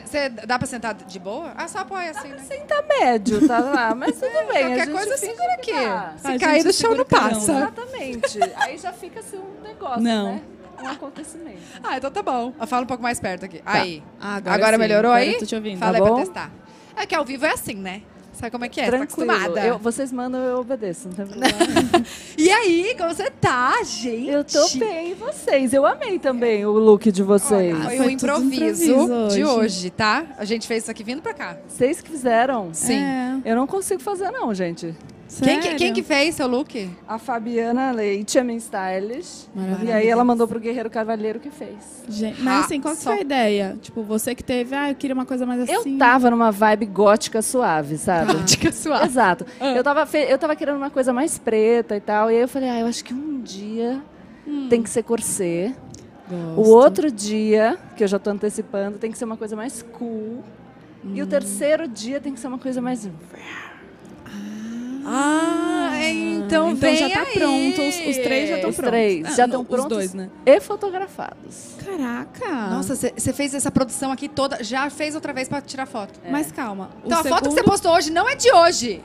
Você dá pra sentar de boa? Ah, só apoia assim, né? Sim, tá médio, tá lá. Mas tudo bem. a É, Qualquer gente coisa finge segura que tá. aqui. dá. Se A cair gente do chão, não segura o carão. passa. tá. Exatamente. Aí já fica assim um negócio, Não. né? Um acontecimento. Ah, então tá bom. Fala um pouco mais perto aqui. Aí. Ah, Agora, melhorou Agora aí? Eu tô te ouvindo. Falei Tá pra bom? testar. É que ao vivo é assim, né? Sabe como é que é? Tranquilo. Tá acostumada. Eu- vocês mandam, eu obedeço, não tem problema. E aí, como você tá, gente? Eu tô bem, e vocês? Eu amei também o look de vocês. Olha, foi Foi um tudo improviso, improviso de hoje. hoje, tá? A gente fez isso aqui vindo pra cá. Vocês que fizeram? Sim. É, Eu não consigo fazer, não, gente. Quem, que, sério? quem que fez seu look? A Fabiana Leite, a minha stylist. Maravilhosa. E aí ela mandou pro Guerreiro Cavalheiro que fez. Gente, mas assim, qual que Só- foi a ideia? Tipo, você que teve, ah, eu queria uma coisa mais assim. Eu tava numa vibe gótica suave, sabe? Dica suave. Exato. Ah. Eu, tava fe- eu tava querendo uma coisa mais preta e tal. E aí eu falei, ah, eu acho que um dia tem que ser corset. Hum. Gosto. O outro dia, que eu já tô antecipando, tem que ser uma coisa mais cool. E Hum. o terceiro dia tem que ser uma coisa mais. Ah, então, então vem já tá aí. pronto, os, os três já estão Os prontos. três já não, tão prontos? Os dois, né? E fotografados. Caraca! Nossa, você fez essa produção aqui toda, já fez outra vez pra tirar foto. Mas calma. o Então a foto que você segundo- postou hoje não é de hoje.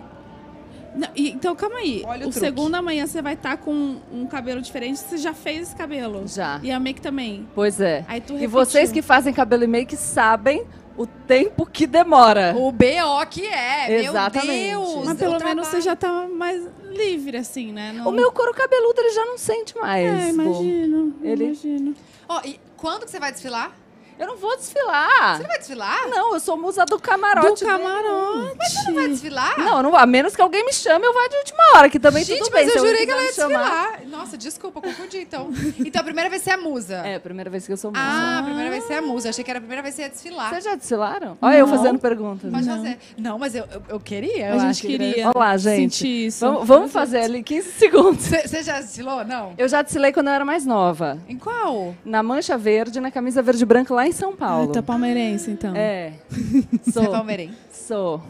Não, e- então calma aí. Olha o o truque. segundo amanhã você vai estar com um cabelo diferente, você já fez esse cabelo. Já. E a make também. Pois é. Aí tu E vocês que repetiu. fazem cabelo e make sabem o tempo que demora. O BO que é, Exatamente. meu Deus. Mas o pelo menos você trabalho. já tá mais livre, assim, né? Não- O meu couro cabeludo ele já não sente mais. É, Bom, imagino. Ele- Imagino. Ó, e quando que você vai desfilar? Eu não vou desfilar. Você não vai desfilar? Não, eu sou musa do camarote. Do dele. camarote. Mas né? Você não vai desfilar? né? Não, eu não, a menos que alguém me chame, eu vá de última hora, que também Gente, tudo bem. mas se eu alguém jurei que ela ia quiser me chamar. desfilar. Nossa, desculpa, confundi então. Então a primeira vez você é a musa. É, primeira vez que eu sou musa. Ah, a primeira vez você é a musa. Eu achei que era a primeira vez que você ia desfilar. Vocês já desfilaram? Olha eu Não. fazendo perguntas. Pode fazer. Não, mas eu, eu, eu queria. eu a acho gente que- queria Olha lá, gente. sentir isso. Vamos, vamos fazer ali 15 segundos. Você você já desfilou? Não? Eu já desfilei quando eu era mais nova. Em qual? Na mancha verde, na camisa verde e branca, lá em São Ah, Paulo. tá palmeirense, então. Ah. É. Você é Sou. palmeirense. Sou.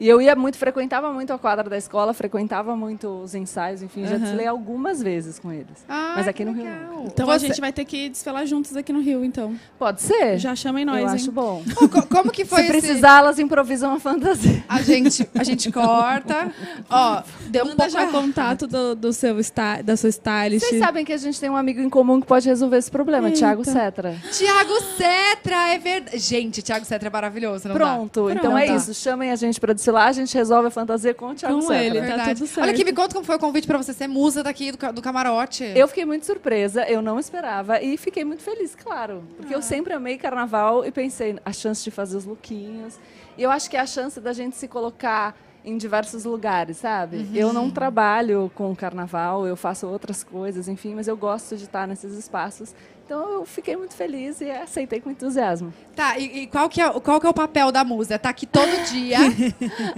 E eu ia muito, frequentava muito a quadra da escola, frequentava muito os ensaios, enfim, já Aham. desfilei algumas vezes com eles. Ah, Mas aqui que no Rio legal. Então a Você- gente vai ter que desfilar juntos aqui no Rio, então. Pode ser? Já chamem nós, Eu hein? acho bom. Co- co- Como que foi Se esse- precisar, elas improvisam a fantasia. A gente, a gente corta. Ó, deu um Manda pouco... já contato do, do seu sta- da sua stylist. Vocês sabem que a gente tem um amigo em comum que pode resolver esse problema, Eita. Thiago Cetra. Tiago Cetra, é verdade. Gente, Thiago Cetra é maravilhoso, não dá? Pronto, então é Tá. isso. Chamem a gente pra desfilar, a gente resolve a fantasia com o Thiago Com Cetra. ele. Tá Verdade. tudo certo. Olha aqui, me conta como foi o convite pra você ser musa daqui do, ca- do camarote. Eu fiquei muito surpresa, eu não esperava e fiquei muito feliz, claro. Ah. Porque eu sempre amei carnaval e pensei a chance de fazer os lookinhos. E eu acho que é a chance da gente se colocar em diversos lugares, sabe? Uhum. Eu não trabalho com carnaval, eu faço outras coisas, enfim, mas eu gosto de estar nesses espaços. Então eu fiquei muito feliz e aceitei com entusiasmo. Tá, e, e qual, que é, qual que é o papel da musa? Tá aqui todo dia.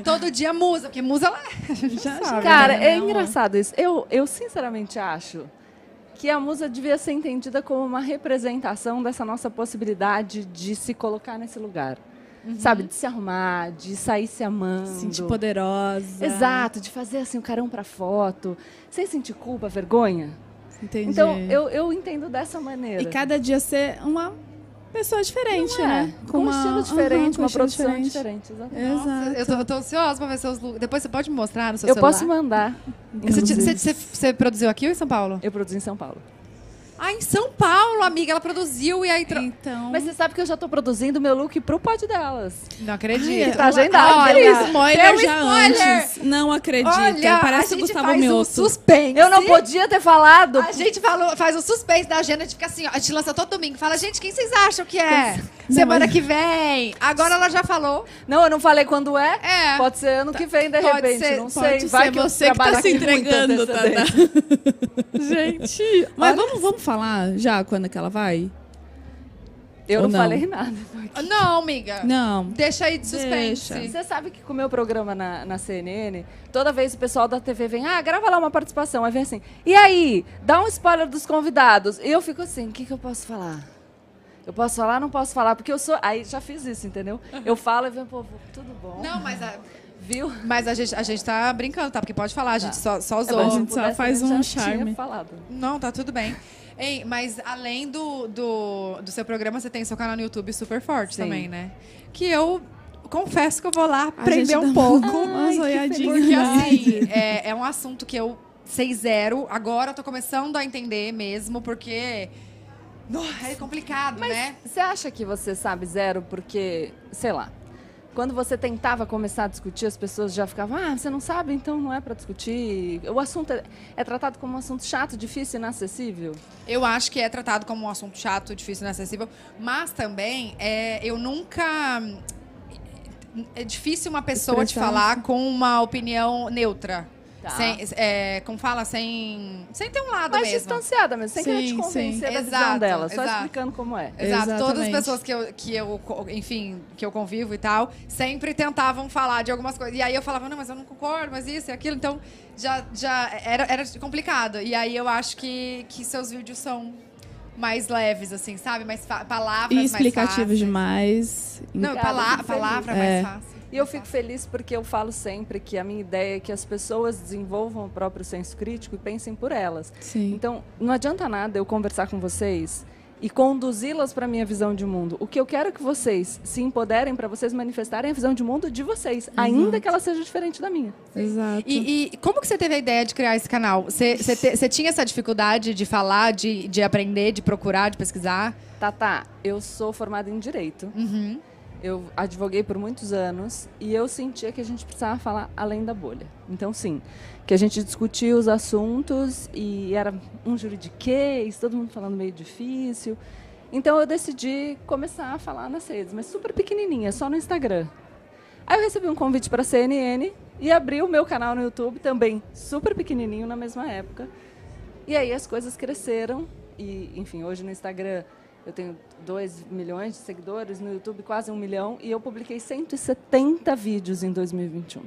todo dia musa, porque musa ela é, Já, né? já. Cara, Não, é não. engraçado isso. Eu, eu sinceramente acho que a musa devia ser entendida como uma representação dessa nossa possibilidade de se colocar nesse lugar. Uhum. Sabe, de se arrumar, de sair se amando. Sentir poderosa. Exato, de fazer assim o carão pra foto, sem sentir culpa, vergonha. Entendi. Então, eu, eu entendo dessa maneira. E cada dia ser uma pessoa diferente, Não é? né? Com um estilo uma- Aham, diferente, com um uma estilo produção diferente. exatamente. Nossa, Exato. eu tô, eu tô ansiosa pra ver seus looks. Depois você pode me mostrar no seu Eu celular? posso mandar. Você, ti- você- você- você produziu aqui ou em São Paulo? Eu produzi em São Paulo. Ah, em São Paulo, amiga. Ela produziu e aí... tro- Então, Mas você sabe que eu já tô produzindo meu look pro pod delas. Não acredito. Ai, que tá agendado, Olha, Cris. um spoiler Deu já spoiler! antes. Não acredito. Olha, Parece a gente o Gustavo faz um Mioto. suspense. Eu não podia ter falado. A gente falou, faz o suspense da agenda, a gente fica assim, ó, a gente lança todo domingo, fala, gente, quem vocês acham que é? Semana que vem. Agora ela já falou. Não, eu não falei quando é. É. Pode ser ano que vem, de Pode repente. ser, não sei. Pode ser Vai que eu você que tá trabalho se aqui muito entregando, Tata. antecedente. é Gente, mas vamos, vamos falar já quando que ela vai? Eu Ou não, não? falei nada. Não, amiga. Não. Deixa aí de suspense. Deixa. Você sabe que com o meu programa na, na CNN, toda vez o pessoal da TV vem, ah, grava lá uma participação. Aí vem assim, e aí? Dá um spoiler dos convidados. E eu fico assim, o que, que eu posso falar? Eu posso falar, não posso falar, porque eu sou. Aí já fiz isso, entendeu? Eu falo e vem, povo, tudo bom. Não, mas a, Viu? mas a, gente, a gente tá brincando, tá? Porque pode falar, a gente só, só É, mas zoa. se a gente só pudesse, faz eu já um tinha charme. falado. Não, tá tudo bem. Ei, mas além do, do, do seu programa, você tem seu canal no YouTube super forte Sim. também, né? Que eu confesso que eu vou lá A aprender gente um dá uma- pouco. umas que olhadinhas. Porque, assim, é, é um assunto que eu sei zero. Agora eu tô começando a entender mesmo, porque. Nossa, é complicado, né? Você acha que você sabe zero porque, sei lá, quando você tentava começar a discutir, as pessoas já ficavam, ah, você não sabe, então não é pra discutir. O assunto é, é tratado como um assunto chato, difícil, inacessível. Eu acho que é tratado como um assunto chato, difícil, inacessível. Mas também, é, eu nunca. É difícil uma pessoa te Expressar. falar com uma opinião neutra. Tá. Sem, é, como fala? Sem, sem ter um lado Mais mesmo. distanciada mesmo, sem querer te Sim, sim. convencer da Exato, visão dela, só exato. explicando como é. Exato, todas as Exatamente. pessoas que eu, que eu, co- enfim, que eu convivo e tal, sempre tentavam falar de algumas coisas. E aí eu falava, não, mas eu não concordo, mas isso e aquilo. Então, já, já era, era complicado. E aí eu acho que, que seus vídeos são mais leves, assim, sabe? Mais fa- palavras E mais explicativos fáceis. demais. Não, Cara, pala fico feliz. palavra É. mais fácil. E eu fico feliz porque eu falo sempre que a minha ideia é que as pessoas desenvolvam o próprio senso crítico e pensem por elas. Sim. Então, não adianta nada eu conversar com vocês e conduzi-las para minha visão de mundo. O que eu quero é que vocês se empoderem para vocês manifestarem a visão de mundo de vocês, ainda que ela seja diferente da minha. Exato. E, e como que você teve a ideia de criar esse canal? Você, você, te- você tinha essa dificuldade de falar, de, de aprender, de procurar, de pesquisar? Tata, eu sou formada em direito. Uhum. Eu advoguei por muitos anos e eu sentia que a gente precisava falar além da bolha. Então, sim, que a gente discutia os assuntos e era um juridiquês, todo mundo falando meio difícil. Então, eu decidi começar a falar nas redes, mas super pequenininha, só no Instagram. Aí eu recebi um convite para a CNN e abri o meu canal no YouTube também, super pequenininho na mesma época. E aí as coisas cresceram e, enfim, hoje no Instagram eu tenho 2 milhões de seguidores, no YouTube quase um milhão e eu publiquei 170 vídeos em 2021.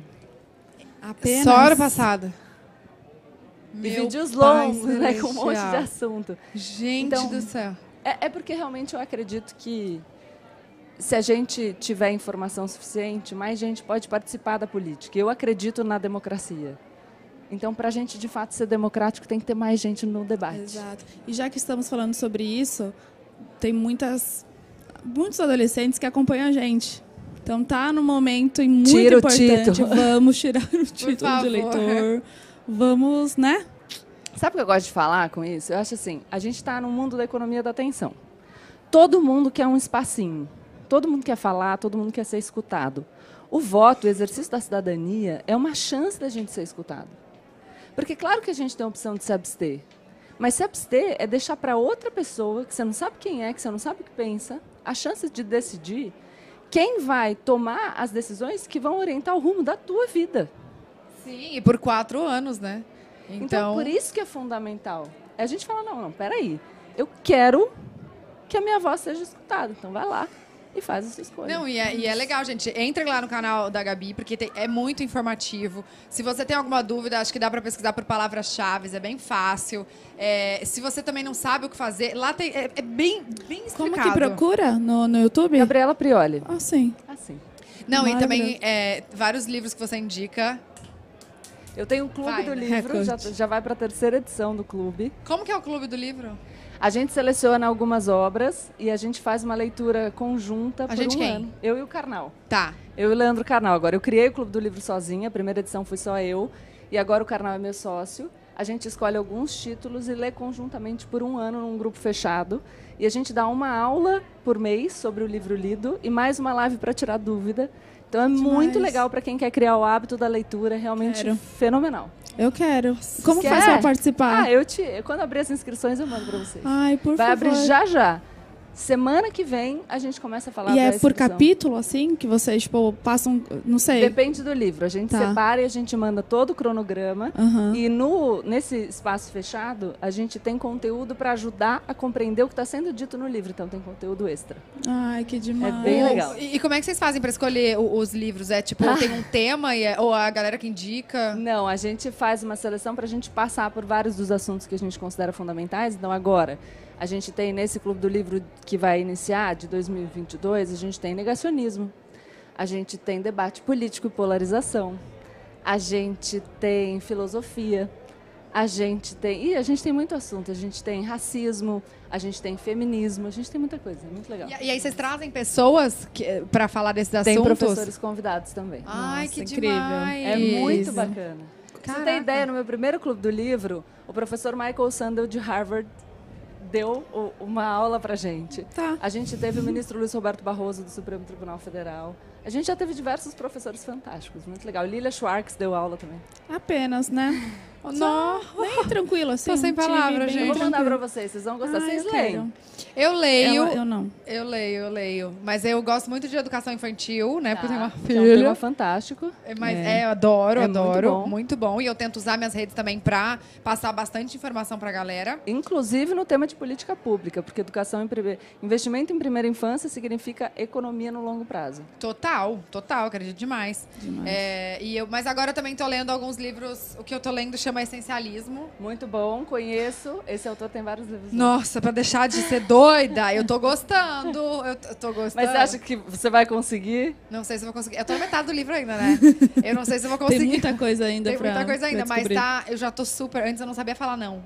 Apenas. Só ano passado. e vídeos Pai longos, né, com um monte de Celestial. assunto. Gente Então- do céu. É, é porque realmente eu acredito que se a gente tiver informação suficiente, mais gente pode participar da política. Eu acredito na democracia. Então, para a gente de fato ser democrático, tem que ter mais gente no debate. Exato. E já que estamos falando sobre isso, tem muitas muitos adolescentes que acompanham a gente. Então tá no momento e muito Tira o importante. título. Vamos tirar o título favor. de leitor. Vamos, né? Sabe o que eu gosto de falar com isso? Eu acho assim, a gente está no mundo da economia da atenção. Todo mundo quer um espacinho. Todo mundo quer falar, todo mundo quer ser escutado. O voto, o exercício da cidadania, é uma chance da gente ser escutado. Porque claro que a gente tem a opção de se abster. Mas se abster é deixar para outra pessoa, que você não sabe quem é, que você não sabe o que pensa, a chance de decidir quem vai tomar as decisões que vão orientar o rumo da tua vida. Sim, e por quatro anos, né? Então, Então, por isso que é fundamental. É A gente fala, não, não, peraí. Eu quero que a minha voz seja escutada. Então vai lá e faz a sua escolha. Não, e é, e é legal, gente. Entre lá no canal da Gabi, porque tem- é muito informativo. Se você tem alguma dúvida, acho que dá pra pesquisar por palavras-chave, é bem fácil. É, se você também não sabe o que fazer, lá tem. É, é bem, bem Como explicado. que procura no, no YouTube? Gabriela Prioli. Ah, sim. Assim. Não, e também Maravilhoso. é, vários livros que você indica. Eu tenho um clube Vai, do né? livro, Recorde. já, já vai para a terceira edição do clube. Como que é o clube do livro? A gente seleciona algumas obras e a gente faz uma leitura conjunta por gente um quem? ano. Eu e o Carnal. Tá. Eu e o Leandro Carnal agora. Eu criei o Clube do Livro sozinha, a primeira edição foi só eu, e agora o Carnal é meu sócio. A gente escolhe alguns títulos e lê conjuntamente por um ano num grupo fechado. E a gente dá uma aula por mês sobre o livro lido e mais uma live para tirar dúvida. Então é muito legal para quem quer criar o hábito da leitura, é realmente Quero. fenomenal. Eu quero. Como Quer? faz pra participar? Ah, eu te, quando abrir as inscrições eu mando para vocês. Ai, por Vai favor. abrir já já. Semana que vem a gente começa a falar E da é por exibição. capítulo, assim, que vocês, tipo, passam. Não sei. Depende do livro. A gente Tá. separa e a gente manda todo o cronograma. Aham. E no, nesse espaço fechado, a gente tem conteúdo para ajudar a compreender o que está sendo dito no livro. Então tem conteúdo extra. Ai, que demais. É bem legal. E, e como é que vocês fazem pra escolher o- os livros? É tipo, tem um tema e é- ou a galera que indica? Não, a gente faz uma seleção para a gente passar por vários dos assuntos que a gente considera fundamentais. Então, agora, a gente tem nesse Clube do Livro que vai iniciar, de 2022, a gente tem negacionismo, a gente tem debate político e polarização, a gente tem filosofia, a gente tem. Ih, a gente tem muito assunto. A gente tem racismo, a gente tem feminismo, a gente tem muita coisa. É muito legal. E, e aí vocês trazem pessoas que, pra falar desses tem assuntos? professores convidados também. Ai, Nossa, que incrível. demais. É muito bacana. Você Caraca. tem ideia, no meu primeiro clube do livro, o professor Michael Sandel de Harvard deu o- uma aula pra gente. Tá. A gente teve o ministro Luiz Roberto Barroso do Supremo Tribunal Federal. A gente já teve diversos professores fantásticos, muito legal. Lilia Schwartz deu aula também. Apenas, né? Nó. Bem tranquilo, assim. Tô sem um time palavra, bem gente. Eu vou mandar pra tranquilo. vocês, vocês vão gostar, Ah, vocês eu leem. quero. Eu leio. Ela- eu não. Eu leio, eu leio. Mas eu gosto muito de educação infantil, né? Porque eu tenho uma Tá, que é um tema filha. fantástico. Mas é, eu adoro, É muito adoro. Muito bom. bom. E eu tento usar minhas redes também pra passar bastante informação pra galera. Inclusive no tema de política pública, porque educação em prime- investimento em primeira infância significa economia no longo prazo. Total, total, acredito demais. É, e eu, mas agora eu também tô lendo alguns livros. O que eu tô lendo chama Essencialismo. Muito bom, conheço. Esse autor tem vários livros. Nossa, pra deixar de ser doida, eu tô gostando. Eu t- eu tô gostando. Mas você acha que você vai conseguir? Não sei se eu vou conseguir. Eu tô na metade do livro ainda, né? Eu não sei se eu vou conseguir. Tem muita coisa ainda Tem pra muita coisa pra ainda, mas descobrir. tá, eu já tô super. Antes eu não sabia falar não.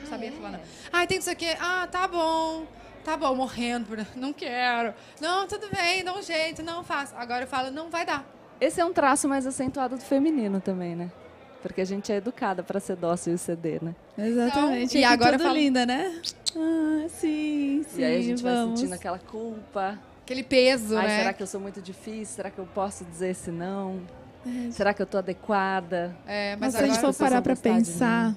Não sabia falar não. é? Ai, tem isso aqui. Ah, tá bom. Tá bom, morrendo. por- Não quero. Não, tudo bem, dá um jeito, não faço. Agora eu falo, não vai dar. Esse é um traço mais acentuado do feminino também, né? Porque a gente é educada para ser dócil e ceder, né? Exatamente. Então, e É que agora tudo eu falo- linda, né? Ah, sim, sim. e aí a gente vai vamos. sentindo aquela culpa. Aquele peso, Ai, né? será que eu sou muito difícil? Será que eu posso dizer esse não? É. Será que eu tô adequada? É, mas Mas se a gente agora for vocês né? parar vão pra gostar de né? pensar,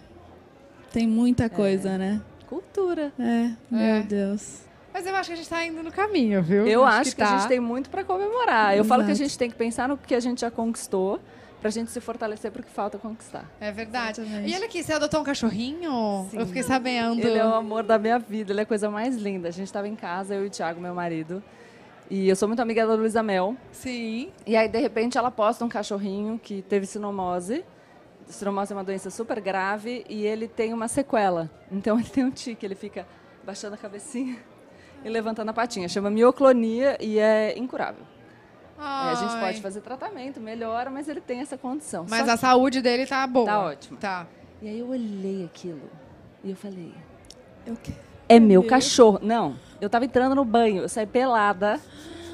tem muita coisa, né? É. Cultura. É, É. meu Deus. Mas eu acho que a gente tá indo no caminho, viu? Eu acho, que, tá. a gente tem muito para comemorar. Eu falo que a Exato. gente tem que pensar no que a gente já conquistou pra gente se fortalecer pro que falta conquistar. É verdade. Exatamente. E olha aqui, você adotou um cachorrinho? Eu fiquei sabendo. Ele é o amor da minha vida, ele é a coisa mais linda. A gente tava em casa, eu e o Thiago, meu marido. E eu sou muito amiga da Luísa Mel. Sim. E aí, de repente, ela posta um cachorrinho que teve sinomose. Sinomose é uma doença super grave e ele tem uma sequela. Então, ele tem um tique, ele fica baixando a cabecinha e levantando a patinha. Chama mioclonia e é incurável. É, a gente Ai. pode fazer tratamento, melhora, mas ele tem essa condição. Mas Só a saúde dele tá boa. Tá ótima. Tá. que- E aí, eu olhei aquilo e eu falei... Eu quero. É meu cachorro. Não, eu tava entrando no banho, eu saí pelada,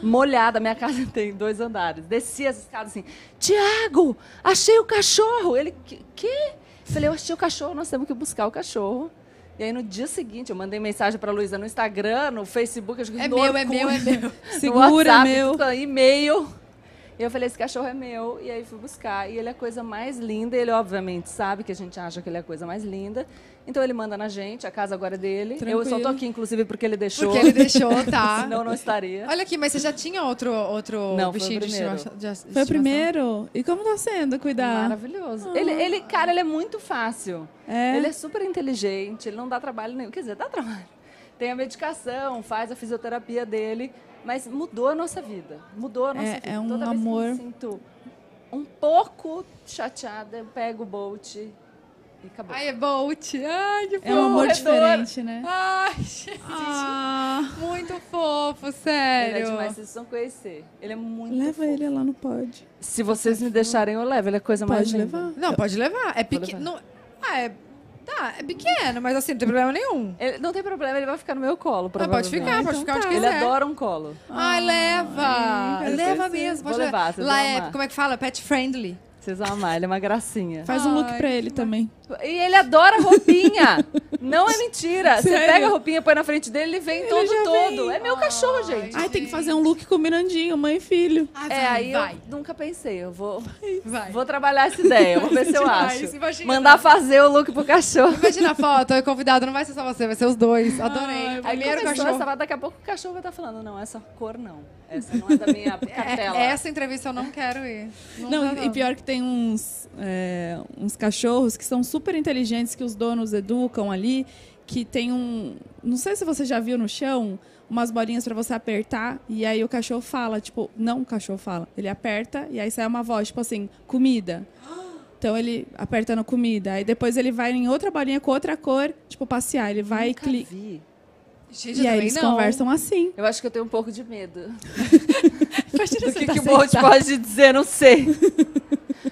molhada. Minha casa tem dois andares. Desci as escadas assim: Tiago, achei o cachorro. Ele, "Que- que? Falei, eu achei o cachorro, nós temos que buscar o cachorro. E aí no dia seguinte eu mandei mensagem pra Luísa no Instagram, no Facebook, eu É meu, é meu, é meu. Segura, Segura, WhatsApp, meu. tudo, e-mail. E eu falei, esse cachorro é meu. E aí fui buscar. E ele é a coisa mais linda. Ele, obviamente, sabe que a gente acha que ele é a coisa mais linda. Então ele manda na gente, a casa agora é dele. Eu só tô Tranquilo. aqui, inclusive, porque ele deixou. Porque ele deixou, tá? Senão eu não estaria. Olha aqui, mas você já tinha outro, outro Não, foi o bichinho de primeiro. estima- de estimação? Foi o primeiro? E como tá sendo cuidar? Maravilhoso. Ele, ele, cara, ele é muito fácil. Ah. É? Ele é super inteligente, ele não dá trabalho nenhum. Quer dizer, dá trabalho. Tem a medicação, faz a fisioterapia dele, mas mudou a nossa vida. Mudou a nossa É- vida. é um Toda amor. vez que eu me sinto um pouco chateada, eu pego o Bolt e acabou. Ai, é Bolt. Ai, que fofo. É um amor Corredor. diferente, né? Ai, gente. Ah, Muito fofo, ele é sério. demais, vocês precisam conhecer. Ele é muito leva fofo. ele lá no pod. Se vocês me deixarem, eu levo. Ele é a coisa mais Pode linda. levar. Não, pode levar. É Vou pequeno. levar. Ah, é... Tá, é pequeno, mas assim, não tem problema nenhum. Ele, não tem problema, é ele vai ficar no meu colo, Ah, pode provavelmente. ficar, Então pode tá. ficar onde Ele quiser. adora um colo. Ai, Hum, leva. Ai, leva vocês- mesmo, vou pode levar, vocês Lá vão é, amar. como é que fala? Pet friendly. Vocês vão amar, ele é uma gracinha. Faz um look Ai, pra que ele também. E ele adora roupinha. Não é mentira. Você Sério? pega a roupinha, põe na frente dele, ele vem todo todo. É meu cachorro, gente. Ai, tem que fazer um look com o Mirandinho, mãe e filho. Ah, É, aí eu vai, nunca pensei. Eu vou, vai. vou trabalhar essa ideia. Vou ver se eu Demais, acho. imagina. Mandar fazer o look pro cachorro. Imagina a foto, o convidado não vai ser só você, vai ser os dois. Adorei. Ai, Aí Primeiro começou cachorro. essa parada, daqui a pouco o cachorro vai estar falando, não, essa cor não. Essa não é da minha cartela. É, essa entrevista eu não quero ir. Não, Não, dá, e- e pior que tem uns, é, uns cachorros que são super inteligentes, que os donos educam ali, que tem um. Não sei se você já viu no chão umas bolinhas pra você apertar, e aí o cachorro fala, tipo, não o cachorro fala. Ele aperta e aí sai uma voz, tipo assim, comida. Então ele aperta na comida. Aí depois ele vai em outra bolinha com outra cor, tipo, passear. Ele vai e Nunca clica. vi. Gente, eu E aí também eles não. conversam assim. Eu acho que eu tenho um pouco de medo. Imagina O que, que o Bolt pode dizer, não sei.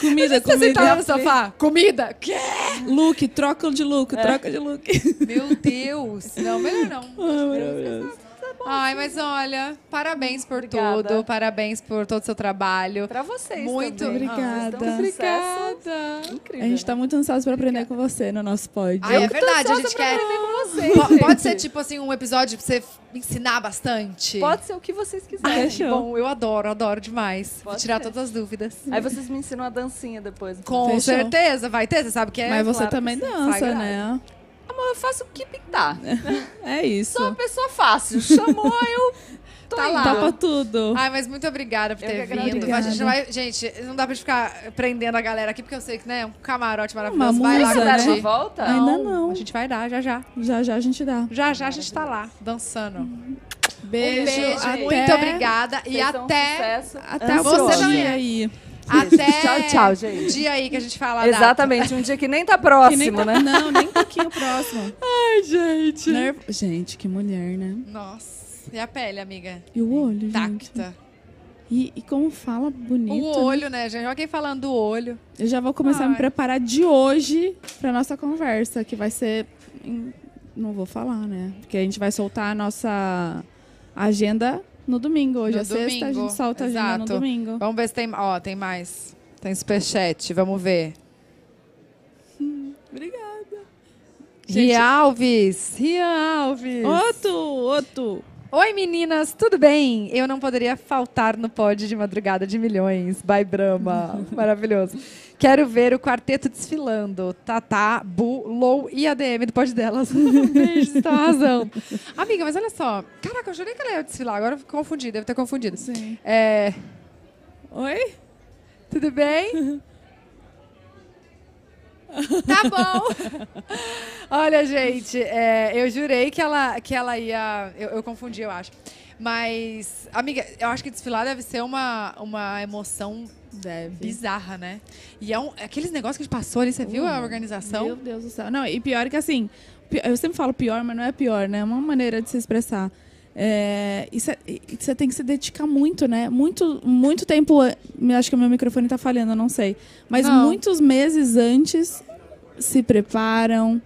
comida, Você comida. sentava no sofá, comida? Quê? Look, troca de look, troca de look. Meu Deus. Não, melhor não. é Ai, mas olha, parabéns por Obrigada. tudo, parabéns por todo o seu trabalho. Pra vocês Muito também. obrigada. Ah, vocês estão um sucesso Obrigada. Incrível, A gente tá muito ansioso pra aprender com você no nosso pod. Ai, é tô verdade, a ansiosa gente pra quer. aprender com vocês, Po- Pode gente. ser tipo assim, um episódio pra você ensinar bastante? né? Pode ser o que vocês Ai, quiserem. que bom, eu adoro, adoro demais. Vou Pode tirar ser. todas as dúvidas. Aí vocês me ensinam a dancinha depois. Com Fechou. certeza, vai ter, você sabe que é. Mas você claro que também sim. dança, Sagrado. né? Amor, eu faço o que pintar. É isso. Sou uma pessoa fácil. Chamou, eu tô Tá indo. lá. Topa tudo. Ai, mas muito obrigada por Eu ter que agradeço. vindo. A gente, não vai, gente, não dá pra gente ficar prendendo a galera aqui, porque eu sei que, né, é um camarote maravilhoso. Uma vai lá musa, Dar curtir. uma volta? Ai, Ainda não. A gente vai dar, já já. Já já a gente dá. Já já a gente tá lá, dançando. Uhum. Um Beijo. Beijo, até... muito obrigada. E Vocês são um até, sucesso. Até Você Tá você também é. aí. até. Tchau, tchau, gente. o dia aí que a gente fala. a data. Exatamente, um dia que nem tá Que nem próximo, tá- né? Não, nem um pouquinho próximo. Ai, gente. Gente, que mulher, né? Nossa. E a pele, amiga? E o olho, gente. Tacta. E, e como fala bonito. O olho, né, gente? Alguém falando do olho. Eu já vou começar a Ai. me preparar de hoje pra nossa conversa, que vai ser. em- Não vou falar, né? Porque a gente vai soltar a nossa agenda no domingo. Hoje No é sexta, a domingo, gente solta a agenda no exato. domingo. Vamos ver se tem. Ó, tem mais. Tem superchat, vamos ver. Obrigada. Gente- Ria Alves! Ria Alves! Outro, outro. Oi, meninas, tudo bem? Eu não poderia faltar no pod de madrugada de milhões. By Brahma. Maravilhoso. Quero ver o quarteto desfilando. Tatá, Bu, Lou e a DM do pod delas. Beijos, estão arrasando. Amiga, mas olha só. Caraca, eu jurei que ela ia desfilar. Agora eu confundi, devo ter confundido. Sim. É, Oi? tudo bem? tá bom. Olha, gente, é, eu jurei que ela, que ela ia. Eu, eu confundi, eu acho. Mas, amiga, eu acho que desfilar deve ser uma, uma emoção Deve. bizarra, né? E é um, aqueles negócios que a gente passou ali, você viu a Uhum. Meu organização? Deus do céu. Não, e pior que assim, pi- eu sempre falo pior, mas não é pior, né? É uma maneira de se expressar. É, e você tem que se dedicar muito, né? Muito, muito tempo. an- Acho que o meu microfone tá falhando, eu não sei. Mas Não. muitos meses antes se preparam,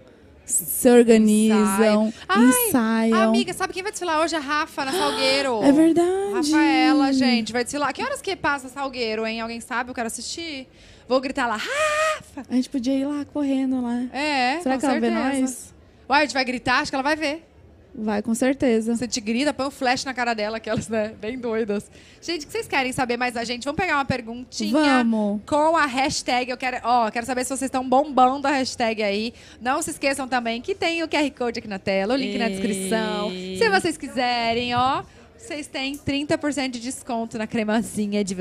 se organizam, Ai, ensaiam. Amiga, sabe quem vai desfilar hoje? A Rafa, na Salgueiro. um é verdade. Rafaela, gente, vai desfilar. Que horas que passa Salgueiro, hein? Alguém sabe? Eu quero assistir. Vou gritar lá. "Rafa!" A gente podia ir lá correndo lá. É, Será com que ela vê certeza. nós? Uai, a gente vai gritar, acho que ela vai ver. Vai, com certeza. Você te grita, põe um flash na cara dela, aquelas, né? Bem doidas. Gente, o que vocês querem saber mais da gente? Vamos pegar uma perguntinha. Vamos. Com a hashtag, eu quero, ó, quero saber se vocês estão bombando a hashtag aí. Não se esqueçam também que tem o QR Code aqui na tela, o link na descrição. Se vocês quiserem, ó, vocês têm 30% de desconto na cremazinha de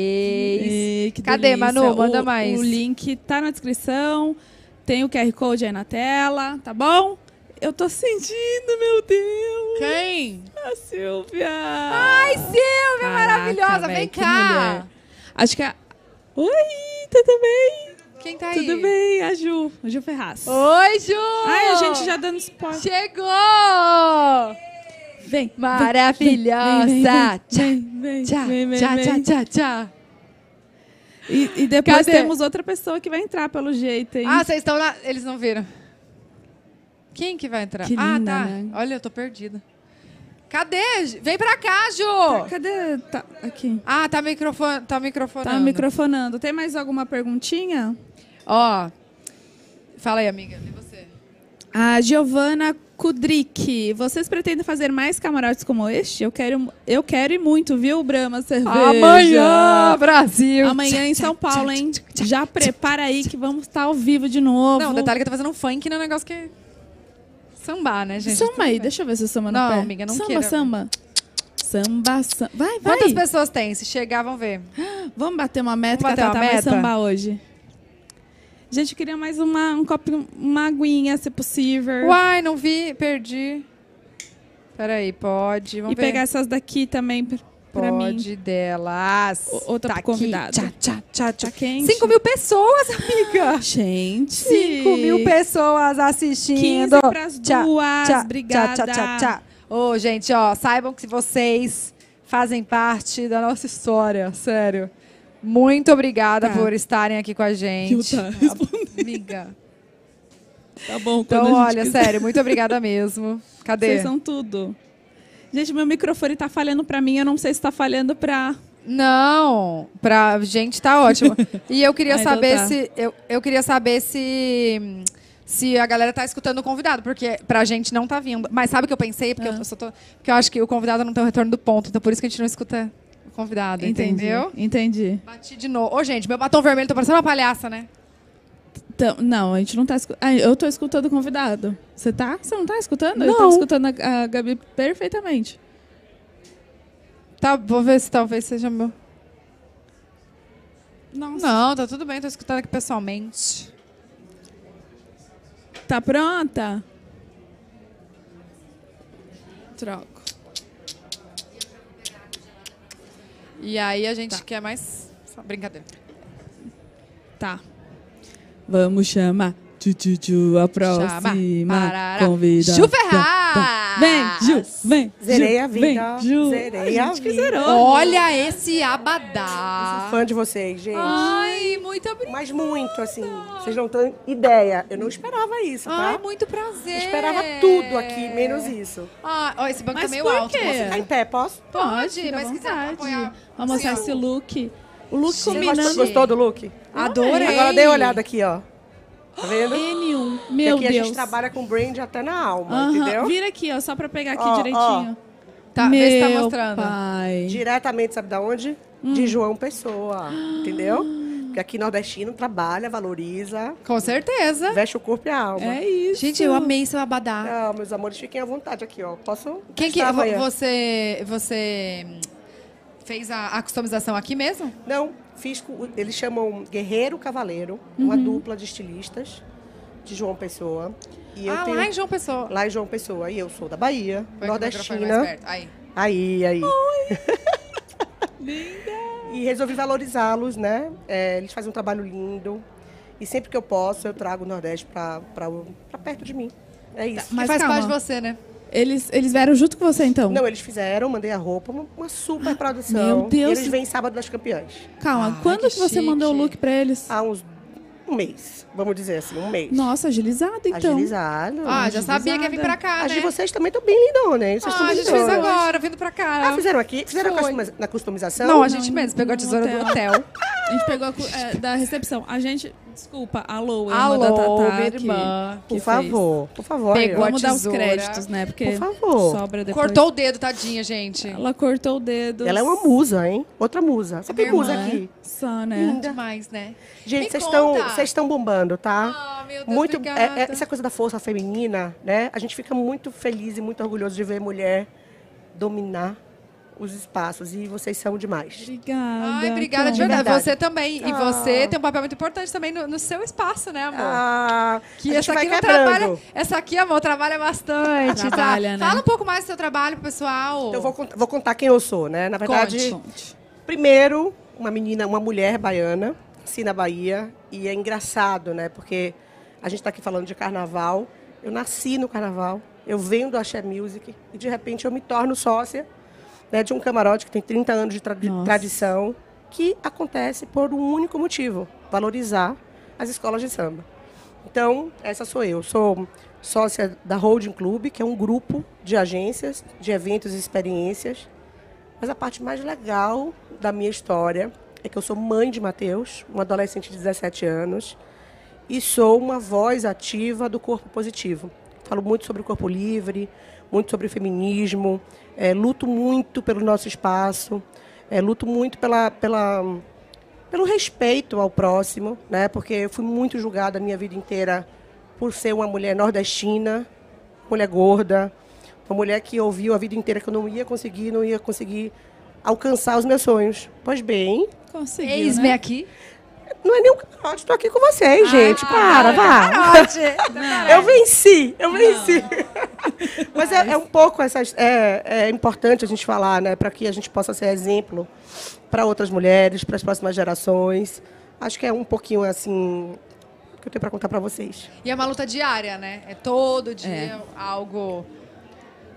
vocês. Ih, que Cadê, delícia. Manu? Manda O- mais. O link tá na descrição, tem o QR Code aí na tela, tá bom? Eu tô sentindo, meu Deus! Quem? A Silvia! Ai, Silvia, Caraca, maravilhosa, véi, vem que cá. mulher. Acho que a... Oi, tudo bem? Quem tá aí? Tudo bem, a Ju, a Ju Ferraz. Oi, Ju! Ai, a gente já dando spoiler. Chegou! Vem, Maravilhosa! vem, vem, Tchau, vem, vem, tchau, vem. tchau, tchau, tchau. E, e depois Cadê? temos outra pessoa que vai entrar pelo jeito, hein? Ah, vocês estão lá. Eles não viram. Quem que vai entrar? Que ah, linda, tá. né? Olha, eu tô perdida. Cadê? Ju? Vem pra cá, Ju! Cadê? Tá, aqui. Ah, tá microfone, tá microfonando. Tá microfonando. Tem mais alguma perguntinha? Ó, Fala aí, amiga. E você? A Giovana Kudrick, vocês pretendem fazer mais camarotes como este? Eu quero, eu quero e muito, viu, Brahma Cerveja? Amanhã, Brasil! Amanhã em São Paulo, hein? Já prepara aí que vamos estar ao vivo de novo. Não, o detalhe é que eu tô fazendo um funk no negócio que é sambar, né, gente? Samba aí, deixa eu ver se o samba no Não, pé. amiga, não samba, queira. samba. Samba, samba. Vai, vai. Quantas pessoas tem? Se chegar, vão ver. Vamos bater uma meta Vamos que bater a Tatá uma vai meta? sambar hoje. Gente, eu queria mais uma, um copo, uma aguinha, se possível. Uai, não vi, perdi. Peraí, pode. Vamos e ver. pegar essas daqui também pra, pra mim. Pode delas. O- Tá Outra aqui. convidada. Tchá, tchá, tchá, tchá, quente. 5 mil pessoas, amiga! Gente. 5 mil pessoas assistindo. 15 pras duas. Obrigada. Tchau, tchau, tchau. Ô, gente, ó, saibam que vocês fazem parte da nossa história, sério. Muito obrigada Tá. por estarem aqui com a gente. Então, tá respondendo. Amiga. Tá bom, quando Então, a gente olha, quiser. sério, muito obrigada mesmo. Cadê? Vocês são tudo. Gente, meu microfone tá falhando pra mim, eu não sei se tá falhando pra... Não, pra gente tá ótimo. E eu queria Ah, então saber tá. se eu, eu queria saber se se a galera tá escutando o convidado, porque pra gente não tá vindo. Mas sabe o que eu pensei? Porque Ah. eu só tô, porque eu acho que o convidado não tem o retorno do ponto, então por isso que a gente não escuta o convidado, entendeu? Entendi. Bati de novo. Ô, gente, meu batom vermelho, tô parecendo uma palhaça, né? Então, não, a gente não tá escutando. eu tô escutando o convidado. Você tá? Você não tá escutando? Eu Não. tô escutando a, a Gabi perfeitamente. Tá, vou ver se talvez seja meu. Nossa. Não, tá tudo bem, tô escutando aqui pessoalmente. Tá pronta? Troco. E aí a gente quer mais só brincadeira. Tá. Vamos chamar. Tchu, tchu, tchu, a próxima parará. convidada. Ju Ferraz! Vem, Ju, vem. Ju, Zerei a vida. Vem, Ju. Zerei Ai, gente, a que vida. zerou. Olha esse Sou abadá. fã de vocês, gente. Ah. Ai, muito obrigada. Mas muito, assim. Vocês não têm ideia. Eu não esperava isso, tá? Ah, Ai, muito prazer. Eu esperava tudo aqui, menos isso. Ah, ó, esse banco Mas tá meio por alto. quê? moça. Tá em pé, posso? Pode, fica à mas se quiser vontade. apoiar, Vamos mostrar assim, ó. esse look. O look Gente, Gostou, combinando gostou do look? Adorei. Agora dê uma olhada aqui, ó. Tá vendo? N1. Que Meu aqui a Deus. gente trabalha com brand até na alma, Aham. entendeu? Vira aqui, ó, só pra pegar aqui Ó, ó. direitinho. Tá, Meu vê se tá mostrando. Pai. Hum. Diretamente, sabe da onde? De João Pessoa, entendeu? Porque aqui nordestino trabalha, valoriza, Com certeza. veste o corpo e a alma. É isso. Gente, eu amei seu abadá. Ah, meus amores, fiquem à vontade aqui, ó. Posso? Quem que testar vo- amanhã? você você hum, fez a, a customização aqui mesmo? Não, fiz com. Eles chamam Guerreiro Cavaleiro, Uhum. uma dupla de estilistas de João Pessoa. E eu ah, tenho. lá em João Pessoa. lá em João Pessoa. E eu sou da Bahia, Põe aqui o microfone mais nordestina. perto. Aí. Aí, aí. Linda! E resolvi valorizá-los, né? É, eles fazem um trabalho lindo. E sempre que eu posso, eu trago o Nordeste pra, pra, pra perto de mim. É isso. Tá, Mas Tá, Mas faz calma. parte de você, né? Eles, eles vieram junto com você, então? Não, eles fizeram, mandei a roupa, uma, uma super produção. Meu Deus. E eles vêm sábado das campeãs. Calma, Ah, quando que que você mandou o chique. look pra eles? Há uns um mês, vamos dizer assim, um mês. Nossa, agilizado, então. Agilizado. Ah, já sabia que ia vir pra cá, As de né? vocês também estão bem lindona, hein? Vocês estão Ah, a gente fez agora, vindo pra cá. Ah, fizeram aqui? Fizeram Foi. customiza- na customização? Não, a gente Então, Não, mesmo pegou a no tesoura do hotel. hotel. A gente pegou a cu- é, da recepção. A gente, desculpa, alô, irmã da Alô, Tatá. minha que- irmã. que Por fez. favor, por favor. Pegou aí, Vamos dar os tesoura. créditos, né? Porque Por favor. sobra depois. Cortou o dedo, tadinha, gente. Ela cortou o dedo. ó. Ela é uma musa, hein? Outra musa. Você tem Minha musa irmã. é. aqui. Só, Bom né? demais, né? Me Gente, vocês conta. estão vocês estão bombando, tá? Ah, meu Deus, Muito, é- obrigada. é- essa coisa da força feminina, né? A gente fica muito feliz e muito orgulhoso de ver mulher dominar os espaços. E vocês são demais. Obrigada. Ai, obrigada de Pronto. verdade. Verdade. Você também. E você tem um papel muito importante também no, no seu espaço, né, amor? Ah, que a gente essa vai aqui não quebrando. trabalha. Essa aqui, amor, trabalha bastante. tá? Trabalha, né? Fala um pouco mais do seu trabalho pro pessoal. Então, Eu vou, cont- vou contar quem eu sou, né? Na verdade, Conte. Primeiro, uma menina, uma mulher baiana, nasci na Bahia, e é engraçado, né? Porque a gente está aqui falando de carnaval. Eu nasci no carnaval, eu venho do Axé Music, e de repente eu me torno sócia né, de um camarote que tem 30 anos de, tra- de Nossa. tradição, que acontece por um único motivo: valorizar as escolas de samba. Então, essa sou eu. Sou sócia da Holding Club, que é um grupo de agências, de eventos e experiências mas a parte mais legal da minha história é que eu sou mãe de Matheus, um adolescente de 17 anos. e sou uma voz ativa do corpo positivo. Falo muito sobre o corpo livre, muito sobre o feminismo, eh, luto muito pelo nosso espaço, eh, luto muito pela, pela, pelo respeito ao próximo, né? porque eu fui muito julgada a minha vida inteira por ser uma mulher nordestina, mulher gorda, uma mulher que ouviu a vida inteira que eu não ia conseguir, não ia conseguir alcançar os meus sonhos. Pois bem, Conseguiu, Eis-me né? aqui. não é nem um camarote, estou aqui com Ah, vocês, gente. Para, vá. Eu venci, eu venci. Mas é, é um pouco essas. É, é importante a gente falar, né? Para que a gente possa ser exemplo para outras mulheres, para as próximas gerações. Acho que é um pouquinho assim que eu tenho para contar para vocês. E é uma luta diária, né? É todo dia algo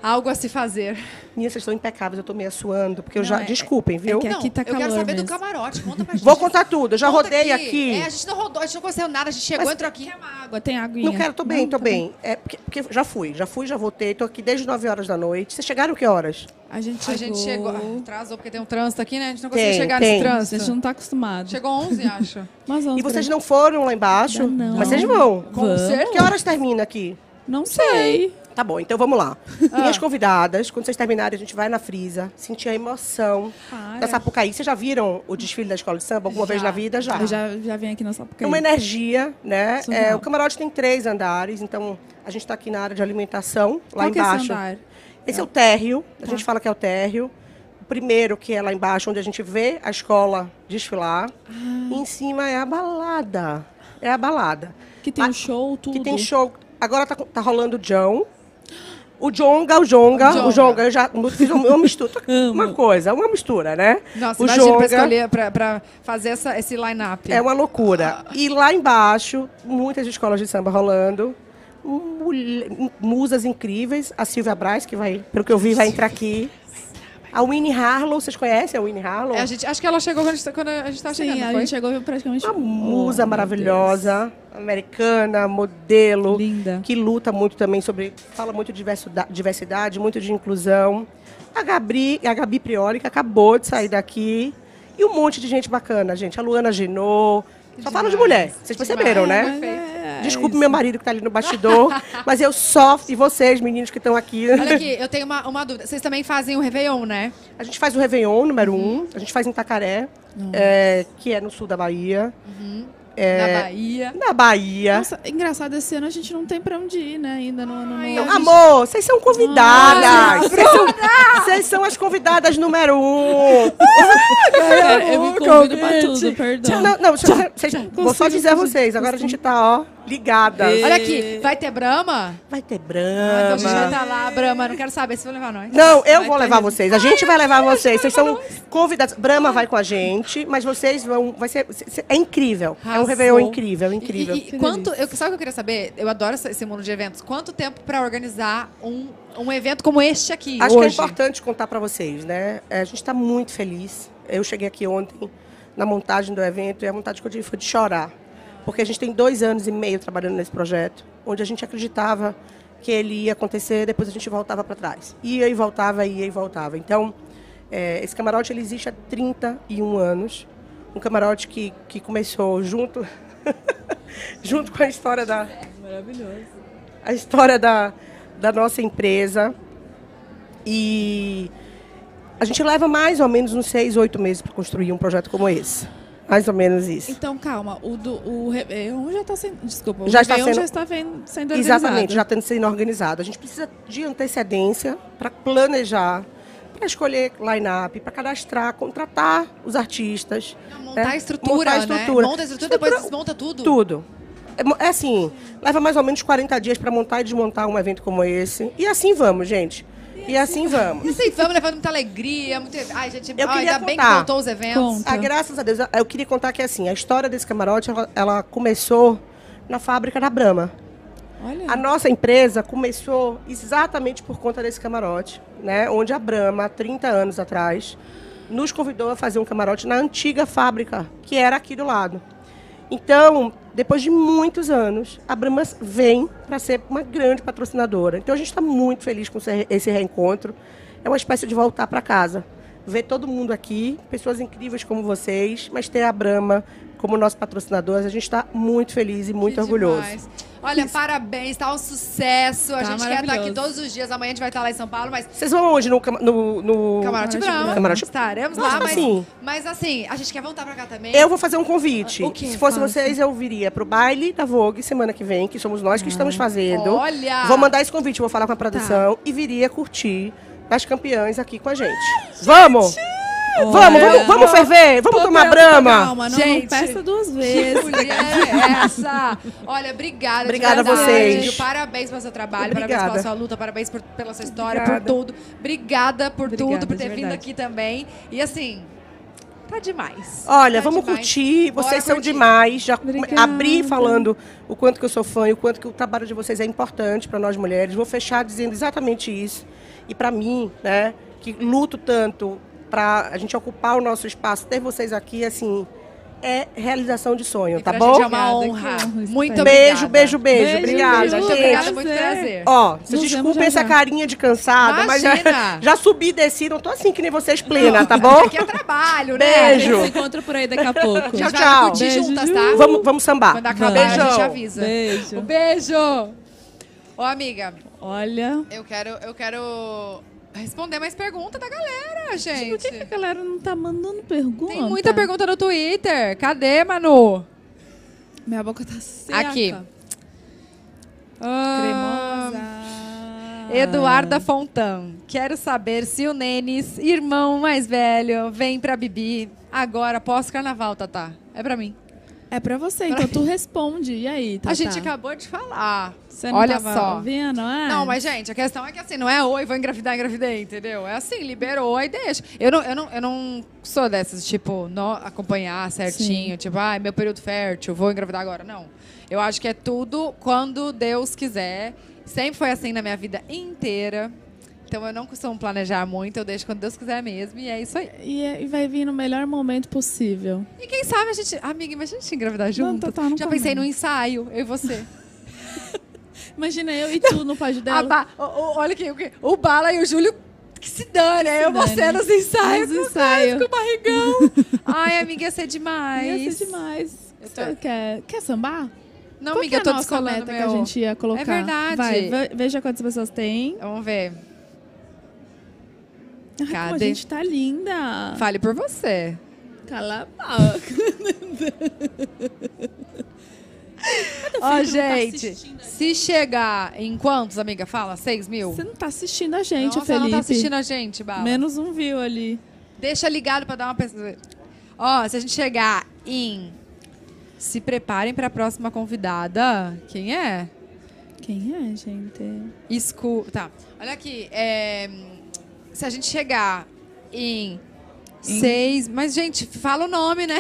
algo a se fazer. Minha, vocês estão impecáveis, eu tô meio suando, porque eu Não, já. é- desculpem, viu? é que aqui tá eu quero calor saber do mesmo. camarote. Conta pra gente. Vou contar tudo, eu já Conta rodei aqui. É, a gente não rodou, a gente não conseguiu nada, a gente chegou, entrou aqui. tá Água, tem água. Não quero, tô bem, tá tô bem. É, porque, porque já fui, já fui, já voltei, tô aqui desde 9 horas da noite. Vocês chegaram que horas? A gente chegou. A gente chegou. ah, Atrasou, porque tem um trânsito aqui, né? A gente não Tem, conseguiu chegar tem. nesse A trânsito. gente não tá acostumado. Chegou 11, acho. Mas vamos E vocês pra- não foram lá embaixo? Ainda não. Mas vocês vão. Vamos. Que horas termina aqui? Não sei. Ah. Tá bom, então vamos lá. Minhas convidadas, quando vocês terminarem, a gente vai na frisa, sentir a emoção Para. da Sapucaí. Vocês já viram o desfile da escola de samba alguma vez Já. na vida? Já. Eu já, já vim aqui na Sapucaí. É uma energia, né? Surreal. É, o camarote tem três andares, então a gente tá aqui na área de alimentação, lá Qual que é esse embaixo. andar? Tá. Esse é o térreo, a gente fala que é o térreo. O primeiro, que é lá embaixo, onde a gente vê a escola desfilar. Ah. E em cima é a balada. É a balada. Que tem Ah, um show, tudo. Que tem show. Agora tá, tá rolando o John. O Jonga, o Jonga, o Jonga, eu já fiz uma mistura. uma coisa, uma mistura, né? Nossa, o imagina pra Jonga- escolher, pra, pra fazer essa, esse line-up. é uma loucura. E lá embaixo, muitas escolas de samba rolando. mulher- musas incríveis. A Silvia Braz, que vai, pelo que eu vi, vai entrar aqui. A Winnie Harlow, vocês conhecem a Winnie Harlow? É, a gente, acho que ela chegou quando a gente, quando a gente tá Sim, chegando, a foi? gente chegou praticamente... Uma Oh, musa meu maravilhosa, americana, modelo. Linda. Que luta muito também sobre. Fala muito de diversida- diversidade, muito de inclusão. A Gabi, a Gabi Priori, que acabou de sair daqui. E um monte de gente bacana, gente. A Luana Genô. Só fala de mulher. Vocês perceberam, né? Deus. É, Desculpe meu marido que tá ali no bastidor, mas eu só e vocês, meninos que estão aqui. Olha aqui, eu tenho uma, uma dúvida. Vocês também fazem o Réveillon, né? A gente faz o Réveillon, número um. Uhum. A gente faz em Tacaré, é, que é no sul da Bahia. Uhum. é, Na Bahia. Na Bahia. Nossa, engraçado, esse ano a gente não tem pra onde ir, né? Ainda no ano Ai, novo. eu Então, amor, vocês são convidadas. vocês, são, vocês são as convidadas número um. Cara, É, É, eu me convido pra tudo, perdão. Não, não, vocês- vocês- vou só consigo, dizer a consigo, vocês. Agora a gente tá, ó, ligada. Olha aqui, vai ter Brahma? Vai ter Ah, então a gente vai brama. tá lá, Brahma. Não quero saber se vão levar nós. Não, eu vou levar vocês. A gente vai levar vocês. Vocês são convidados. Brahma vai com a gente, mas vocês vão. Vai ser, se- se- é incrível. É um Arrasou. Réveillon incrível, E- incrível. E, e quanto, eu, sabe o que eu queria saber? Eu adoro essa- esse mundo de eventos. Quanto tempo pra organizar um, um evento como este aqui? Acho que é hoje? importante contar para vocês, né? É, A gente está muito feliz. Eu cheguei aqui ontem na montagem do evento e a vontade que eu tive foi de chorar. Porque a gente tem dois anos e meio trabalhando nesse projeto, onde a gente acreditava que ele ia acontecer, depois a gente voltava para trás. Ia e voltava, ia e voltava. Então, é, esse camarote ele existe há 31 anos. Um camarote que, que começou junto, junto com a história da... Maravilhoso. A história da, da nossa empresa. E a gente leva mais ou menos uns seis, oito meses para construir um projeto como esse. Mais ou menos isso. Então, calma, o, do, o Réveillon já tá sendo. Desculpa, o Já está Réveillon sendo- já está ven- sendo organizado. Exatamente, já tendo sendo organizado. A gente precisa de antecedência para planejar, para escolher line-up, para cadastrar, contratar os artistas. Montar né? a estrutura, Montar a estrutura. né? Monta a estrutura, depois desmonta tudo. Tudo. É mo- É assim, leva mais ou menos 40 dias para montar e desmontar um evento como esse. E assim vamos, gente. E assim vamos. E assim, vamos levando muita alegria. Muito... Ai, gente, Eu ai, queria ainda bem que contar. voltou os eventos. Conta. Ah, graças a Deus. Eu queria contar que assim, a história desse camarote, ela, ela começou na fábrica da Brahma. Olha. A nossa empresa começou exatamente por conta desse camarote, né? Onde a Brahma, há 30 anos atrás, nos convidou a fazer um camarote na antiga fábrica, que era aqui do lado. Então, depois de muitos anos, a Brahma vem para ser uma grande patrocinadora. Então, a gente está muito feliz com esse re- esse reencontro. É uma espécie de voltar para casa. Ver todo mundo aqui, pessoas incríveis como vocês, mas ter a Brahma como nosso patrocinador. A gente está muito feliz e muito Que orgulhoso. demais. Olha, parabéns, tá um sucesso. a Tá gente quer estar aqui maravilhoso. todos os dias. Amanhã a gente vai estar lá em São Paulo, mas Vocês vão onde? No, cama- no, no... Camarote Brahma. Camarote Estaremos Nossa, lá, mas, assim. mas assim, a gente quer voltar pra cá também. Eu vou fazer um convite. O quê? Se fosse Fala, vocês, eu viria pro baile da Vogue semana que vem, que somos nós que estamos fazendo. Ah, Olha! Tá. Vou mandar esse convite, vou falar com a produção e viria curtir as campeãs aqui com a gente. vamos! Vamos, vamos, vamos ferver, vamos tomar um brama. Calma, não, Gente, não tá- peça duas Que vezes. mulher é essa? Olha, obrigada. de Obrigada a verdade. vocês. Parabéns pelo seu trabalho, parabéns Obrigada. pela sua luta, parabéns por- pela sua história, Obrigada. por tudo. Obrigada por Obrigada, tudo, por de ter vindo verdade. aqui também. E assim, tá demais. Olha, Tá vamos demais. curtir, Bora vocês são curtir. demais. Já come- Obrigada. abri falando o quanto que eu sou fã e o quanto que o trabalho de vocês é importante para nós mulheres. Vou fechar dizendo exatamente isso. E para mim, né, que luto tanto para a gente ocupar o nosso espaço, ter vocês aqui, assim, é realização de sonho, E tá pra bom? gente é uma Obrigada, honra. que honra, Muito espero. Beijo, obrigada. beijo, beijo. Beijo, Obrigada, beijo. Muito gente. obrigada, muito prazer. Ó, vocês Nos desculpem vemos já, essa já. carinha de cansada, mas Imagina. já, já subi e desci, não tô assim que nem vocês plena, tá bom? Aqui é trabalho, né? Beijo. Se encontra por aí daqui a pouco. Já vai Tchau. curtir Beijo. juntas, tá? Vamos, vamos sambar. Quando acabar, Beijão. a gente avisa. Um Beijo. beijo. Ô, amiga, Olha. eu quero, eu quero responder mais perguntas da galera, Por que, que a gente. galera não tá é. mandando pergunta? Tem muita pergunta no Twitter. Cadê, Manu? Minha boca tá seca. Aqui. Ah, Cremosa. Eduarda Fontan. Quero saber se o Nenes, irmão mais velho, vem pra Bibi agora, pós-carnaval, Tatá. É pra mim. É pra você, então tu responde. E aí, tá? A gente acabou de falar. Você não Olha tava só. ouvindo, é? Não, mas, gente, a questão é que assim, não é oi, vou engravidar, engravidei, entendeu? É assim, liberou e deixa. Eu não, eu não, eu não sou dessas, tipo, no- acompanhar certinho, tipo, ai, meu período fértil, vou engravidar agora. Não. Eu acho que é tudo quando Deus quiser. Sempre foi assim na minha vida inteira. Então eu não costumo planejar muito, eu deixo quando Deus quiser mesmo, e é isso aí. E, eh, e vai vir no melhor momento possível. E quem sabe a gente. Amiga, imagina a gente engravidar junto. Tatá, não Já pensei comenta. no ensaio, eu e você. Imagina eu e tu no pódio A dela. Ba- o- o- olha aqui, o, que- o Bala e o Júlio que se dane, aí eu você dane. nos ensaios. Nos ensaios. Com o barrigão. Ai, amiga, ia ser demais. Ia ser demais. Eu tô- Quer, quer sambar? Não, Qual amiga, que eu é tô a nossa descolando meta meu... que a gente ia colocar? É verdade. Vai, ve- veja quantas pessoas tem. Vamos ver. Ai, como a Cadê? gente tá linda. Fale por você. Cala a boca. Ó, não tá gente, assistindo a se chegar em quantos, amiga? Fala, 6 mil? Você não tá assistindo a gente, Nossa, Felipe. não tá assistindo a gente, Bala. Menos um view ali. Deixa ligado pra dar uma pesquisa. Ó, se a gente chegar em... Se preparem pra próxima convidada. Quem é? Quem é, gente? Escu... Tá. Olha aqui. é, Se a gente chegar em, seis... Mas, gente, fala o nome, né?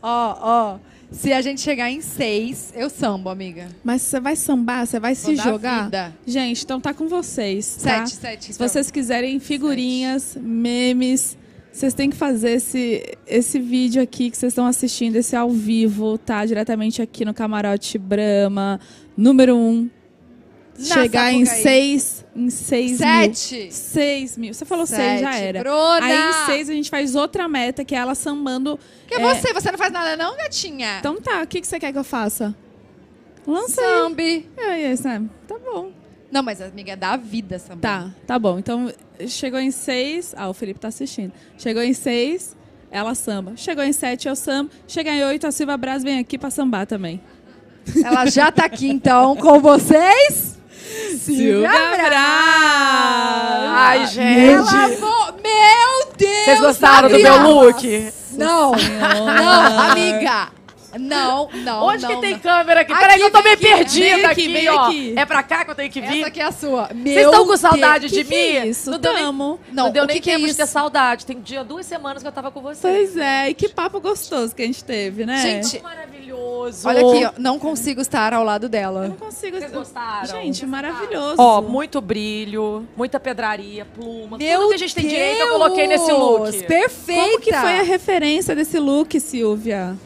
ó, ó. Se a gente chegar em seis, eu sambo, amiga. Mas você vai sambar? Você vai Vou se dar jogar? vida. Gente, então tá com vocês, tá? Sete, sete. Se então. vocês quiserem figurinhas, memes, vocês têm que fazer esse, esse vídeo aqui que vocês estão assistindo, esse ao vivo, tá? Diretamente aqui no Camarote Brahma, número Um. Na Chegar em Sapucaí. seis, em seis Sete. mil. Seis mil. Você falou seis, já Sete. era. Bruna! Aí em seis a gente faz outra meta, que é ela sambando. Que é você, você não faz nada não, gatinha? Então tá, o que, que você quer que eu faça? Lança aí. Sambe. É, é, Sam. Tá bom. Não, mas amiga, é da vida, Sambe. Tá, tá bom. Então, chegou em seis. Ah, o Felipe tá assistindo. Chegou em seis, ela samba. Chegou em sete, eu samba. Chega em oito, a Silva Braz vem aqui pra sambar também. Ela já tá aqui, então, com vocês. Silvia Braz! Ai, gente. Meu Deus! Vocês gostaram do meu amiga. look? Não, não, amiga. Não, não, Onde não, que tem não. câmera aqui? Aqui, Peraí, que eu tô vem meio aqui, vem perdida aqui, aqui, vem ó. aqui. É pra cá que eu tenho que vir? Essa aqui é a sua. Meu Vocês estão com Deus. saudade que de que é mim? isso? Não deu nem, Tamo. Não, não deu o nem que que é tempo de isso? ter saudade. Tem dia duas semanas que eu tava com vocês. Pois é, e que papo gostoso que a gente teve, né? Gente, eu é. Maravilhoso. Olha aqui, ó, não consigo estar ao lado dela. não consigo. Vocês gostaram? Gente, maravilhoso. Ó, muito brilho, muita pedraria, pluma. tudo que a gente tem direito eu coloquei nesse look. Perfeita. Como que foi a referência desse look, Silvia?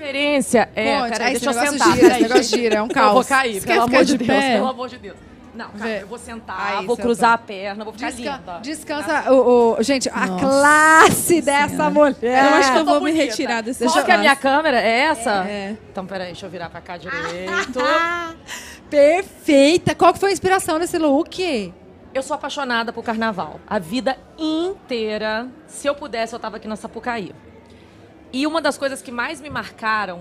Referência é. Conte. peraí, Ai, É, deixa eu esse negócio sentar. gira, peraí, esse negócio gente. gira, é um Eu vou caos. cair, Você quer pelo ficar amor de de Deus, pé? pelo amor de Deus. Não, cara, eu vou sentar, Aí, vou senta. cruzar a perna, vou ficar Desca- linda. descansa. O, o- gente, a classe dessa mulher. eu acho que eu vou tô me bonita. retirar desse Qual que é a espaço. minha câmera? É essa? É. Então, peraí, deixa eu virar pra cá direito. Perfeita. Qual que foi a inspiração desse look? Eu sou apaixonada por carnaval. A vida inteira, se eu pudesse, eu tava aqui na Sapucaí. E uma das coisas que mais me marcaram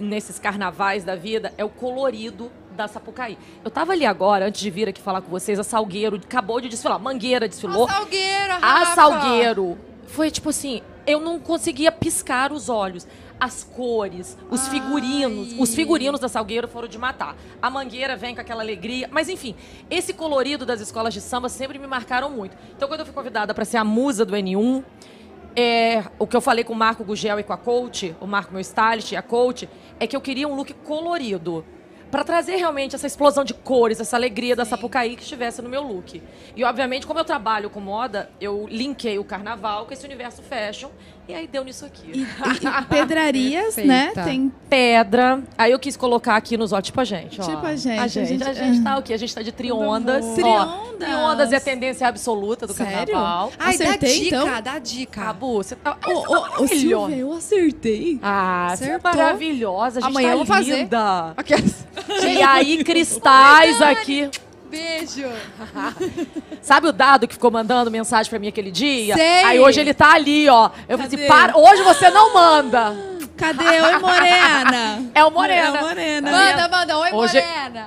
nesses carnavais da vida é o colorido da Sapucaí. Eu tava ali agora, antes de vir aqui falar com vocês, a Salgueiro acabou de desfilar. Mangueira desfilou. Salgueiro, A Salgueiro. Foi tipo assim, eu não conseguia piscar os olhos. As cores, os figurinos. Os figurinos da Salgueiro foram de matar. A Mangueira vem com aquela alegria. Mas enfim, esse colorido das escolas de samba sempre me marcaram muito. Então quando eu fui convidada para ser a musa do N1, é, o que eu falei com o Marco Gugel e com a coach, o Marco meu stylist e a coach, é que eu queria um look colorido. Pra trazer realmente essa explosão de cores, essa alegria da Sapucaí que estivesse no meu look. E, obviamente, como eu trabalho com moda, eu linkei o carnaval com esse universo fashion. E aí deu nisso aqui. E, e- e pedrarias, né? Perfeita. Tem pedra. Aí eu quis colocar aqui nos ó, tipo a gente, ó. Tipo a gente, A gente, a gente. É. gente tá o quê? A gente tá de triondas. bom. Ó, Triondas. triondas é a tendência absoluta do Sério? carnaval. Ai, Acertei, dá dica, então? dá dica. Cabu, você tá, Ai, Ô, você tá ô, ô, maravilhosa. Silvia, eu acertei. Ah, você é Acertou. maravilhosa, a gente Amanhã tá eu vou fazer. linda. Aquelas- E aí, cristais aqui. Beijo. Sabe o dado que ficou mandando mensagem pra mim aquele dia? Sei. Aí hoje ele tá ali, ó. Eu falei Cadê? assim, para, hoje você não manda. Cadê? Oi, Morena. É o Morena. É o Morena. Manda, manda. Tá então, Oi, Hoje- é- Morena.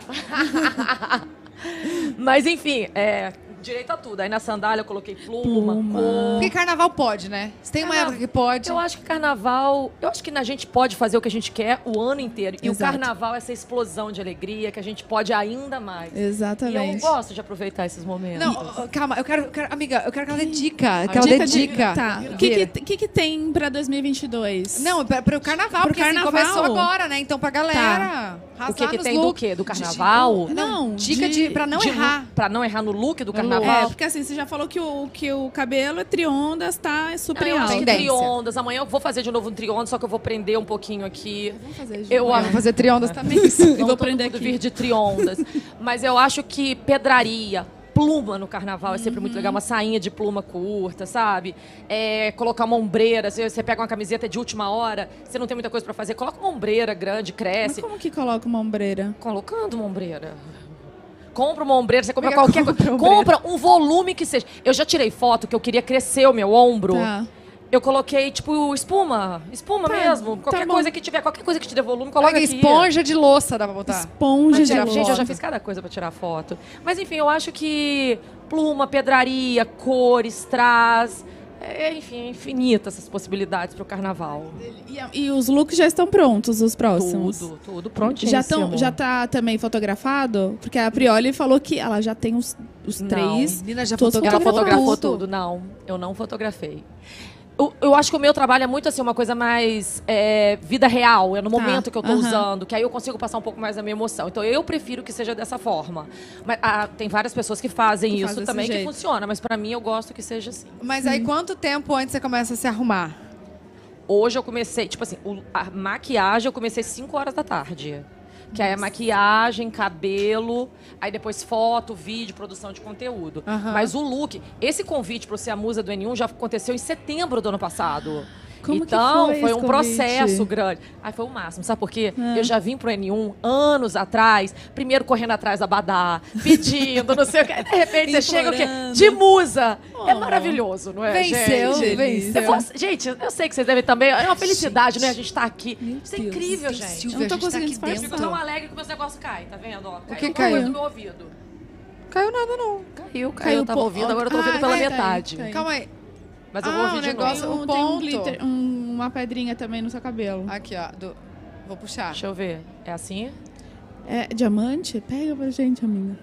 Mas enfim, é, direito a tudo. Aí na sandália eu coloquei pluma, Pluma. cor. Porque carnaval pode, né? Se tem uma Carnaval- época que pode. Eu acho que carnaval, eu acho que a gente pode fazer o que a gente quer o ano inteiro. E Exato. o carnaval é essa explosão de alegria que a gente pode ainda mais. E eu Exatamente. gosto de aproveitar esses momentos. Não, ó, ó, calma. Eu quero, eu quero- amiga, eu quero que ela dê Ah, dica. Que ela Dica dê de- dica. Tá. O que, que, que que tem pra 2022? Não, pra, pro carnaval, Pro porque assim, carnaval. começou agora, né? Então pra galera Tá. o que, arrasar que nos tem do looks. quê? Do carnaval? Não, Dica de, pra não De lu- errar. Pra não errar no look do É, carnaval. porque assim, você já falou que o, que o cabelo é triondas, tá? É super eu acho alto. que Tendência. triondas. Amanhã eu vou fazer de novo um triondas, só que eu vou prender um pouquinho aqui. Vamos fazer junto. Eu Eu acho vou fazer triondas também. Eu Não vou todo prender mundo aqui. vir de triondas. Mas eu acho que pedraria, pluma no carnaval é sempre muito legal. Uhum. Uma sainha de pluma curta, sabe? É, colocar uma ombreira. Você, você pega uma camiseta de última hora, você não tem muita coisa pra fazer, coloca uma ombreira grande, Mas cresce. como que coloca uma ombreira? Colocando uma ombreira. Compra uma ombreira, você compra Amiga, qualquer compra coisa. ombreira. Compra um volume que seja. Eu já tirei foto que eu queria crescer o meu ombro. Tá. Eu coloquei, tipo, espuma. Espuma Tá, mesmo. tá Qualquer bom. coisa que tiver, qualquer coisa que te dê volume, coloca Coloca aqui. esponja de louça, dá pra botar. Esponja de Gente, ló. eu já fiz cada coisa pra tirar foto. Mas enfim, eu acho que pluma, pedraria, cores, traz. É, enfim, é infinita essas possibilidades pro carnaval. E, e os looks já estão prontos, os próximos? Tudo, tudo prontinho. Já, tão, já tá também fotografado? Porque a Prioli falou que ela já tem os, os Não. três. Menina, já Todos Ela fotografou fotografou tudo. tudo. Não, eu não fotografei. Eu, eu acho que o meu trabalho é muito assim, uma coisa mais é, vida real, é no Tá, momento que eu tô aham. usando, que aí eu consigo passar um pouco mais a minha emoção. Então eu prefiro que seja dessa forma. Mas ah, tem várias pessoas que fazem Que isso faz desse também, que jeito. funciona, mas pra mim eu gosto que seja assim. Mas aí quanto tempo antes você começa a se arrumar? Hoje eu comecei, tipo assim, o- a maquiagem eu comecei 5 horas da tarde. Que aí é maquiagem, cabelo, aí depois foto, vídeo, produção de conteúdo. Aham. Mas o look, esse convite para ser a musa do N1 já aconteceu em setembro do ano passado. Como que então, foi foi esse um convite? Ah. processo grande. Aí foi o máximo, sabe por quê? Eu já vim pro N1 anos atrás, primeiro correndo atrás da Badá, pedindo, não sei o quê. Aí, De repente você chega o quê? Implorando. De musa. É Oh. maravilhoso, não é? venceu, gente? venceu. Eu posso- gente, eu sei que vocês devem também. É uma felicidade, né? A gente tá aqui. Isso é Deus, incrível, gente. Tipo, Silvia, Eu não tô a gente conseguindo tá aqui disfarçar. Eu fico dentro. tão alegre que o meu negócio cai, tá vendo? Ó, caiu que alguma caiu? coisa no meu ouvido. Caiu nada, não. Caiu, caiu. Caiu, eu tava pô. ouvindo, agora eu tô Ah, ouvindo pela caiu, metade. caiu, Calma aí. Mas eu Ah, vou ouvir o de negócio- novo. Tem um- o tem um ponto. glitter, um- uma pedrinha também no seu cabelo. Aqui, ó. do- Vou puxar. Deixa eu ver. É assim? É diamante? Pega pra gente, amiga.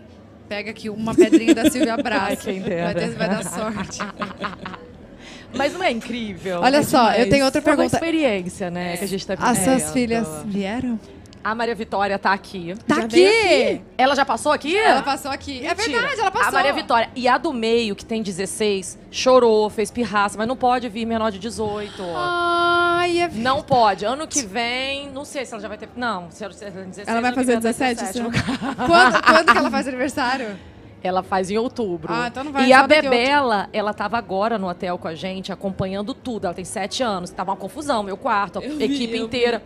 Pega aqui uma pedrinha da Silvia Braço. Ai, quem dera. Vai, ter- vai dar sorte. Mas não é incrível? Olha só, eu tenho outra Foi É uma pergunta. experiência, né? Que a gente tá As suas vivendo. filhas vieram? A Maria Vitória tá aqui. Tá aqui! Ela já passou aqui? Ela passou aqui. É Mentira. verdade, ela passou. A Maria Vitória. E a do meio, que tem 16, chorou, fez pirraça, mas não pode vir menor de 18. Ai, Ai, é... Não pode. Ano que vem, não sei se ela já vai ter. Não, se ela, se ela, 16, Ela vai ano que fazer vem, 17, no sim. caso. quando, quando que ela faz aniversário? Ela faz em outubro. Ah, então não vai, e só a daqui a outubro. Bebela, ela tava agora no hotel com a gente, acompanhando tudo. Ela tem sete anos. Tava uma confusão, meu quarto, a Eu vi, equipe eu vi. inteira.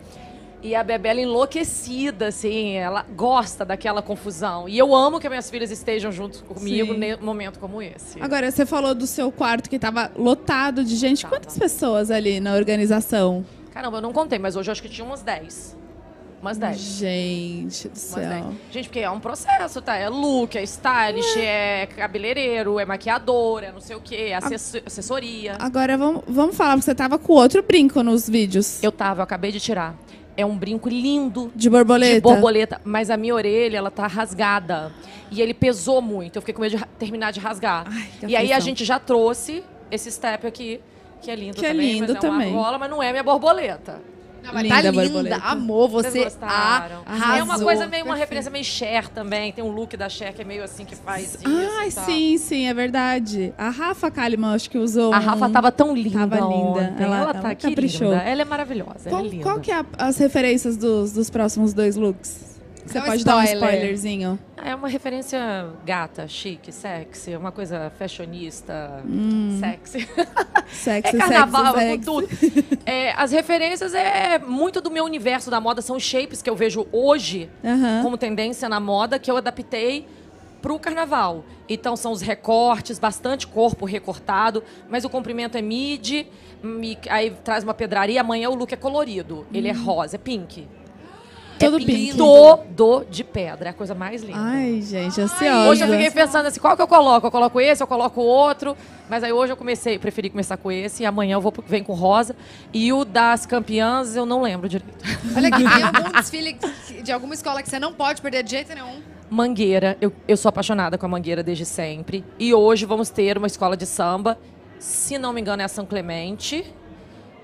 E a Bebela enlouquecida, assim, ela gosta daquela confusão. E eu amo que minhas filhas estejam junto comigo Sim. num momento como esse. Agora, você falou do seu quarto que tava lotado de gente. Quantas pessoas ali na organização? Caramba, eu não contei, mas hoje eu acho que tinha umas 10. Umas 10. Gente do Umas céu. 10. Gente, porque é um processo, tá? É look, é stylist, é, cabeleireiro, é maquiador, é não sei o quê, é assessor- assessoria. Agora vamos, vamos falar, porque você tava com outro brinco nos vídeos. Eu tava, eu acabei de tirar. É um brinco lindo De borboleta. de borboleta, mas a minha orelha, ela tá rasgada. E ele pesou muito, eu fiquei com medo de ra- terminar de rasgar. Ai, que e aí a aflição. gente já trouxe esse step aqui, que é lindo Que é também. mas lindo é também. Uma argola, mas não é minha borboleta. Não, mas tá Linda linda, a borboleta. amor, Vocês você gostaram? arrasou. É uma coisa meio, uma Perfeito. referência meio Cher também. Tem um look da Cher que é meio assim, que faz isso Ai, e tal. sim, sim, é verdade. A Rafa Kalimann, acho que usou. A um- Rafa tava tão linda Tava linda. ontem. Ela, Ela- ela tá aqui caprichou. linda. Ela é maravilhosa, Qual, ela é linda. qual que é a- as referências dos, dos próximos dois looks? Você é Dá um pode dar um spoiler. spoilerzinho? Ah, É uma referência gata, chique, sexy, uma coisa fashionista, sexy. Hum. Sexy, é carnaval, sexy, é com tudo. É, as referências é muito do meu universo da moda, são shapes que eu vejo hoje Aham. como tendência na moda que eu adaptei pro carnaval. Então são os recortes, bastante corpo recortado, mas o comprimento é mid, mi- aí traz uma pedraria, amanhã o look é colorido. Ele é Hum. rosa, é pink. Todo é pink. Todo de pedra, é a coisa mais linda. Ai, Hoje gente, ansiosa. eu fiquei pensando assim, qual que eu coloco? Eu coloco esse, eu coloco outro. Mas aí hoje eu comecei, preferi começar com esse. E amanhã eu vou pro- vem com rosa. E o das campeãs eu não lembro direito. Olha aqui, tem algum desfile Um que- de alguma escola que você não pode perder de jeito nenhum. Mangueira, eu, eu sou apaixonada com a Mangueira desde sempre. E hoje vamos ter uma escola de samba, se não me engano é a São Clemente,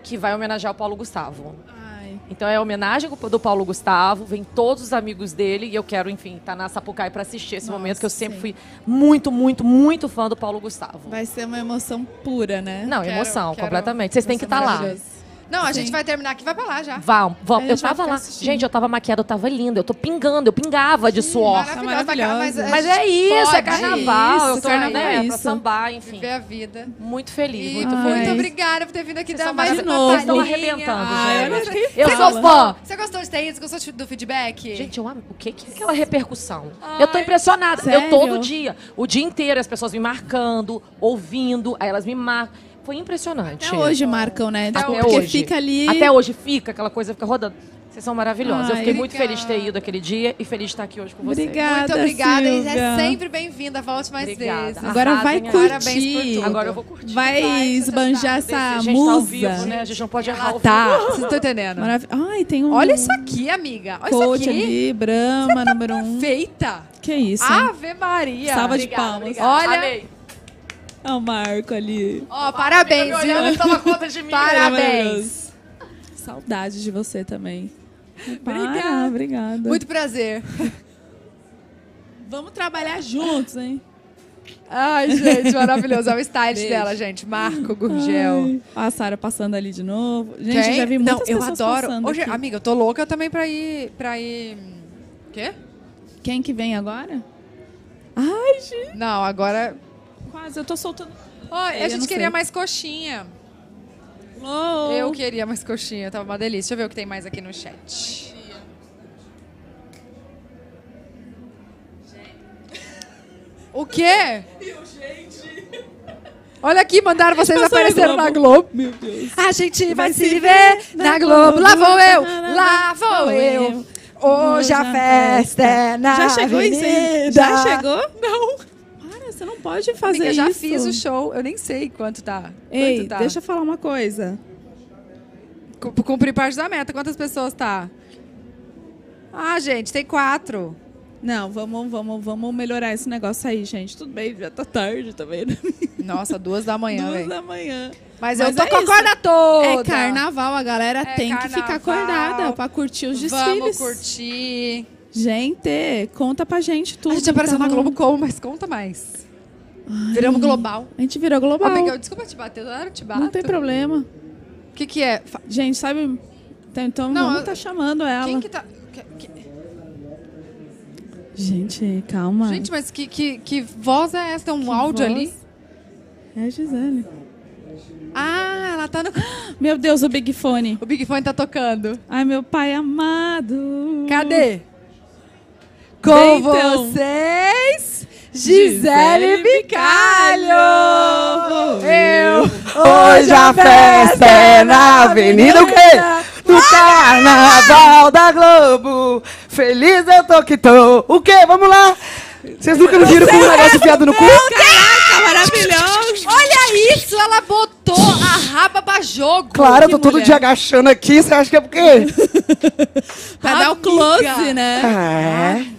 que vai homenagear o Paulo Gustavo. Ai, Então é a homenagem do- do Paulo Gustavo, vem todos os amigos dele e eu quero, enfim, estar na Sapucaí para assistir esse Nossa, momento que eu sempre sim. fui muito, muito, muito fã do Paulo Gustavo. vai ser uma emoção pura, né? Não, Quero- emoção, quero- completamente. Vocês têm que estar lá. Maravilhoso. Não, a gente Sim. vai terminar aqui, vai pra lá já. Vão, vão. A Eu gente vai tava ficar lá. assistindo. Gente, eu tava maquiada, eu tava linda. Eu tô pingando, eu pingava de suor. Tá Maravilhosa, bacana, mas, maravilhosa. a Mas gente é isso, é pode carnaval. isso, eu tô carnaval né, é pra isso. sambar, enfim. Viver a vida. Muito feliz, E muito Ai. feliz. muito obrigada por ter vindo aqui Vocês dar são mais maravilhosos, uma estão palhinha. arrebentando, Ai, gente. olha que- Eu Você sou gostou? fã. Você gostou de ter isso? Gostou do feedback? Gente, eu amo. O que, que é aquela repercussão? eu tô impressionada. sério? Eu todo dia, o dia inteiro, as pessoas me marcando, ouvindo, aí elas me marcam. Foi impressionante. Até hoje marcam, né? Até Tipo, porque hoje. fica ali. Até hoje fica, aquela coisa fica rodando. Vocês são maravilhosos. eu Ai, fiquei muito obrigada. feliz de ter ido aquele dia e feliz de estar aqui hoje com vocês. Obrigada. Muito obrigada. E Silvia. é sempre bem-vinda. Volte mais Obrigada. vezes. Agora vai Arrasem, curtir. parabéns por tudo. Agora eu vou curtir. Vai Vai, esbanjar Desse- essa gente, tá ao vivo, musa. né? A gente não pode errar o Tá, vocês não estão entendendo. Maravilhoso. Ai, tem um Olha isso aqui, amiga. Olha coach isso aqui. tá ali, Brahma, número um. Feita. Que isso, hein? Ave Maria. Salva de Obrigada, palmas. obrigada. Olha- Amei. É o Marco ali. Ó, parabéns, Fica me olhando, viu? toma conta de mim. Parabéns. Saudade de você também. Obrigada. Para, obrigada. Muito prazer. Vamos trabalhar juntos, hein? Ai, gente, maravilhoso. É o style Beijo. dela, gente. Marco Gurgel. Ai, Ah, A Sara passando ali de novo. Gente, Quem? eu já vi Não, muitas eu pessoas adoro. passando Hoje, aqui. amiga, eu tô louca também pra ir. Pra ir. Quê? Quem que vem agora? Ai, gente. Não, agora. Quase, eu tô soltando. Ai, a Eu gente não queria sei. mais coxinha. Alô? Eu queria mais coxinha, tava uma delícia. Deixa eu ver o que tem mais aqui no chat. O quê? Olha aqui, mandaram vocês Passou na apareceram na Globo. Globo. Meu Deus. A gente vai se ver na Globo. Lá vou eu, lá vou eu. Hoje a festa é na Já chegou isso aí? avenida. Já chegou? Não. Para, você não pode fazer Amiga, eu já isso. fiz o show, eu nem sei quanto tá. Quanto Ei, tá. deixa eu falar uma coisa. Cu- Cumprir parte da meta. Quantas pessoas tá? Ah, gente, tem quatro. Não, vamos, vamos, vamos melhorar esse negócio aí, gente. Tudo bem, já tá tarde também. Né? Nossa, duas da manhã, Duas velho. da manhã. Mas, eu Mas tô é com a isso. corda toda. É carnaval, a galera É tem que ficar carnaval. acordada pra curtir os Vamos desfiles. curtir. Gente, conta pra gente tudo. a gente apareceu que tá na Globo rolando. como, mas conta mais. Viramos global. A gente virou global. Ô, Miguel, desculpa te bater, eu não te bato. não tem problema. que, que é? Gente, sabe? Então, Não, não, eu- tá chamando ela. Quem que tá. que- que- Gente, calma. Gente, mas que, que, que voz é essa? Tem um áudio voz? ali? É a Gisele. Ah, ela tá no. Meu Deus, o Big Fone. O Big Fone tá tocando. Ai, meu pai amado. Cadê? Bem, Com então. vocês, Gisele Bicalho! Eu Hoje a festa é na Avenida o quê? Do Carnaval da Globo. Feliz eu tô que tô. O quê? Vamos lá. Vocês nunca me viram com um é negócio enfiado no cu? Caraca, maravilhoso! Olha isso! Ela botou a raba pra jogo! Claro, eu Que tô todo mulher. dia agachando aqui. Você acha que é por quê? Pra um dar o close, né? É.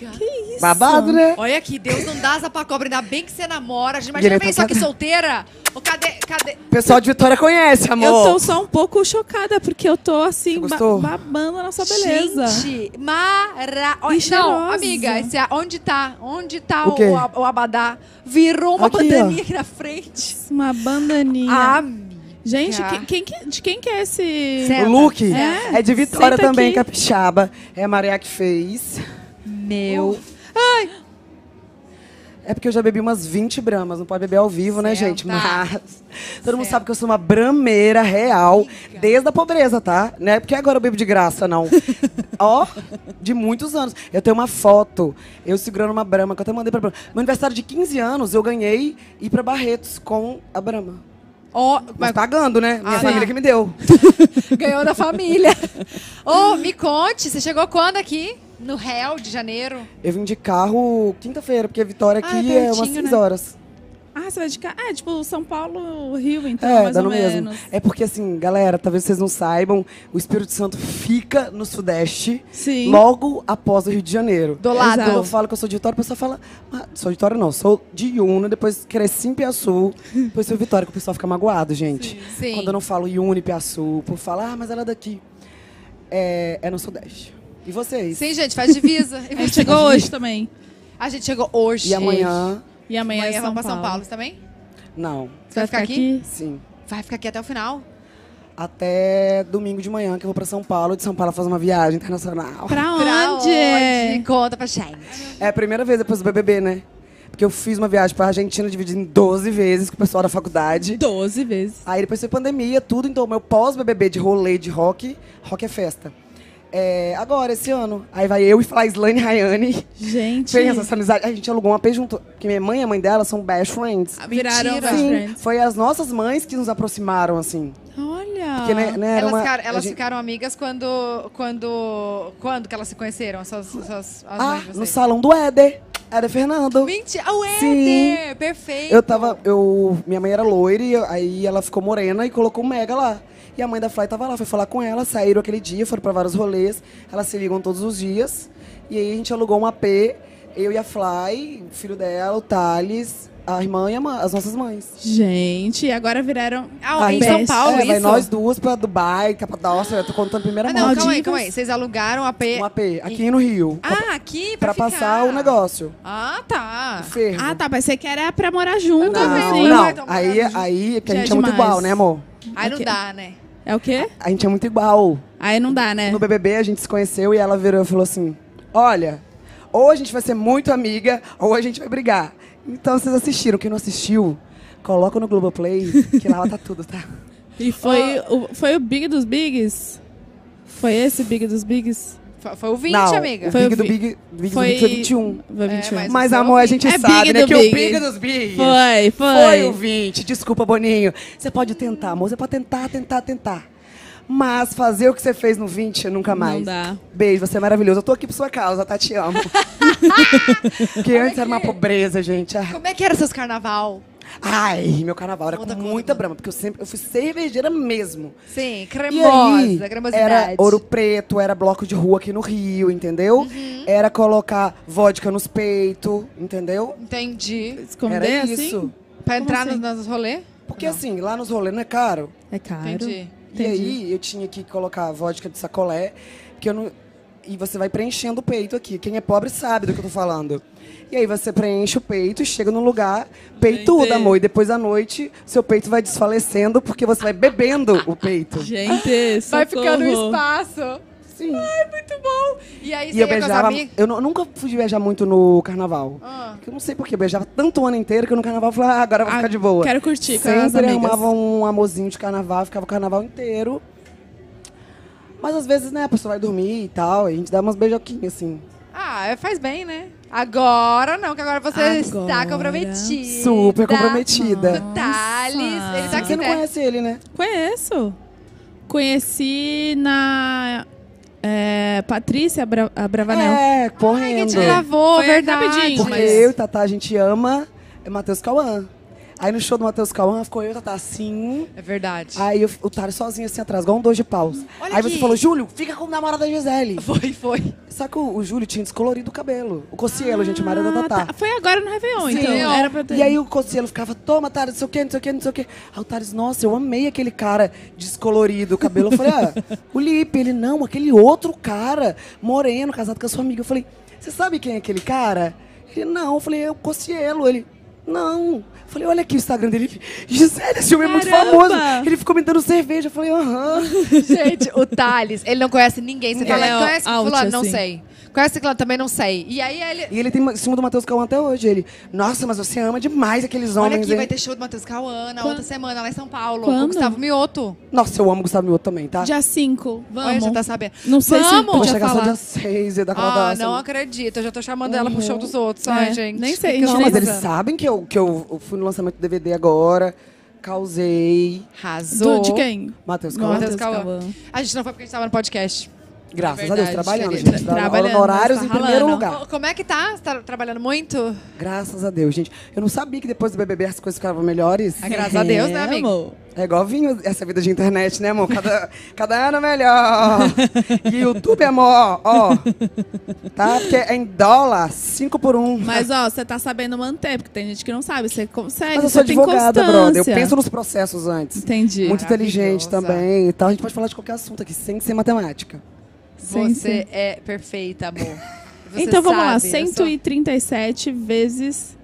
Ah, Babado, né? Olha aqui, Deus não dá asa pra cobra, ainda bem que você namora. Gente, Imagina bem Diretor isso aqui Santana. solteira. Ô, cadê, cadê? O pessoal de Vitória conhece, amor. Eu tô só um pouco chocada, porque eu tô um assim, ba- gostou? babando na sua beleza. Gente, mara... Ó, E Não, cheirosa. amiga, esse, a- onde tá? Onde tá O o, quê? o ab- o abadá? Virou uma Aqui, ó. pandaninha aqui na frente. Uma bandaninha. Amiga. Gente, que- quem, que- de quem que é esse. Certo. O look É. é, de Vitória Senta também, aqui. capixaba. É a Maria que fez. Meu. É porque eu já bebi umas 20 bramas. Não pode beber ao vivo, né, Certa. gente? Mas todo mundo sabe que eu sou uma brameira real, desde a pobreza, tá? Não é porque agora eu bebo de graça, não. Ó, de muitos anos. Eu tenho uma foto, eu segurando uma brama, que eu até mandei pra brama. Meu aniversário de 15 anos, eu ganhei ir pra Barretos com a brama. Ó, Mas pagando, né? Minha Ah, família tá. que me deu. ganhou da família. Ô, me conte, você chegou quando aqui? No Réu de Janeiro? Eu vim de carro quinta-feira, porque a Vitória Ah, aqui é é umas pertinho, 6 né? horas. Ah, você vai de cá? Ah, é tipo São Paulo, Rio, então, É, mais dá ou no mesmo. menos. É porque, assim, galera, talvez vocês não saibam, o Espírito Santo fica no Sudeste, Sim. logo após o Rio de Janeiro. É, Do lado. Quando eu falo que eu sou de Vitória, o pessoal fala, ah, sou de Vitória não, sou de Una, depois cresci em Piaçu, depois sou Vitória, que o pessoal fica magoado, gente. Sim. Quando eu não falo Iuna e Piaçu, por falar, ah, mas ela é daqui. É, é no Sudeste. E vocês? Sim, gente, faz divisa. A gente chegou hoje também. A gente chegou hoje. E amanhã, E amanhã, é Amanhã São vamos pra São Paulo. Paulo você também? não. Você vai ficar aqui? Sim. Vai ficar aqui até o final? Até domingo de manhã, que eu vou pra São Paulo, de São Paulo fazer uma viagem internacional. Pra onde? Pra onde? Conta pra gente. É a primeira vez depois do BBB, né? Porque eu fiz uma viagem pra Argentina dividida em 12 vezes com o pessoal da faculdade. Doze vezes. Aí depois foi pandemia, tudo. Então, meu pós-BBB de rolê de rock, rock é festa. É, agora, esse ano, aí vai eu e Flaislane e Rayane. Gente. Pensa essa amizade. A gente alugou uma P junto. Porque minha mãe e a mãe dela são best friends. Ah, Viraram Mentira. best Sim, friends. foi as nossas mães que nos aproximaram, assim. Olha. Porque, né, né, era elas uma- ficaram, elas a gente- ficaram amigas quando, quando, quando que elas se conheceram? As, suas- suas- as Ah, mães de no vocês? salão do Éder. Éder Fernando. Mentira! O Sim. Éder! Perfeito! Eu tava. Eu, minha mãe era loira, e eu- aí ela ficou morena e colocou um mega lá. E a mãe da Fly tava lá, foi falar com ela, saíram aquele dia, foram pra vários rolês, elas se ligam todos os dias. E aí a gente alugou um AP, eu e a Fly, o filho dela, o Thales, a irmã e a ma- as nossas mães. Gente, e agora viraram. Ah, Aí em São best. Paulo, é, vai isso? nós duas pra Dubai, Capadócia, eu tô contando primeira Ah, mão. não, calma aí, Maldivas. calma aí. Vocês alugaram a P. Um AP, aqui no Rio. Ah, aqui pra, Pra passar ficar. o negócio. Ah, tá. Fervo. Ah, tá. Mas você quer era pra morar junto, Ah, assim. não, vai não. tomar Aí, junto. aí, é porque a Já é gente é muito demais. igual, né, amor? Aí não Ok. dá, né? É o quê? A gente é muito igual. Aí não dá, né? No BBB a gente se conheceu e ela virou e falou assim: Olha, ou a gente vai ser muito amiga, ou a gente vai brigar. Então vocês assistiram. Quem não assistiu, coloca no Globoplay, que lá tá tudo, tá? E foi, o, foi o Big dos Bigs? Foi esse Big dos Bigs? Foi, foi o 20, não, amiga. É, O Big Foi do o Big, Big foi... do Big foi 21. Foi 21. mas- Mas, foi o amor, a Big. gente É sabe, Big né? do Que Big. o Big dos Bigs. Foi, foi. Foi o 20. Desculpa, Boninho. Você pode tentar, amor. Você pode tentar, tentar, tentar. Mas fazer o que você fez no 20 nunca mais. dá. Beijo, você é maravilhoso. Eu tô aqui por sua causa, tá? Te amo. Porque antes era uma pobreza, gente. Ah, Como é que era seus carnaval? Ai, meu carnaval era Conta, com conta, muita conta. brama, porque eu sempre eu fui cervejeira mesmo. Sim, E cremosa, aí, cremosidade. era ouro preto, era bloco de rua aqui no Rio, entendeu? Uhum. Era colocar vodka nos peitos, entendeu? Entendi. Esconder era assim? isso. Pra entrar assim? nos, nos rolês? Porque assim, lá nos rolês não é caro. É caro. Entendi. E aí eu tinha que colocar vodka de sacolé, porque eu não. e você vai preenchendo o peito aqui. Quem é pobre sabe do que eu tô falando. E aí você preenche o peito, chega num lugar, peitudo, amor. E depois à noite, seu peito vai desfalecendo porque você vai bebendo o peito. Gente, Vai ficando um socorro. espaço. Sim. Ai, muito bom. E aí E você ia eu com as beijava. amigas? Eu nu- nunca fui viajar muito no carnaval. Ah. Eu não sei porquê, eu beijava tanto o ano inteiro que no carnaval eu falava, ah, agora eu vou ficar de boa. quero curtir com as Sempre amigas. arrumava um amorzinho de carnaval, ficava o carnaval inteiro. Mas às vezes, né, a pessoa vai dormir e tal, e a gente dá umas beijoquinhas, assim. Ah, é, faz bem, né? Agora não, que agora você está comprometida. Super comprometida. O Thales, ele tá aqui, Você não é? né? conhece ele, né? Conheço. Conheci na é, Patrícia Abra Abravanel. É, correndo. te lavou, Foi verdade. rapidinho, Porque mas- eu e Tatá, a gente ama, é Matheus Cauã. Aí no show do Matheus Cauã, ficou eu e Tatá assim. É verdade. Aí eu- o Taro sozinho assim atrás, igual um dois de paus. Olha aí aqui. você falou, Júlio, fica com o namorado da Gisele. Foi, foi. Só que o, o Júlio tinha descolorido o cabelo. O Cocielo, gente, o marido da Tatá. Ah, tá. Foi agora no Réveillon, então. Sim. Era pra ter. E aí o Cocielo ficava, toma, Taro, não sei o quê, não sei o quê, não sei o quê. Aí o Taro, nossa, eu amei aquele cara descolorido o cabelo. Eu falei, ah, o Lipe. Ele, não, aquele outro cara, moreno, casado com a sua amiga. Eu falei, você sabe quem é aquele cara? Ele, não. Eu falei, é o Cocielo. Ele, não. Eu falei, olha aqui o Instagram dele. Gisele, esse homem é muito Caramba! famoso. Ele ficou me dando cerveja. Eu falei, aham. Gente, o Thales, ele não conhece ninguém. Você fala, Ele é conhece out, fulano? Não assim. sei. Conhece ciclano? Também não sei. E aí ele... E ele tem em cima do Matheus Cauã até hoje. Ele, nossa, mas você ama demais aqueles homens. Olha aqui, hein?" vai ter show do Matheus Cauã na Quando? outra semana, lá em São Paulo. Com Quando? o Gustavo Mioto. Nossa, eu amo o Gustavo Mioto também, tá? Dia 5. Olha, Vamos. já tá sabendo. Não sei se Vamos! Vou podia chegar só falar. dia 6 e dar aquela assim. Ah, dança. não acredito. Eu já tô chamando ela pro show dos outros. Ai, É, gente. nem sei, que que eu gente, Não, vou mas nem eles Beleza. sabem que eu, que eu eu fui no lançamento do DVD agora. Causei. Arrasou. Do, de quem? Matheus Não, Cauã. Matheus Cauã. Cauã. A gente não foi porque a gente tava no podcast. Graças a Deus, verdade, trabalhando, querida. gente. Trabalhando. Trabalhando, Honorários tá em primeiro ralando. lugar. Co- Como é que tá? Você tá trabalhando muito? Graças a Deus, gente. Eu não sabia que depois do BBB as coisas ficavam melhores. Ah, graças a Deus, né, É, amigo? amor. É igual vinho essa vida de internet, né, amor? Cada, cada ano melhor. E YouTube, amor, ó. Tá? Porque é em dólar, 5 por 1. Um. Mas, ó, você tá sabendo manter, porque tem gente que não sabe. Você consegue, Mas eu você sou tem advogada, constância. brother. Eu penso nos processos antes. Entendi. Ah, Muito inteligente Maravilhosa. também e tal. A gente pode falar de qualquer assunto aqui, sem ser matemática. Sim, Você é perfeita, amor. Você então, vamos lá. sabe, eu sou- 137 vezes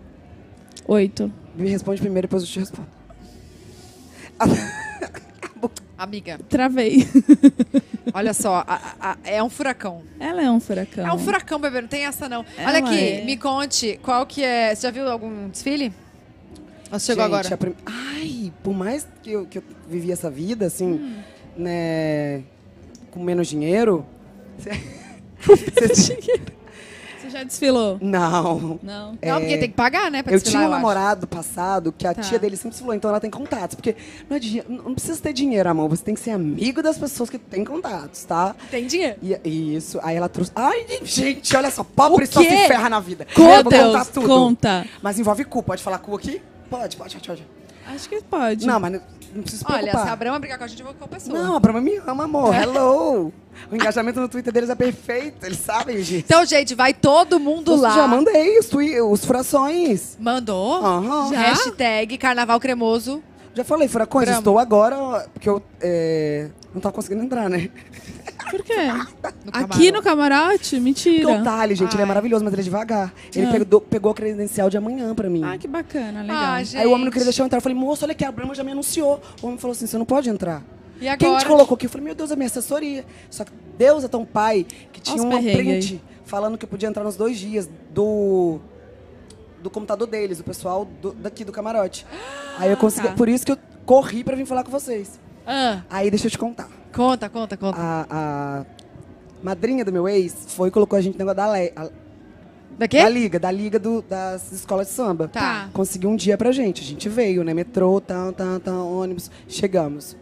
8. Me responde primeiro, depois eu te respondo. Amiga, Travei. olha só. a- a- a- é um furacão. Ela é um furacão. É um furacão, bebê. Não tem essa, não. Ela Olha aqui, é. me conte. Qual que é... Você já viu algum desfile? Ou você Ah, chegou Gente, agora? a prim- Ai, por mais que eu, que eu vivi essa vida, assim, Hum. né, com menos dinheiro... Você já desfilou? Não. É. Não. Não, porque tem que pagar, né? Pra eu desfilar, tinha um acho. namorado passado que a Tá. tia dele sempre falou, então ela tem contatos. Porque não, adianta- não precisa ter dinheiro, amor. Você tem que ser amigo das pessoas que têm contatos, tá? Tem dinheiro. E, e isso, aí ela trouxe. Ai, gente, olha só, pobre O só quê? se ferra na vida. Meu Eu vou contar Deus, tudo. conta. Mas envolve cu, pode falar cu aqui? Pode, pode, pode. pode. Acho que pode. Não, mas não, não precisa se Olha, preocupar. se a Brahma brigar com a gente, eu vou com a pessoa. É. Não, a Brahma me ama, amor. Hello! O engajamento no Twitter deles é perfeito, eles sabem disso. Então, gente, vai todo mundo Eu lá. Já mandei os, twi- os furações. Mandou? Aham. Já? Hashtag Carnaval Cremoso. Já falei, furacões, Brahma. estou agora, porque eu é, não tava conseguindo entrar, né? Por quê? No Aqui camarote. no camarote? Porque o Mentira. Thali, gente, ele é Ai. maravilhoso, mas ele é devagar. Ele Ah. pegou, pegou a credencial de amanhã pra mim. Ah, que bacana, legal. Ah, gente. Aí o homem não queria deixar eu entrar. Eu falei, moço, olha aqui, a Brahma já me anunciou. O homem falou assim: você não pode entrar. E agora? Quem te colocou aqui? Eu falei, meu Deus, é minha assessoria. Só que Deus é tão pai que tinha Olha uma os perrengues print falando que eu podia entrar nos dois dias do, do computador deles, do pessoal do- daqui do camarote. Aí eu consegui. tá. Por isso que eu corri pra vir falar com vocês. Ah, Aí deixa eu te contar. conta, conta, conta. A, a madrinha do meu ex foi e colocou a gente no negócio da, le, a- da quê? da liga, da liga do- das escolas de samba. Tá. Conseguiu um dia pra gente. A gente veio, né? Metrô, tal, tal, tal, ônibus. Chegamos.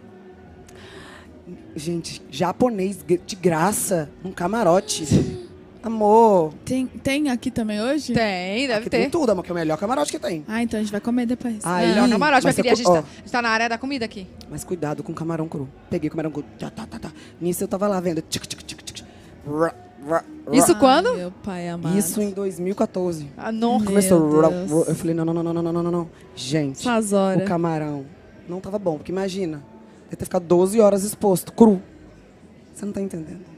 Gente, japonês gr- de graça, num camarote. Amor. Tem, tem aqui também hoje? Tem, deve aqui ter. tem tudo, amor, que é o melhor camarote que tem. Ah, então a gente vai comer depois. Ai, Ah. Melhor camarote, minha Mas filha. A eu- gente, tá, ó. a gente tá na área da comida aqui. Mas cuidado com o camarão cru. Peguei o camarão cru. Tá, tá, tá, tá. Nisso eu tava lá vendo. Tchic, tchic, tchic, tchic. Ra, ra, ra. Isso Ai, quando? Meu pai amado. Isso em 2014. Ah, não. Começou. Meu ra, Deus. ra. Eu falei, não, não, não, não, não, não, não, não. Gente. Essas horas. O camarão não tava bom, porque imagina, deve ter ficado 12 horas exposto, cru. Você não tá entendendo.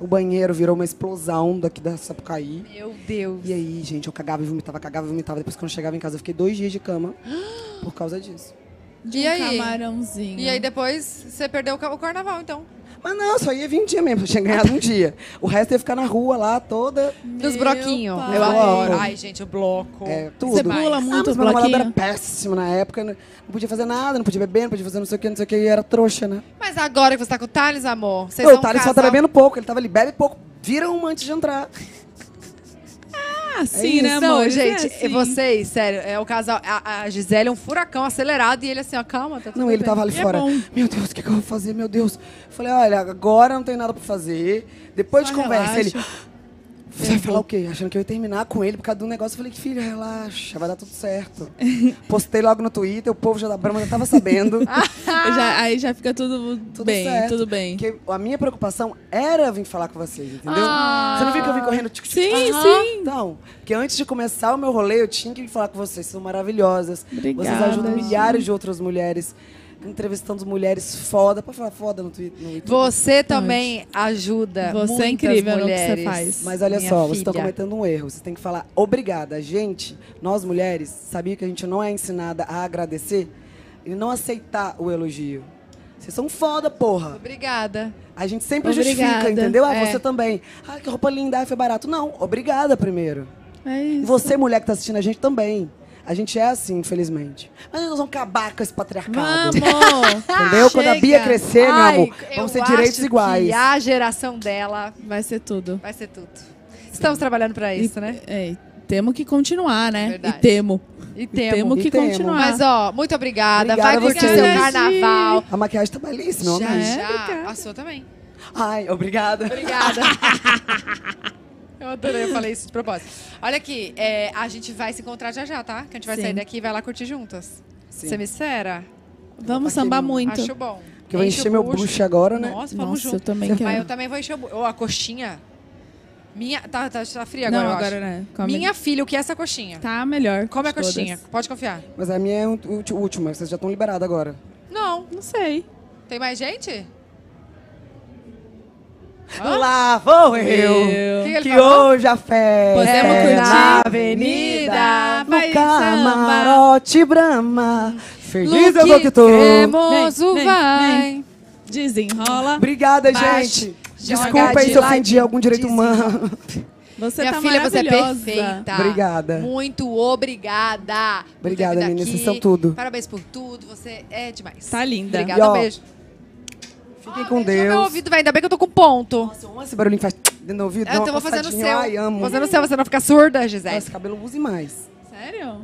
O banheiro virou uma explosão daqui da Sapucaí. Meu Deus. E aí, gente, eu cagava e vomitava, cagava e vomitava. Depois, quando eu chegava em casa, eu fiquei dois dias de cama por causa disso. De um aí? camarãozinho. E aí depois você perdeu o ca- o carnaval, então. Mas não, só ia 20 dias mesmo, eu tinha ganhado um dia. O resto ia ficar na rua lá toda. Dos bloquinhos. pai. Eu adoro. Amo. Ai, gente, o bloco. É, tudo. Você pula Ah, muito mas os meu namorado era bloquinhos? péssimo na época, né? não podia fazer nada, não podia beber, não podia fazer não sei o que, não sei o que, e era trouxa, né? Mas agora que você tá com o Thales, amor, vocês Não, são o Thales um só tá casal- bebendo pouco, ele tava ali, bebe pouco, vira um antes de entrar. Ah, sim, né, amor? Não, Isso é gente, assim. e vocês, sério, é o casal. A, a Gisele é um furacão acelerado e ele assim, ó, calma, tá tudo Não, ele bem. tava ali E é fora. bom. Meu Deus, o que, que eu vou fazer? Meu Deus. Eu falei, olha, agora não tem nada pra fazer. Depois Só de conversa, relaxa. ele. Você vai falar o quê? Achando que eu ia terminar com ele por causa do negócio. Eu falei, filho, relaxa, vai dar tudo certo. Postei logo no Twitter, o povo já da Brama já tava sabendo. Já- aí já fica tudo, Tudo bem, certo. tudo bem. Porque a minha preocupação era vir falar com vocês, entendeu? Você não viu que eu vim correndo? Tic, tic, Ah. Sim, tic, tic? sim. Então, porque antes de começar o meu rolê, eu tinha que vir falar com vocês. Vocês são maravilhosas. Vocês Obrigada, ajudam gente. milhares de outras mulheres. Entrevistando mulheres foda. Pode falar foda no Twitter. No YouTube. Você também ajuda. Você é muitas incrível no que você mulheres. faz. Mas olha Minha só, vocês estão filha. cometendo um erro. Vocês têm que falar obrigada. A gente, nós mulheres, sabia que a gente não é ensinada a agradecer e não aceitar o elogio. Vocês são foda, porra. Obrigada. A gente sempre Obrigada. justifica, entendeu? Ah, É. você também. Ah, que roupa linda, ah, foi barato. Não, obrigada primeiro. É E isso. você, mulher que tá assistindo a gente, também. A gente é assim, infelizmente. Mas nós vamos acabar com esse patriarcado. Vamos! Entendeu? Quando a Chega. Bia Ai, crescer, meu amor, eu vamos ter acho direitos que iguais. a geração dela Vai ser tudo. vai ser tudo. Estamos trabalhando pra isso, E- né? É, e temos que continuar, né? É Verdade. E temo. E E temos. temos E que temo. continuar. Mas, ó, muito obrigada. Obrigada Vai a curtir vocês. seu carnaval. A maquiagem tá belíssima, meu Já, é? amor. já. A sua também. Ai, obrigada. Obrigada. Eu adorei, eu falei isso de propósito. Olha aqui, é, a gente vai se encontrar já já, tá? Que a gente vai Sim. sair daqui e vai lá curtir juntas. Sim. Você me espera? Vamos sambar muito. Acho bom. Porque eu vou encher meu bucho agora, né? Nossa, vamos Nossa, eu junto. também Mas eu quero. também vou encher o bucho. Ô, a coxinha. Minha. Tá, tá, tá fria Não, agora, eu agora, acho. né? Come- Minha filha, o que é essa coxinha? Tá melhor. Come a de todas. coxinha. Pode confiar. Mas a minha é o ulti- última, vocês já estão liberados agora. Não. Não sei. Tem mais gente? Lá vou eu. O que, que ele Que falou? hoje a fé Podemos é curtir? na avenida, Ah, Vai no samba. camarote Brahma. Feliz eu tô que tô. Cremoso Vem, vem, vai. vem. Desenrola. Obrigada, Bate. gente. Joga Desculpa aí de se eu lado, ofendi algum direito diz- humano. Você Minha tá filha, você é maravilhosa. perfeita. Obrigada. Muito obrigada. por ter Obrigada, vindo meninas, vocês aqui. são tudo. Parabéns por tudo. Você é demais. Tá linda. Obrigada, E, ó, beijo. Fiquem com Beijo no Meu Deus. ouvido, vai. Ainda bem que eu tô com ponto. Nossa, eu amo esse barulhinho que faz tch dentro do ouvido. dá eu uma tô vou fazer no coçadinha. seu. Ai, amo. Vou fazer no seu, você não fica surda, Gisele. Ah, Esse cabelo use mais. Sério?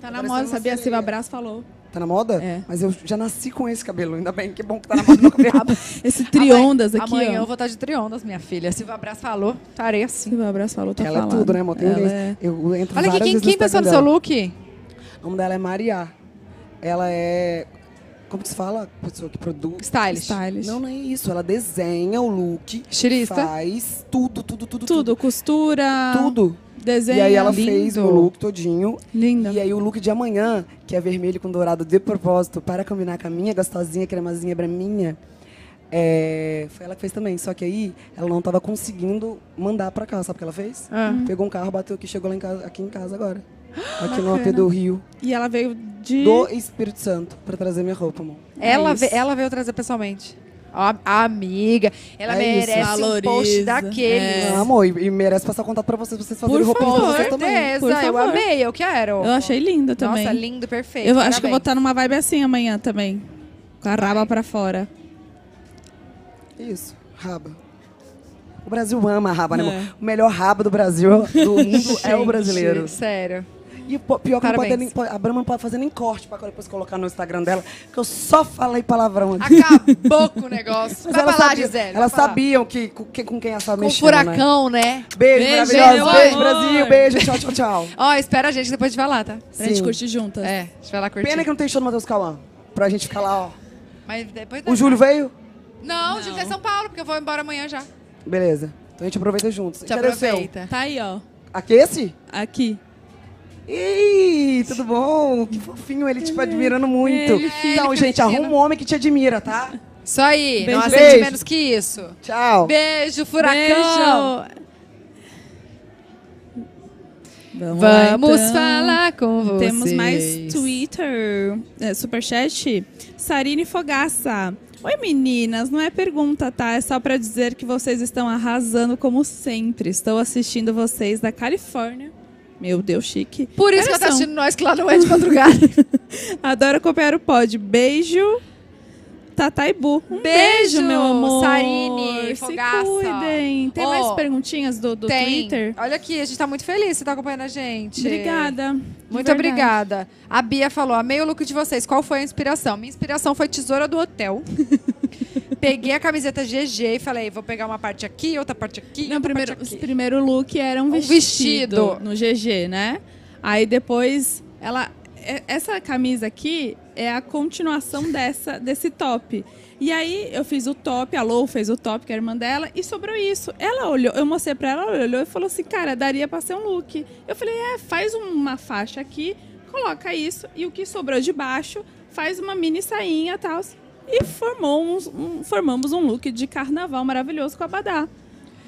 Tá na Parecendo moda, uma sabia? sereia. Silva Brás falou. Tá na moda? É. Mas eu já nasci com esse cabelo. Ainda bem, que bom que tá na moda meu cabelo. Esse triondas aqui, Amanhã eu ó. vou estar de triondas, minha filha. Silva Brás falou, estarei assim. Silva Brás falou, tá Ela é falado. tudo, né, amor? Tem Ela vezes- é... Eu entro Olha aqui, várias quem, vezes quem pensou no seu Instagram look? dela. O nome dela é Maria. Ela é... Como que se fala? Pessoa que produz... Stylist. Stylist. Não, não é isso. Ela desenha o look. Estilista. Faz tudo, tudo, tudo, tudo. Tudo, costura, Tudo. desenho. E aí ela Lindo. fez o look todinho. Linda. E aí o look de amanhã, que é vermelho com dourado de propósito, para combinar com a minha gostosinha, cremazinha braminha, é, foi ela que fez também. Só que aí ela não tava conseguindo mandar pra cá, sabe o que ela fez? Ah. Uhum. Pegou um carro, bateu aqui, chegou lá em casa, aqui em casa agora. Aqui no AP Bacana. do Rio, é E ela veio de... do Espírito Santo, pra trazer minha roupa, amor. Ela, É isso. ve- ela veio trazer pessoalmente. Ó, A, amiga, ela É isso. merece um post Valoriza. daqueles. Ah, amor, e, e merece passar contato pra vocês, pra vocês fazerem Por roupinha Com pra favor, vocês certeza, também. por eu favor. amei, eu quero. Eu achei linda também. Nossa, lindo, perfeito. Eu acho que eu parabéns. vou estar numa vibe assim amanhã também. Com a raba pra fora. Isso, raba. O Brasil ama a raba, né, É. amor? O melhor rabo do Brasil, do mundo, é o brasileiro. Sério. E pô, pior que não pode Parabéns. ter nem, a Brahma não pode fazer nem corte pra depois colocar no Instagram dela, porque eu só falei palavrão aqui. Acabou com o negócio. Mas Vai elas pra lá, sabiam- Gisele. vai Elas pra lá. sabiam que, com, que- com quem ela estava Com o mexendo, né? furacão, né? Beijo, Beijo, maravilhosa. meu Beijo, amor. Brasil. Beijo, tchau, tchau, tchau. Ó, espera a gente depois de vai lá, tá? Pra gente Sim. curtir juntas. É, a gente vai lá curtir. Pena que não tem show no Matheus Cauã, pra gente ficar lá, ó. Mas depois O Júlio veio? Não, o Júlio é São Paulo, porque eu vou embora amanhã já. Beleza. Então a gente aproveita juntos. Te Cadê o seu? aproveita. Tá aí, ó. Aqui esse? Aqui. Ih, tudo bom? Que fofinho, ele, tipo, admirando muito. ele então, fica gente, assistindo. arruma um homem que te admira, tá? Isso aí, Beijo. não aceite Beijo. menos que isso. Tchau. Beijo, furacão. Vamos, lá, então. Temos mais vocês. Twitter, é, superchat. Sarine Fogaça. Oi, meninas. Não é pergunta, tá? É só pra dizer que vocês estão arrasando como sempre. Estou assistindo vocês da Califórnia. Meu Deus, chique. Por isso que eu tô assistindo nós, que lá não é de madrugada. Adoro acompanhar o pod. Beijo, Tataibu. Um beijo, Beijo, meu amor. Sarine, Se Fogaça. cuidem. Tem Ó, mais perguntinhas do, do Tem. Twitter? Olha aqui, a gente tá muito feliz, você tá acompanhando a gente. Obrigada. Muito De verdade. obrigada. A Bia falou: amei o look de vocês. Qual foi a inspiração? Minha inspiração foi tesoura do hotel. Peguei a camiseta GG e falei: vou pegar uma parte aqui, outra parte aqui. Não, outra primeiro, parte o aqui. primeiro look era um, Um vestido, vestido. no GG, né? Aí depois ela é- essa camisa aqui é a continuação dessa desse top. E aí eu fiz o top, a Lou fez o top, que é a irmã dela, e sobrou isso. Ela olhou, eu mostrei pra ela, ela olhou e falou assim: "Cara, daria pra ser um look". Eu falei: "É, faz uma faixa aqui, coloca isso e o que sobrou de baixo, faz uma mini sainha, tal". E formamos um, formamos um look de carnaval maravilhoso com a Badá.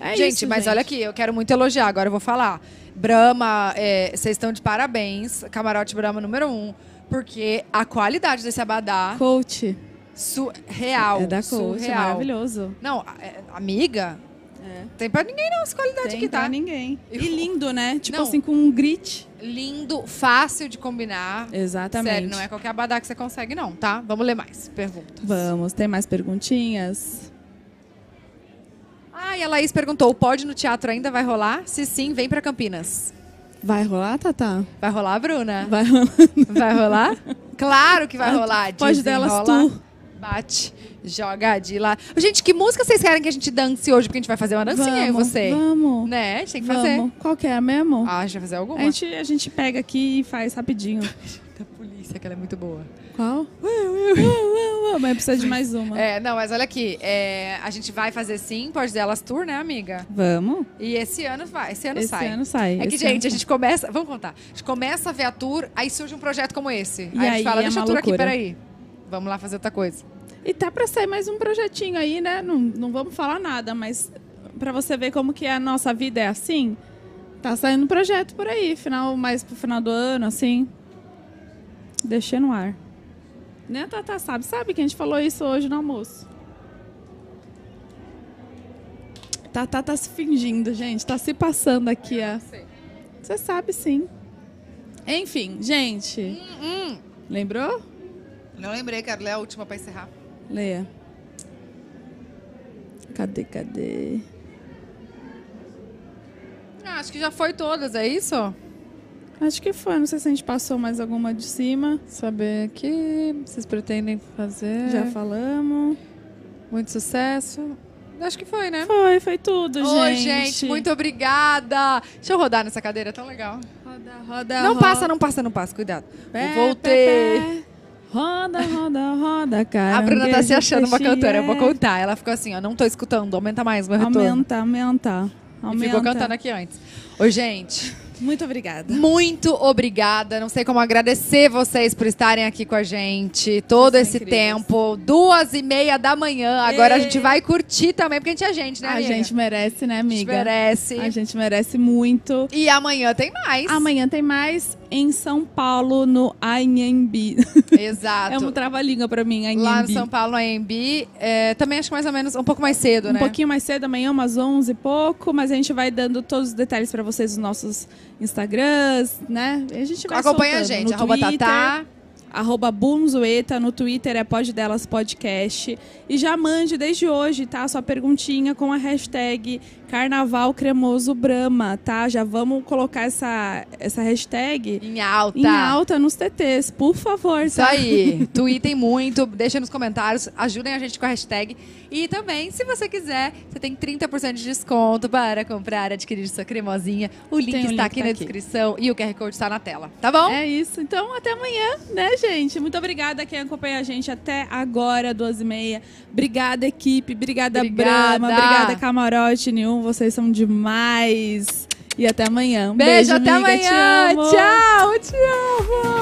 É gente, isso, mas olha aqui, eu quero muito elogiar, agora eu vou falar. Brahma, é, vocês estão de parabéns, camarote Brahma número um, porque a qualidade desse abadá Coach. surreal. é da Coach, é surreal. maravilhoso. É. Não, a- é, amiga, tem pra ninguém não essa qualidade Tem aqui, tá? pra ninguém. E Eu- lindo, né? Tipo Não. assim, com um grit. Lindo, fácil de combinar. Exatamente. Sério, não é qualquer abadá que você consegue não, tá? Vamos ler mais perguntas. Vamos, tem mais perguntinhas? Ah, e a Laís perguntou, o pod no teatro ainda vai rolar? Se sim, vem pra Campinas. Vai rolar, Tatá? Vai rolar, Bruna? Vai rolar. Vai rolar? Claro que vai rolar. Pode Ah, delas Desenrola, tu. Bate, joga de lá. Gente, que música vocês querem que a gente dance hoje? Porque a gente vai fazer uma dancinha, eu e Vamos, você. Vamos. Né? A gente tem que fazer. vamos. Qual que é mesmo? Ah, a gente vai fazer alguma. a, gente, a gente pega aqui e faz rapidinho. Da polícia, que ela é muito boa. Qual? Ué, ué, ué, Mas precisa de mais uma. É, não, mas olha aqui. é, a gente vai fazer sim, pode delas tour, né, amiga? Vamos. E esse ano vai, esse ano Esse sai. ano sai. É que, esse gente, ano a gente começa. Vamos contar. A gente começa a ver a tour, aí surge um projeto como esse. aí a aí gente fala, é deixa a uma tour aqui, loucura. peraí. Vamos lá fazer outra coisa. E tá pra sair mais um projetinho aí, né? Não, não vamos falar nada, mas pra você ver como que a nossa vida é assim, tá saindo um projeto por aí, final mais pro final do ano, assim. Deixei no ar. Né, a Tata sabe? Sabe que a gente falou isso hoje no almoço. Tata tá se fingindo, gente. Tá se passando aqui. a- Você sabe sim. Enfim, gente. Hum. Lembrou? Não lembrei, quero ler a última pra encerrar. Leia. Cadê, cadê? Ah, acho que já foi todas, é isso? Acho que foi. Não sei se a gente passou mais alguma de cima. Saber que vocês pretendem fazer. Já falamos. Muito sucesso. Acho que foi, né? Foi, foi tudo, Oi, gente. gente, muito obrigada. Deixa eu rodar nessa cadeira, é tão legal. Tá, Roda, roda, não roda. passa, não passa, não passa, cuidado. Pé, Eu voltei. pé, pé. Roda, roda, roda, cara. A Bruna tá se achando uma cantora, eu vou contar. Ela ficou assim, ó, não tô escutando, aumenta mais meu retorno. Aumenta, aumenta. E aumenta. ficou cantando aqui antes. Oi, gente. Muito obrigada. Muito obrigada. Não sei como agradecer vocês por estarem aqui com a gente todo Vocês esse são incríveis. tempo. Duas e meia da manhã. Agora a gente vai curtir também, porque a gente é gente, né, A amiga? gente merece, né, A gente amiga? merece. A gente merece muito. E amanhã tem mais. Amanhã tem mais em São Paulo, no Anhembi. Exato. É um trava-língua pra mim, Anhembi. Lá no São Paulo, no AMB. É, também acho que mais ou menos um pouco mais cedo, um né? pouquinho mais cedo, amanhã, umas 11 e pouco, mas a gente vai dando todos os detalhes pra vocês nos nossos Instagrams, né? A gente vai Acompanha a soltando gente, no arroba Twitter, Tatá. Arroba Bunzoeta, no Twitter é Pod Delas Podcast. E já mande desde hoje, tá? Sua perguntinha com a hashtag Carnaval Cremoso Brahma, tá? Já vamos colocar essa, essa hashtag Em alta. em alta nos TTs, por favor, Isso tá? aí. Tweetem muito, deixem nos comentários, ajudem a gente com a hashtag. E também, se você quiser, você tem 30% de desconto para comprar, adquirir sua cremosinha. O link Tem o está link, aqui tá na aqui. descrição e o QR Code está na tela. Tá bom? É isso. Então, até amanhã, né, gente? Muito obrigada a quem acompanha a gente até agora, duas e meia. Obrigada, equipe. Obrigada, Obrigada. Brama. Obrigada, Camarote Nenhum. Vocês são demais. E até amanhã. Um Beijo, até amiga. Te amanhã. amo. Tchau, te amo.